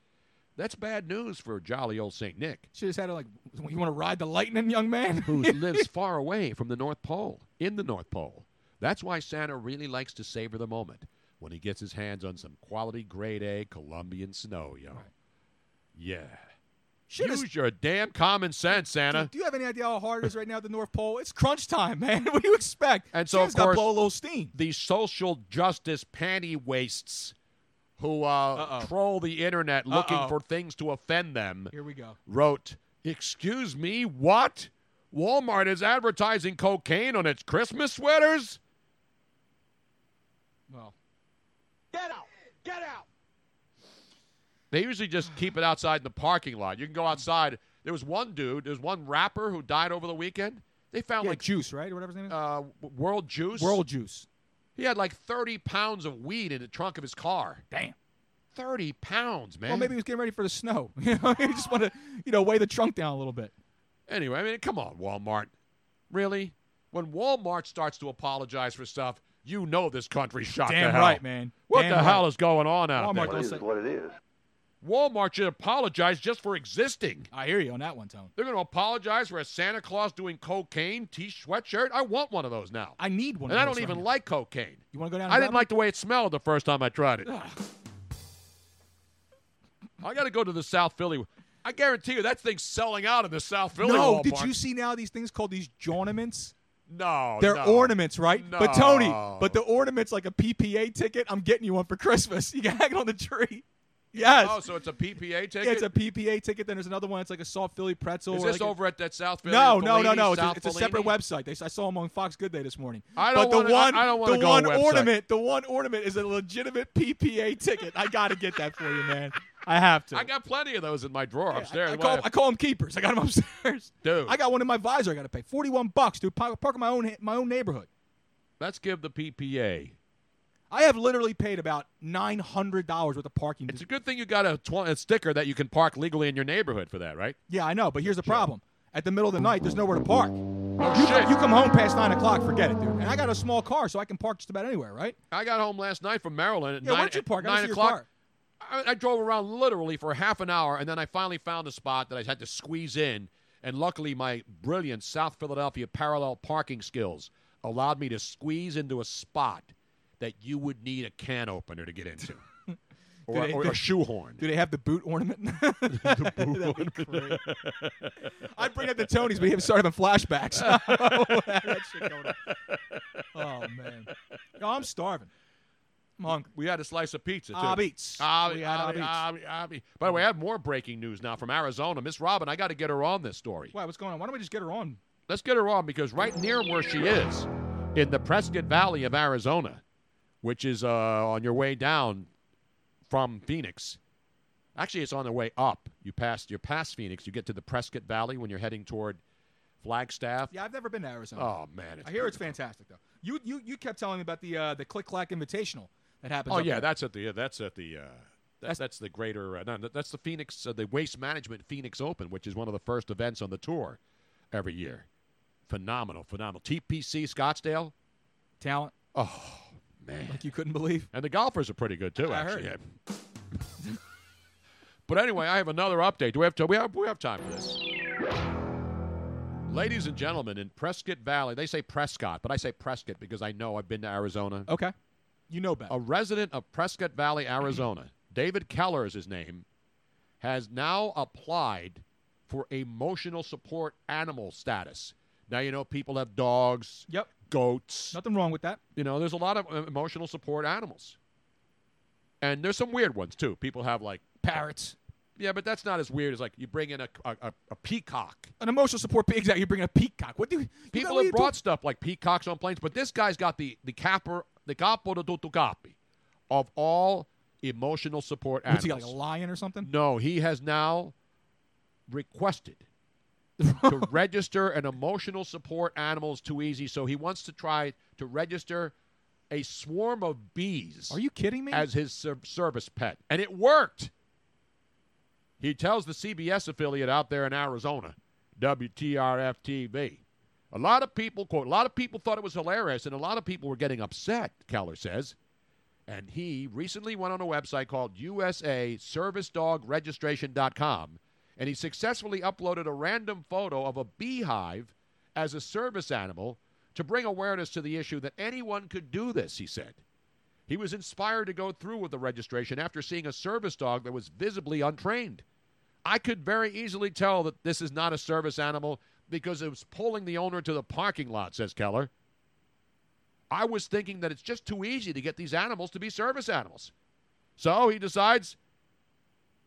"That's bad news for jolly old Saint Nick." Should have had it like, you want to ride the lightning, young man? who lives far away from the North Pole, in the North Pole. That's why Santa really likes to savor the moment when he gets his hands on some quality grade A Colombian snow, yo. Yeah. Shit Use is- your damn common sense, Santa. Do you have any idea how hard it is right now at the North Pole? It's crunch time, man. What do you expect? And so, Santa's of gotta course, blow a little steam. the social justice panty wastes who uh, Uh-oh. troll the internet looking Uh-oh. for things to offend them Here we go. wrote, Excuse me, what? Walmart is advertising cocaine on its Christmas sweaters? Well, They usually just keep it outside in the parking lot. You can go outside. There was one dude, there was one rapper who died over the weekend. They found yeah, like juice, right? Or whatever his name is. uh, W- World Juice. World juice. He had like 30 pounds of weed in the trunk of his car. Damn. 30 pounds, man. Well, maybe he was getting ready for the snow. You know, he just want to, you know, weigh the trunk down a little bit. Anyway, I mean, come on, Walmart. Really? When Walmart starts to apologize for stuff, you know this country's shot to Damn hell. right, man. What Damn the right. hell is going on out Walmart there? don't say. what it is. Walmart should apologize just for existing. I hear you on that one, Tone. They're going to apologize for a Santa Claus doing cocaine t sweatshirt. I want one of those now. I need one. and of I don't those even right like cocaine. now. You want to go down? and I didn't grab like the way it smelled the first time I tried it. I got to go to the South Philly. I guarantee you that thing's selling out in the South one? Philly. No, Walmart. did you see now these things called these journaments? No, They're Oh, no. ornaments, right? But Tony, No. but the ornaments like a PPA ticket. I'm getting you one for Christmas. You can hang it on the tree. Yes. Oh, so it's a PPA ticket. Yeah, it's a PPA ticket. Then there's another one. It's like a soft Philly pretzel. Is or this like a- over at that South Philly? no, no, no, Fellini, no, It's a, South it's a separate Fellini? website. They, I saw them on Fox Good Day this morning. I but don't the wanna- I- one, I don't wanna the go one website. ornament, the one ornament is a legitimate PPA ticket. I got to get that for you, man. I have to. I got plenty of those in my drawer upstairs. I, I What call, if- I call them keepers. I got them upstairs. Dude. I got one in my visor. I got to pay forty-one bucks, dude. Park, park in my own my own neighborhood. Let's give the PPA. I have literally paid about nine hundred dollars worth of parking. It's a good thing you got a, tw- a sticker that you can park legally in your neighborhood for that, right? yeah, I know, but here's the problem. At the middle of the night, there's nowhere to park. Oh You, shit! you come home past nine o'clock, forget it, dude. And I got a small car, so I can park just about anywhere, right? I got home last night from Maryland at Yeah, nine, where'd you at park? I don't nine see your o'clock. car. I, I drove around literally for half an hour, and then I finally found a spot that I had to squeeze in. And luckily, my brilliant South Philadelphia parallel parking skills allowed me to squeeze into a spot that you would need a can opener to get into, or, they- or a shoehorn. Do they have the boot ornament? That'd be great. I'd bring up the Tonys, but he would start having flashbacks. That shit going on. Oh man, Yo, I'm starving. I'm hungry. We had a slice of pizza too. Abits. Abi, We had Abi, Abits. Abi, Abi. By the way, I have more breaking news now from Arizona. Miss Robin, I got to get her on this story. Why? What's going on? Why don't we just get her on? Let's get her on because right near where she is, in the Prescott Valley of Arizona, which is uh, on your way down from Phoenix. Actually, it's on the way up. You pass you pass Phoenix, you get to the Prescott Valley when you're heading toward Flagstaff. Yeah, I've never been to Arizona. Oh man, it's I hear it's fantastic though. You you you kept telling me about the uh, the Click Clack Invitational that happens. Oh up yeah, there. that's at the that's at the uh, that's that's the greater uh, no, no, that's the Phoenix uh, the Waste Management Phoenix Open, which is one of the first events on the tour every year. Phenomenal, phenomenal. TPC Scottsdale, talent. Oh man, like you couldn't believe. And the golfers are pretty good too. I actually. heard. Yeah. but anyway, I have another update. Do we have to, we have we have time for this? Ladies and gentlemen, in Prescott Valley, they say Prescott, but I say Prescott because I know I've been to Arizona. Okay. You know better. A resident of Prescott Valley, Arizona, David Keller is his name, has now applied for emotional support animal status. Now, you know, people have dogs, yep. goats. Nothing wrong with that. You know, there's a lot of uh, emotional support animals. And there's some weird ones, too. People have, like, parrots. Yeah, but that's not as weird as, like, you bring in a, a, a- a peacock. An emotional support pig. Exactly. You bring in a peacock. What do you, you People gotta- have brought stuff like peacocks on planes, but this guy's got the the capo the capo di tutti capi of all emotional support animals. What's he got, like a lion or something? No, he has now requested to register an emotional support animal is too easy, so he wants to try to register a swarm of bees. Are you kidding me? As his ser- service pet, and it worked. He tells the CBS affiliate out there in Arizona, WTRF TV. A lot of people, quote, a lot of people thought it was hilarious, and a lot of people were getting upset, Keller says. And he recently went on a website called USAServicedogRegistration.com, and he successfully uploaded a random photo of a beehive as a service animal to bring awareness to the issue that anyone could do this, he said. He was inspired to go through with the registration after seeing a service dog that was visibly untrained. I could very easily tell that this is not a service animal because it was pulling the owner to the parking lot, says Keller. I was thinking that it's just too easy to get these animals to be service animals. So he decides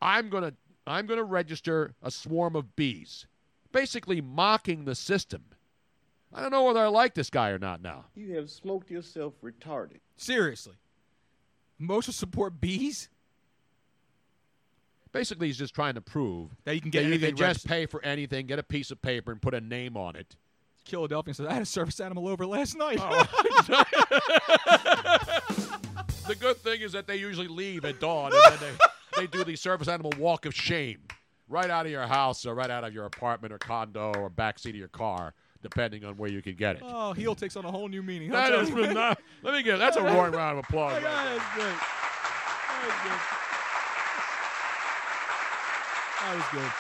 I'm going to I'm going to register a swarm of bees, basically mocking the system. I don't know whether I like this guy or not now. You have smoked yourself retarded. Seriously. Emotional support bees? Basically, he's just trying to prove That you can get you anything can just pay for anything, get a piece of paper, and put a name on it. Philadelphia says, I had a service animal over last night. The good thing is that they usually leave at dawn, and then they, they do the service animal walk of shame right out of your house or right out of your apartment or condo or backseat of your car, depending on where you can get it. oh, heel takes on a whole new meaning. That is phenomenal. Let me get that's a roaring round of applause. right That is great. That is good. That was good.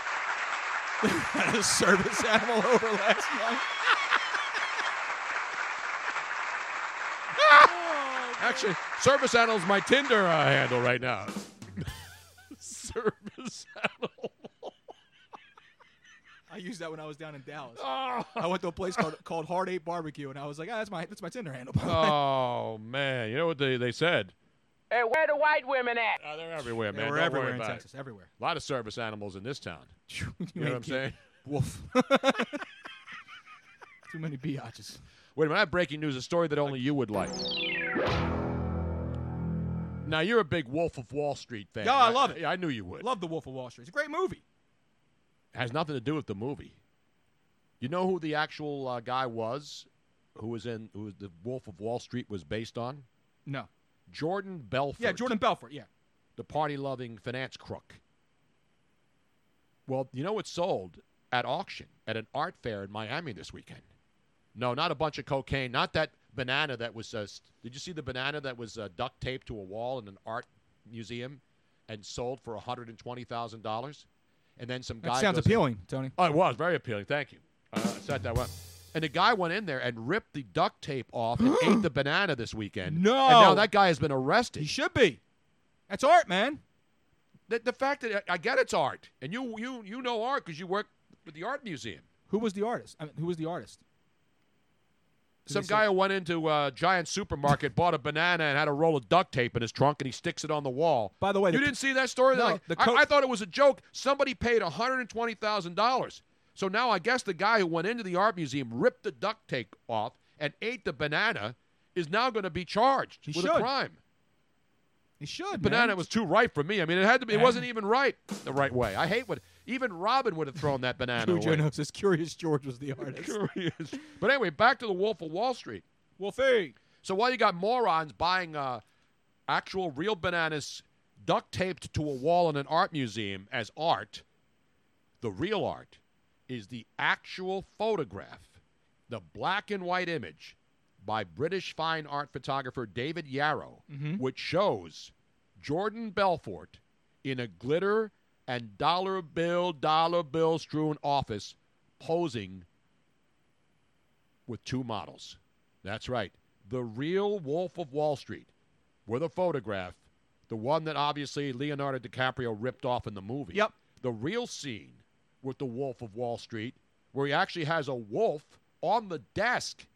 had a service animal over last night. Actually, service animals my Tinder uh, handle right now. service animal. I used that when I was down in Dallas. I went to a place called called Hard Eight Barbecue, and I was like, ah, that's my that's my Tinder handle. Oh man, you know what they, they said? Oh, Hey, where the white women at? they're everywhere, They man. were Don't everywhere worry in about it. Texas, everywhere. A lot of service animals in this town. you know what I'm ain't saying? Wolf. Too many biatches. Wait a minute, I have breaking news, a story that only you would like. Now, you're a big Wolf of Wall Street fan. Yeah, I right? love it. Yeah, I knew you would. Love The Wolf of Wall Street. It's a great movie. Has nothing to do with the movie. You know who the actual uh, guy was who was in, who the Wolf of Wall Street was based on? No. Jordan Belfort. Yeah, Jordan Belfort. Yeah. the party loving finance crook. Well, you know it's sold at auction at an art fair in Miami this weekend. No, not a bunch of cocaine, not that banana that was. Uh, st- did you see the banana that was uh, duct taped to a wall in an art museum and sold for hundred and twenty thousand dollars? And then some That guy sounds goes- appealing, Tony. Oh, it was very appealing. Thank you. Uh, I set that one. And the guy went in there and ripped the duct tape off and ate the banana this weekend. No. And now that guy has been arrested. He should be. That's art, man. The, the fact that I, I get it's art, and you you you know art because you work with the art museum. Who was the artist? I mean, who was the artist? Some guy who went into a giant supermarket, bought a banana, and had a roll of duct tape in his trunk, and he sticks it on the wall. By the way, you the- didn't see that story? No, Like, the I- co- I, thought it was a joke. Somebody paid one hundred and twenty thousand dollars So now I guess the guy who went into the art museum, ripped the duct tape off, and ate the banana is now going to be charged with a should. crime. He should. The banana was too ripe for me. I mean, it had to be. It wasn't even right the right way. I hate what even Robin would have thrown that banana Cujo away. knows this. Curious George was the artist. Curious. But anyway, back to the Wolf of Wall Street. Wolfie. So while you got morons buying uh, actual real bananas duct taped to a wall in an art museum as art, the real art is the actual photograph, the black and white image by British fine art photographer David Yarrow, Mhm. which shows Jordan Belfort in a glitter and dollar bill, dollar bill strewn office posing with two models. That's right. The real Wolf of Wall Street with a photograph, the one that obviously Leonardo DiCaprio ripped off in the movie. Yep. The real scene with the Wolf of Wall Street, where he actually has a wolf on the desk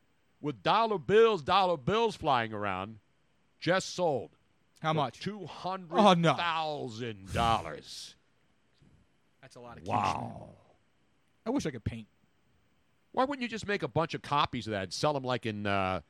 with dollar bills, dollar bills flying around, just sold. How much? Two hundred Oh, thousand no. dollars. That's a lot of cash. man. Wow. I wish I could paint. Why wouldn't you just make a bunch of copies of that and sell them like in uh,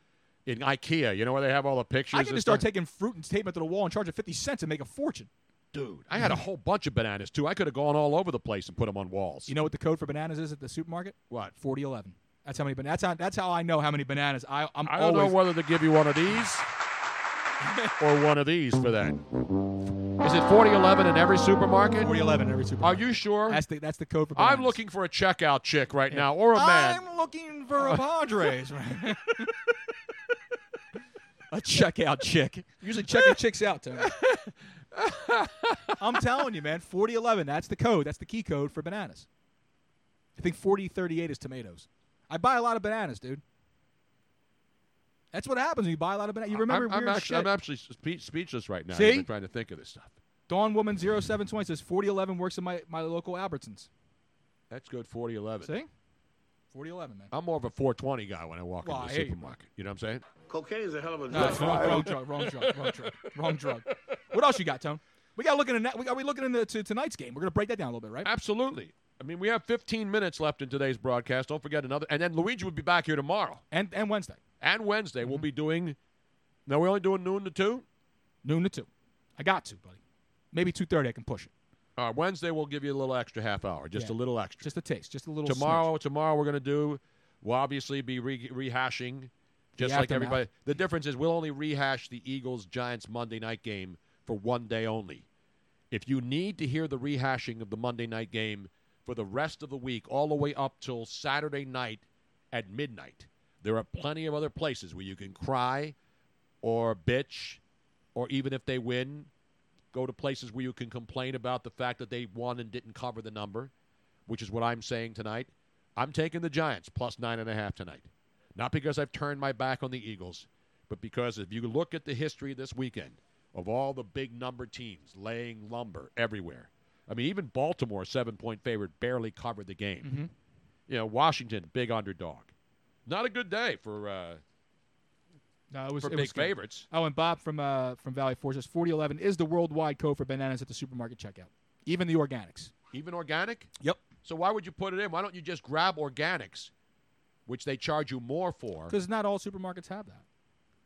in IKEA? You know where they have all the pictures. I could and just start stuff? taking fruit and taping it to the wall and charge it 50 cents and make a fortune. Dude, I had a whole bunch of bananas too. I could have gone all over the place and put them on walls. You know what the code for bananas is at the supermarket? What? 4011. That's how many bananas. That's how, that's how I know how many bananas. I, I'm I don't always know whether to give you one of these or one of these for that. Is it 4011 in every supermarket? 4011 in every supermarket. Are you sure? That's the, that's the code for bananas. I'm looking for a checkout chick right now or a man. I'm looking for a Padres. a checkout chick. Usually checking chicks out, Tony. I'm telling you, man. 4011, that's the code. That's the key code for bananas. I think 4038 is tomatoes. I buy a lot of bananas, dude. That's what happens when you buy a lot of bananas. You remember I'm, I'm weird actually, I'm shit. actually spe- speechless right now. See? I've been trying to think of this stuff. Dawn Woman 0720 says 4011 works in my, my local Albertsons. That's good 4011. See? 4011, man. I'm more of a 420 guy when I walk Well, into I the hear you, supermarket. You, know what I'm saying? Cocaine is a hell of a No, drug. it's wrong, wrong drug, wrong drug, wrong drug, wrong drug. What else you got, Tone? We got looking at. Are we looking into to tonight's game? We're gonna break that down a little bit, right? Absolutely. I mean, we have 15 minutes left in today's broadcast. Don't forget another. And then Luigi will be back here tomorrow. And and Wednesday. And Wednesday. Mm-hmm. We'll be doing. Now, we're only doing noon to 2? Noon to two. I got to, buddy. Maybe two thirty. I can push it. Uh, Wednesday, we'll give you a little extra half hour, just Yeah. a little extra. Just a taste. Just a little. tomorrow, tomorrow we're going to do. We'll obviously be re- rehashing, just like aftermath. everybody. The difference is we'll only rehash the Eagles Giants Monday night game for one day only. If you need to hear the rehashing of the Monday night game for the rest of the week, all the way up till Saturday night at midnight, there are plenty of other places where you can cry or bitch, or even if they win, go to places where you can complain about the fact that they won and didn't cover the number, which is what I'm saying tonight. I'm taking the Giants plus nine and a half tonight. Not because I've turned my back on the Eagles, but because if you look at the history this weekend of all the big number teams laying lumber everywhere, I mean, even Baltimore, seven point favorite, barely covered the game. Mm-hmm. You know, Washington, big underdog. Not a good day for uh, No, it was for it big was good. favorites. Oh, and Bob from uh, from Valley Forge says forty eleven is the worldwide code for bananas at the supermarket checkout, even the organics. Even organic? Yep. So why would you put it in? Why don't you just grab organics, which they charge you more for? Because not all supermarkets have that.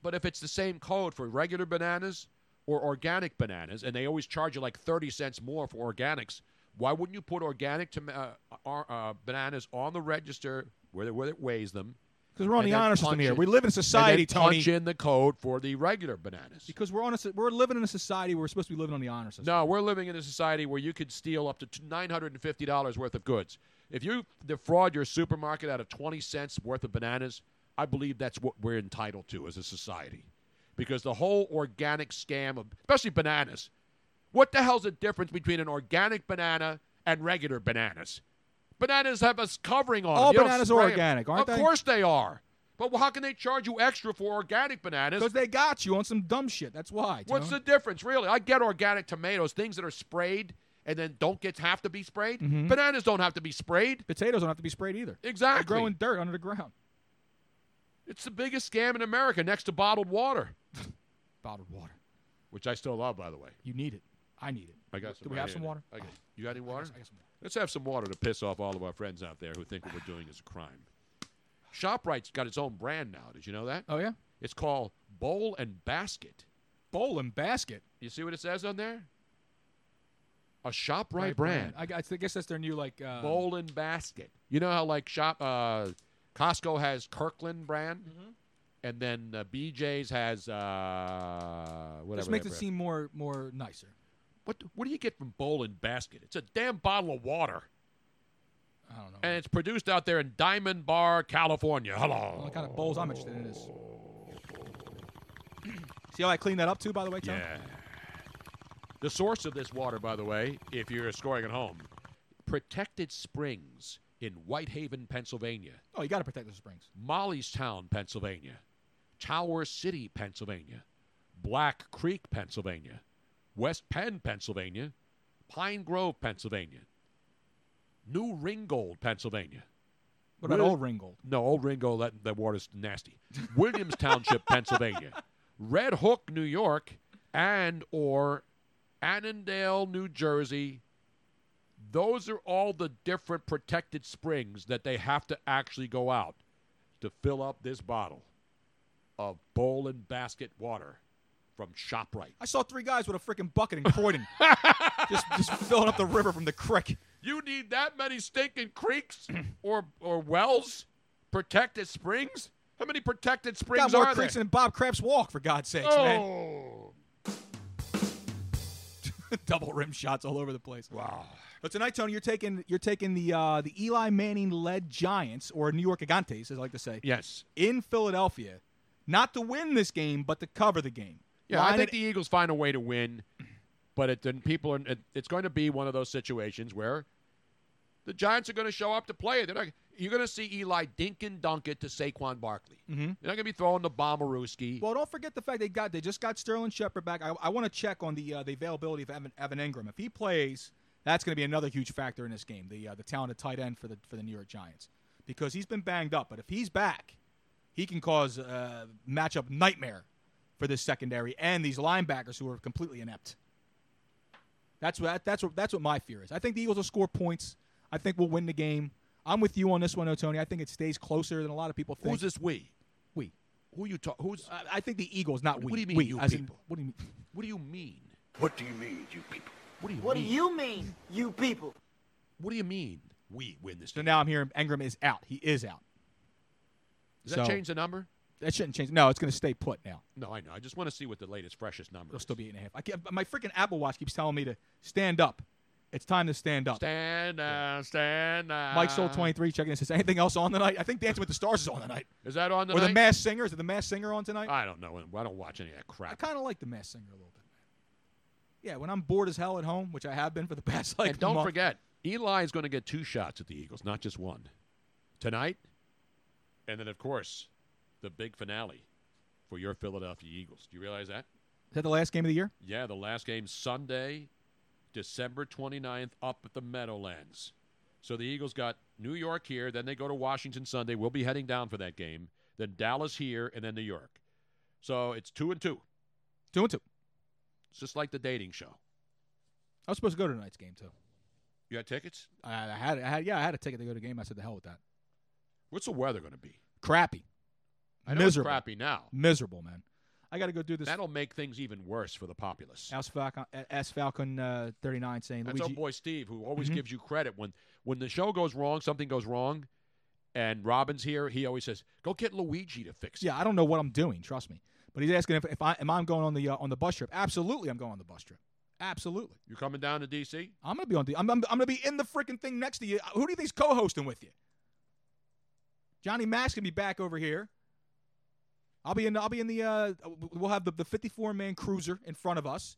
But if it's the same code for regular bananas or organic bananas, and they always charge you like 30 cents more for organics, why wouldn't you put organic tom- uh, uh, uh, bananas on the register where, it- where it weighs them? Because we're on and the then honor system punch here. it- We live in a and then society, Tony. Punch in the code for the regular bananas. Because we're on a, so- we're living in a society where we're supposed to be living on the honor system. No, we're living in a society where you could steal up to t- $950 worth of goods. If you defraud your supermarket out of 20 cents worth of bananas, I believe that's what we're entitled to as a society. Because the whole organic scam, of, especially bananas, what the hell's the difference between an organic banana and regular bananas? Bananas have a s- covering on All them. You don't bananas are spray 'em. organic, aren't Of they? course they are. But how can they charge you extra for organic bananas? Because they got you on some dumb shit. That's why. What's Tone. the difference, really? I get organic tomatoes, things that are sprayed and then don't get have to be sprayed. Mhm. Bananas don't have to be sprayed. Potatoes don't have to be sprayed either. Exactly. They're growing dirt under the ground. It's the biggest scam in America, next to bottled water, Bottled water. which I still love, by the way. You need it. I need it. I got Do some. we right have here. some water? I got, you got any water? I got some water. Let's have some water to piss off all of our friends out there who think what we're doing is a crime. ShopRite's got its own brand now. Did you know that? Oh, yeah? It's called Bowl and Basket. Bowl and Basket? You see what it says on there? A ShopRite Right, brand. I, gu- I guess that's their new like uh, Bowl and Basket. You know how, like, shop uh, Costco has Kirkland brand? And then uh, BJ's has uh, whatever. Just makes that it brand- seem more more nicer. What what do you get from Bowl and Basket? It's a damn bottle of water. I don't know. And it's produced out there in Diamond Bar, California. Hello. Well, the kind of bowls I'm interested in is. See how I cleaned that up too, by the way, Tom? Oh. Yeah. The source of this water, by the way, if you're scoring at home, Protected Springs in Whitehaven, Pennsylvania. Oh, you got to protect the springs. Mollystown, Pennsylvania. Tower City, Pennsylvania. Black Creek, Pennsylvania. West Penn, Pennsylvania. Pine Grove, Pennsylvania. New Ringgold, Pennsylvania. What about Wil- Old Ringgold? No, Old Ringgold, that, that water's nasty. Williams Township, Pennsylvania. Red Hook, New York. And or Annandale, New Jersey. Those are all the different protected springs that they have to actually go out to fill up this bottle of bowl and basket water from ShopRite. I saw three guys with a freaking bucket in Croydon, just just filling up the river from the creek. You need that many stinking creeks or or wells, protected springs. How many protected springs got more are creeks there? than Bob Kraft's Walk, for God's sakes, man. oh, Double rim shots all over the place. Wow. But tonight, Tony, you're taking you're taking the uh, the Eli Manning led Giants or New York Gigantes, as I like to say. Yes. In Philadelphia, not to win this game, but to cover the game. yeah. I Line think at- the Eagles find a way to win, but it, then people are. It, it's going to be one of those situations where the Giants are going to show up to play. They're not. You're going to see Eli dink and dunk it to Saquon Barkley. Mhm. They're not going to be throwing the bomberooski. Well, don't forget the fact they got they just got Sterling Shepard back. I, I want to check on the uh, the availability of Evan, Evan Ingram. If he plays, that's going to be another huge factor in this game. The uh, the talented tight end for the for the New York Giants because he's been banged up, but if he's back, he can cause a matchup nightmare for this secondary and these linebackers who are completely inept. That's what that's what that's what my fear is. I think the Eagles will score points. I think we'll win the game. I'm with you on this one, though, Tony. I think it stays closer than a lot of people think. Who's this we? We. Who you talk? Who's? I, I think the Eagles, not What- what do we. you mean, we, you as in- people? what do you mean? What do you mean? What do you mean, you people? What do you What do mean? you mean, you people? What do you mean we win this? So now I'm hearing Engram is out. He is out. Does that So- change the number? That shouldn't change. No, it's going to stay put now. No, I know. I just want to see what the latest, freshest number. It'll still be eight and a half. I can't, my freaking Apple Watch keeps telling me to stand up. It's time to stand up. Stand down, stand down. Mike Soul 23 checking in says anything else on tonight? I think Dancing with the Stars is on tonight. Is that on Or tonight? the Mass Singer? Is it the Mass Singer on tonight? I don't know. I don't watch any of that crap. I kind of like the Mass Singer a little bit. Yeah, when I'm bored as hell at home, which I have been for the past like and don't month. forget, Eli is going to get two shots at the Eagles, not just one, tonight, and then of course, the big finale for your Philadelphia Eagles. Do you realize that? Is that the last game of the year? Yeah, the last game Sunday, December 29th, up at the Meadowlands. So the Eagles got New York here, then they go to Washington Sunday. We'll be heading down for that game. Then Dallas here, and then New York. So it's two and two. Two and two. It's just like the dating show. I was supposed to go to tonight's game too. You got tickets? I, I had, I had, yeah, I had a ticket to go to the game. I said the hell with that. What's the weather going to be? Crappy. I know Miserable. it's crappy now. Miserable, man. I got to go do this. That'll make things even worse for the populace. As Falcon, S Falcon uh, 39 saying That's Luigi. old boy Steve, who always Mhm. gives you credit when when the show goes wrong, something goes wrong, and Robin's here. He always says, "Go get Luigi to fix it." yeah, I don't know what I'm doing. Trust me. But he's asking if, if I am I going on the uh, on the bus trip. Absolutely, I'm going on the bus trip. Absolutely. You coming down to DC? I'm gonna be on the. I'm, I'm, I'm gonna be in the freaking thing next to you. Uh, Who do you think's co-hosting with you? Johnny Mass can be back over here. I'll be in. I'll be in the. Uh, we'll have the the 54 man cruiser in front of us.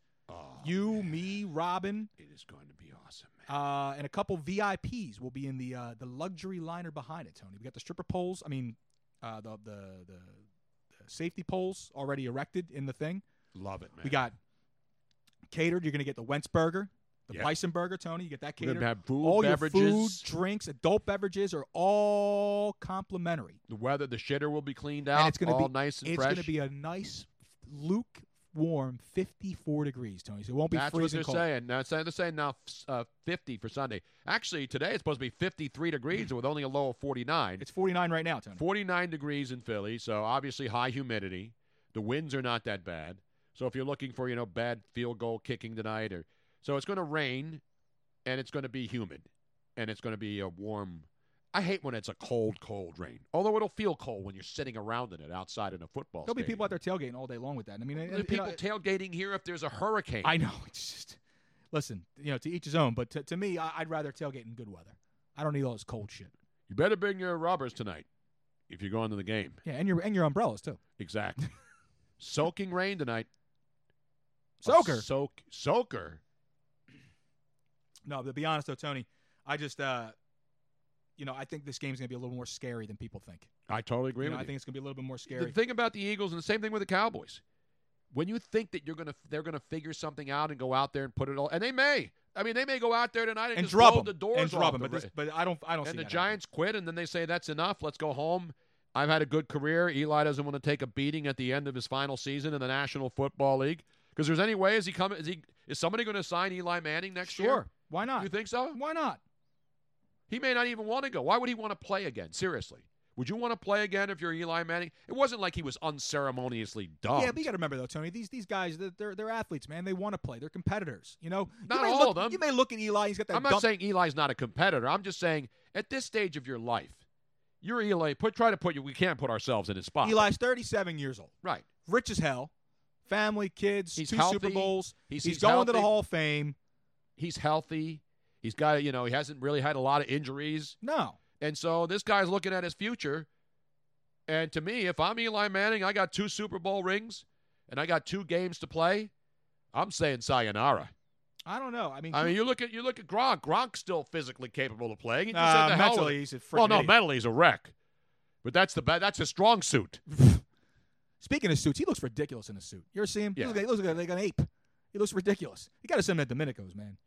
you, me, Robin. Oh, It is going to be awesome. Uh, and a couple VIPs will be in the uh, the luxury liner behind it, Tony. We got the stripper poles. I mean, uh, the, the the the safety poles already erected in the thing. Love it, man. We got catered. You're gonna get the Wentz burger, the Yeah. Bison burger, Tony. You get that We're gonna catered. have food, all your food, beverages. drinks, adult beverages are all complimentary. The weather, the shitter will be cleaned out. And it's gonna all be nice and It's fresh. gonna be a nice Luke warm, 54 degrees, Tony. So it won't be That's what freezing they're cold. saying. Now, so they're saying now f- uh, 50 for Sunday. Actually, today it's supposed to be 53 degrees with only a low of 49. It's 49 right now, Tony. 49 degrees in Philly, so obviously high humidity. The winds are not that bad. So if you're looking for, you know, bad field goal kicking tonight or so it's going to rain and it's going to be humid and it's going to be a warm I hate when it's a cold cold rain. Although it'll feel cold when you're sitting around in it outside in a football There'll be stadium. people out there tailgating all day long with that. I mean, and- There'll and, be you know, people tailgating here if there's a hurricane. I know. It's just listen. You know, to each his own. But to, to me, I, I'd rather tailgate in good weather. I don't need all this cold shit. You better bring your rubbers tonight if you're going to the game. Yeah, and your and your umbrellas too. Exactly. Soaking rain tonight. A Soaker. soak soaker. No, but to be honest though, Tony, I just uh, you know, I think this game's gonna be a little more scary than people think. I totally agree You know, with I you. think it's gonna be a little bit more scary. The thing about the Eagles and the same thing with the Cowboys. When you think that you're gonna they're gonna figure something out and go out there and put it all, and they may. I mean, they may go out there tonight and, and just drop blow them the doors and drop off them, the but this, Ra- but I don't I don't see and the that Giants quit, and then they say that's enough. Let's go home. I've had a good career. Eli doesn't want to take a beating at the end of his final season in the National Football League because there's any way is he coming? Is he is somebody going to sign Eli Manning next happening. year? Sure, why not? You think so? Why not? He may not even want to go. Why would he want to play again? Seriously. Would you want to play again if you're Eli Manning? It wasn't like he was unceremoniously dumped. Yeah, but you got to remember though, Tony. These these guys, they're- they're they're athletes, man. They want to play. They're competitors. You know, You Not may all look- of them. You may look at Eli. He's got that. I'm not dump- saying Eli's not a competitor. I'm just saying at this stage of your life, you're Eli. Put try to put you. We can't put ourselves in his spot. Eli's 37 years old. Right. Rich as hell. Family, kids, He's two healthy. Super Bowls. He's- he's going to healthy. the Hall of Fame. He's healthy. He's got you know he hasn't really had a lot of injuries, No. and so this guy's looking at his future. And to me, if I'm Eli Manning, I got two Super Bowl rings, and I got two games to play. I'm saying sayonara. I don't know. I mean, I mean, you look at you look at Gronk. Gronk's still physically capable of playing. He just said Nah, the hell with mentally it. he's a well, freaking no, idiot. mentally he's a wreck. But that's the ba- that's his strong suit. speaking of suits, he looks ridiculous in a suit. You ever see him? He Yeah. looks like, he looks like an ape. He looks ridiculous. You got to send him to Domenico's, man.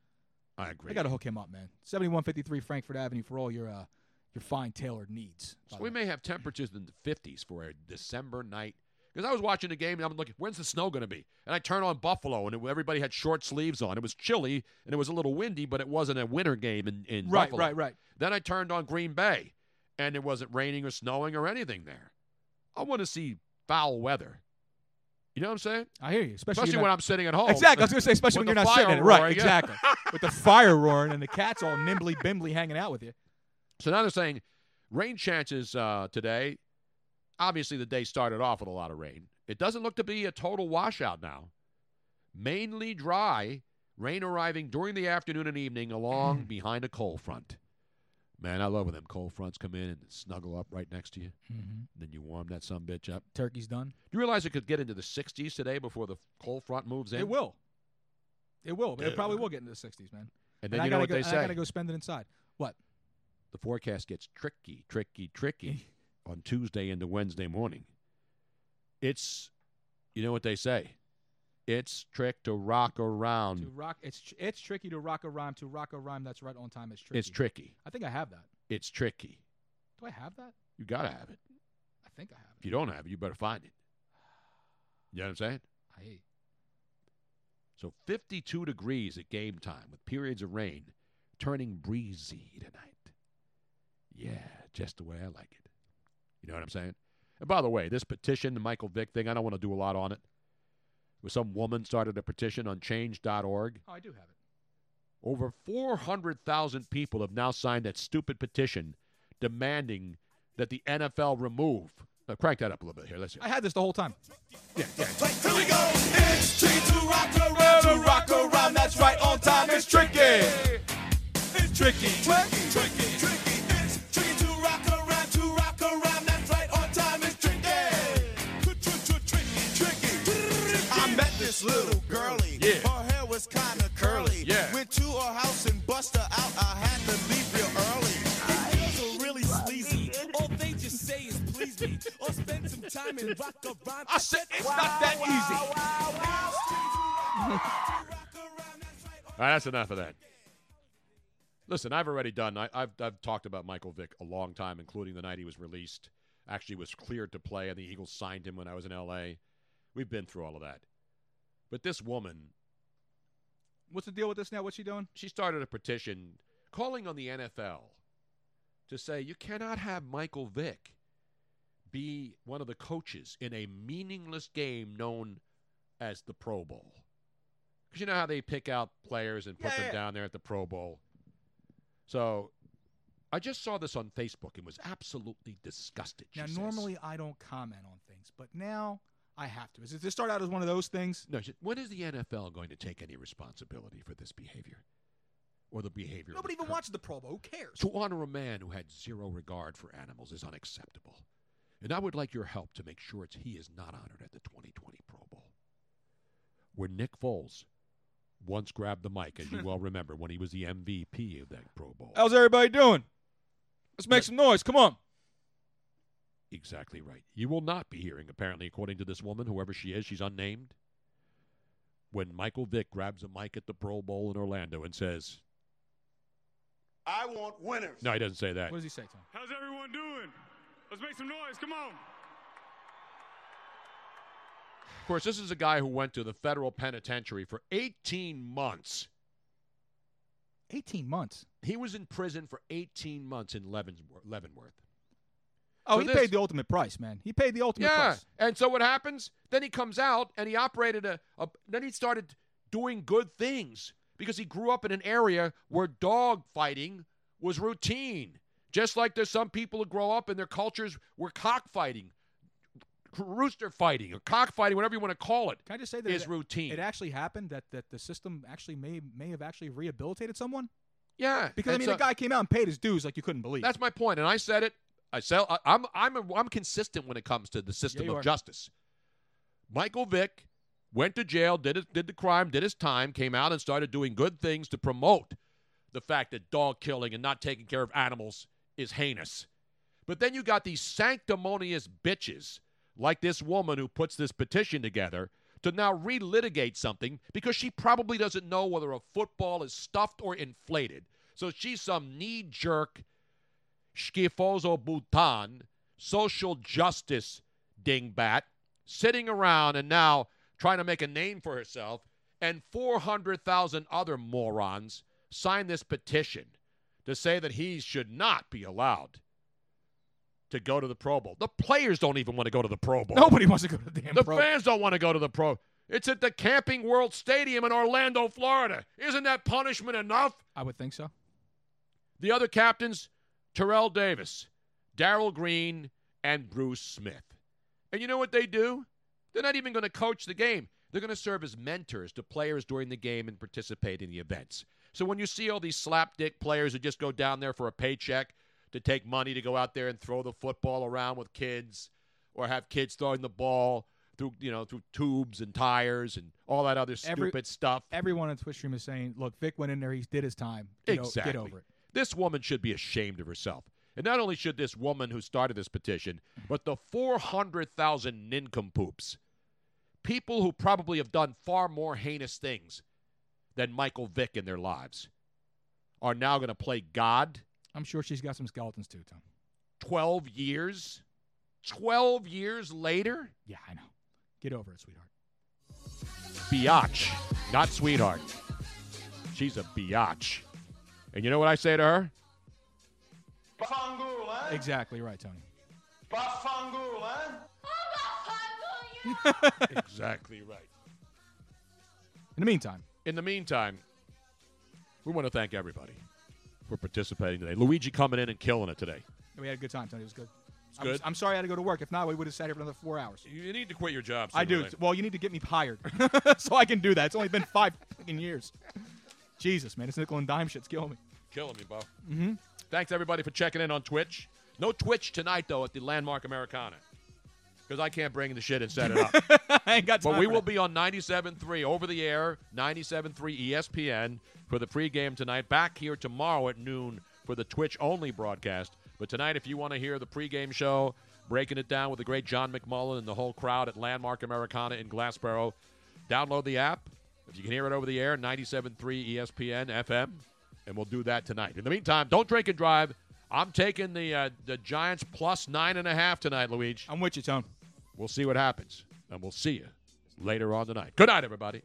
I agree. I got to hook him up, man. 7153 Frankfurt Avenue for all your uh, your fine tailored needs. So we may have temperatures in the 50s for a December night. Because I was watching the game and I'm looking, when's the snow going to be? And I turn on Buffalo and it, everybody had short sleeves on. It was chilly and it was a little windy, but it wasn't a winter game in, in Right, Buffalo. right, right. Then I turned on Green Bay and it wasn't raining or snowing or anything there. I want to see foul weather. You know what I'm saying? I hear you, especially, Especially you're not- when I'm sitting at home. Exactly. I was gonna say, especially With when you're the not sitting fire in it. Right. roaring, yeah. Exactly. with the fire roaring and the cats all nimbly bimbly hanging out with you. So now they're saying rain chances uh, today. Obviously, the day started off with a lot of rain. It doesn't look to be a total washout now. Mainly dry, rain arriving during the afternoon and evening along Mm. behind a cold front. Man, I love when them cold fronts come in and snuggle up right next to you. Mhm. Then you warm that some bitch up. Turkey's done. Do you realize it could get into the 60s today before the cold front moves in? It will. It will. But It probably Dude. will get into the 60s, man. And then I you know gotta what go, they and say. I gotta go spend it inside. What? the forecast gets tricky, tricky, tricky on Tuesday into Wednesday morning. It's, you know what they say, it's trick to rock around. To rock, it's tr- it's tricky to rock a rhyme. To rock a rhyme that's right on time is tricky. It's tricky. I think I have that. It's tricky. Do I have that? You gotta have it. I think I have If you don't have it, you better find it. You know what I'm saying? it. I hate. So 52 degrees at game time with periods of rain, turning breezy tonight. Yeah, just the way I like it. You know what I'm saying? And by the way, this petition, the Michael Vick thing, I don't want to do a lot on it. But some woman started a petition on change.org. Oh, I do have it. Over 400,000 people have now signed that stupid petition demanding that the NFL remove. Now, crank that up a little bit here. Let's hear I had this the whole time. Here we go. It's tricky to rock around, to rock around. That's right on time. It's tricky. It's tricky, tricky, tricky, tricky. It's tricky to rock around, to rock around. That's right on time. It's tricky. Tricky, tricky, tricky. I met this little girlie. Yeah. Her hair was kind of curly. Yeah. Went to her house and bust her out. I had to leave real early. These girls are really sleazy. All they just say is please me. Or spend some time and rock around. I said it's not that easy. All right, that's enough of that. Listen, I've already done. I, I've I've talked about Michael Vick a long time, including the night he was released. Actually, was cleared to play, and the Eagles signed him when I was in L.A. We've been through all of that. But this woman, What's the deal with this now? What's she doing? she started a petition calling on the NFL to say you cannot have Michael Vick be one of the coaches in a meaningless game known as the Pro Bowl. Because you know how they pick out players and put Yeah, them yeah. down there at the Pro Bowl. So I just saw this on Facebook and was absolutely disgusted. she Now, says. normally I don't comment on things, but now I have to. Is it this start out as one of those things? No, she- when is the NFL going to take any responsibility for this behavior or the behavior? of Nobody the even cur- watches the Pro Bowl. Who cares? To honor a man who had zero regard for animals is unacceptable. And I would like your help to make sure it's, he is not honored at the 2020 Pro Bowl, where Nick Foles once grabbed the mic, as you well remember, when he was the MVP of that Pro Bowl. How's everybody doing? Let's make some noise. Come on. Exactly right. You will not be hearing, apparently, according to this woman, whoever she is, she's unnamed, when Michael Vick grabs a mic at the Pro Bowl in Orlando and says, I want winners. No, he doesn't say that. What does he say, Tom? How's everyone doing? Let's make some noise. Come on. Of course, this is a guy who went to the federal penitentiary for 18 months. 18 months. He was in prison for 18 months in Leavenworth. Leavenworth. Oh, So he this- paid the ultimate price, man. He paid the ultimate Yeah. price. And so what happens? Then he comes out and he operated a, a. Then he started doing good things because he grew up in an area where dog fighting was routine. Just like there's some people who grow up in their cultures where cockfighting, rooster fighting, or cockfighting, whatever you want to call it, Can I just say that is it- routine. It actually happened that, that the system actually may may have actually rehabilitated someone. yeah. Because I And mean, so- the guy came out and paid his dues like you couldn't believe. That's my point, and I said it. I sell. I, I'm I'm a, I'm consistent when it comes to the system you of are. justice. Michael Vick went to jail, did it, did the crime, did his time, came out and started doing good things to promote the fact that dog killing and not taking care of animals is heinous. But then you got these sanctimonious bitches like this woman who puts this petition together to now relitigate something because she probably doesn't know whether a football is stuffed or inflated. So she's some knee jerk Schifoso Bhutan, social justice dingbat, sitting around and now trying to make a name for herself, and 400,000 other morons signed this petition to say that he should not be allowed to go to the Pro Bowl. The players don't even want to go to the Pro Bowl. Nobody wants to go to the damn The Pro. fans don't want to go to the Pro. It's at the Camping World Stadium in Orlando, Florida. Isn't that punishment enough? I would think so. The other captains, Terrell Davis, Daryl Green, and Bruce Smith. And you know what they do? They're not even going to coach the game. They're going to serve as mentors to players during the game and participate in the events. So when you see all these slapdick players who just go down there for a paycheck to take money to go out there and throw the football around with kids or have kids throwing the ball through, you know, through tubes and tires and all that other Every- stupid stuff. Everyone on Twitch stream is saying, "Look, Vic went in there. He did his time. You know, Exactly. get over it." This woman should be ashamed of herself. And not only should this woman who started this petition, but the 400,000 nincompoops, people who probably have done far more heinous things than Michael Vick in their lives, are now going to play God I'm sure she's got some skeletons too, Tom. 12 years, 12 years later? Yeah, I know. Get over it, sweetheart. Biatch, not sweetheart. She's a biatch. And you know what I say to her? Bafangul, eh? Exactly right, Tony. Bafangul, eh? exactly right. In the meantime, In the meantime, we want to thank everybody for participating today. Luigi coming in and killing it today. we had a good time, Tony. It was good. It's I'm- good. I'm, sorry I had to go to work. If not, we would have sat here for another four hours. You need to quit your job. I do. Well, you need to get me hired so I can do that. It's only been five fucking years. Jesus, man, this nickel and dime shit's killing me. Killing me, Bo. Mm-hmm. Thanks everybody for checking in on Twitch. No Twitch tonight though at the Landmark Americana because I can't bring the shit and set it up. I ain't got but time we for will be on 97.3 over the air, E 97.3 ESPN for the pregame tonight. Back here tomorrow at noon for the Twitch only broadcast. But tonight, if you want to hear the pregame show, breaking it down with the great John McMullen and the whole crowd at Landmark Americana in Glassboro, download the app. If you can hear it over the air, E 97.3 ESPN FM, and we'll do that tonight. In the meantime, don't drink and drive. I'm taking the uh, the Giants plus nine and a half tonight, Luigi. I'm with you, Tone. We'll see what happens, and we'll see you later on tonight. Good night, everybody.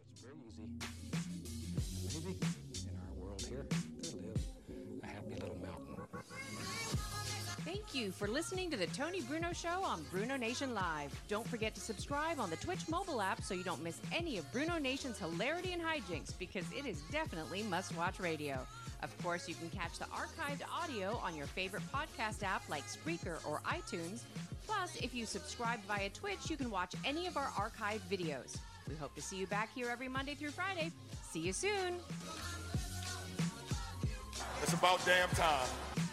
Thank you for listening to the Tony Bruno Show on Bruno Nation Live. Don't forget to subscribe on the Twitch mobile app so you don't miss any of Bruno Nation's hilarity and hijinks because it is definitely must watch radio. Of course, you can catch the archived audio on your favorite podcast app like Spreaker or iTunes. Plus, if you subscribe via Twitch, you can watch any of our archived videos. We hope to see you back here every Monday through Friday. See you soon. It's about damn time.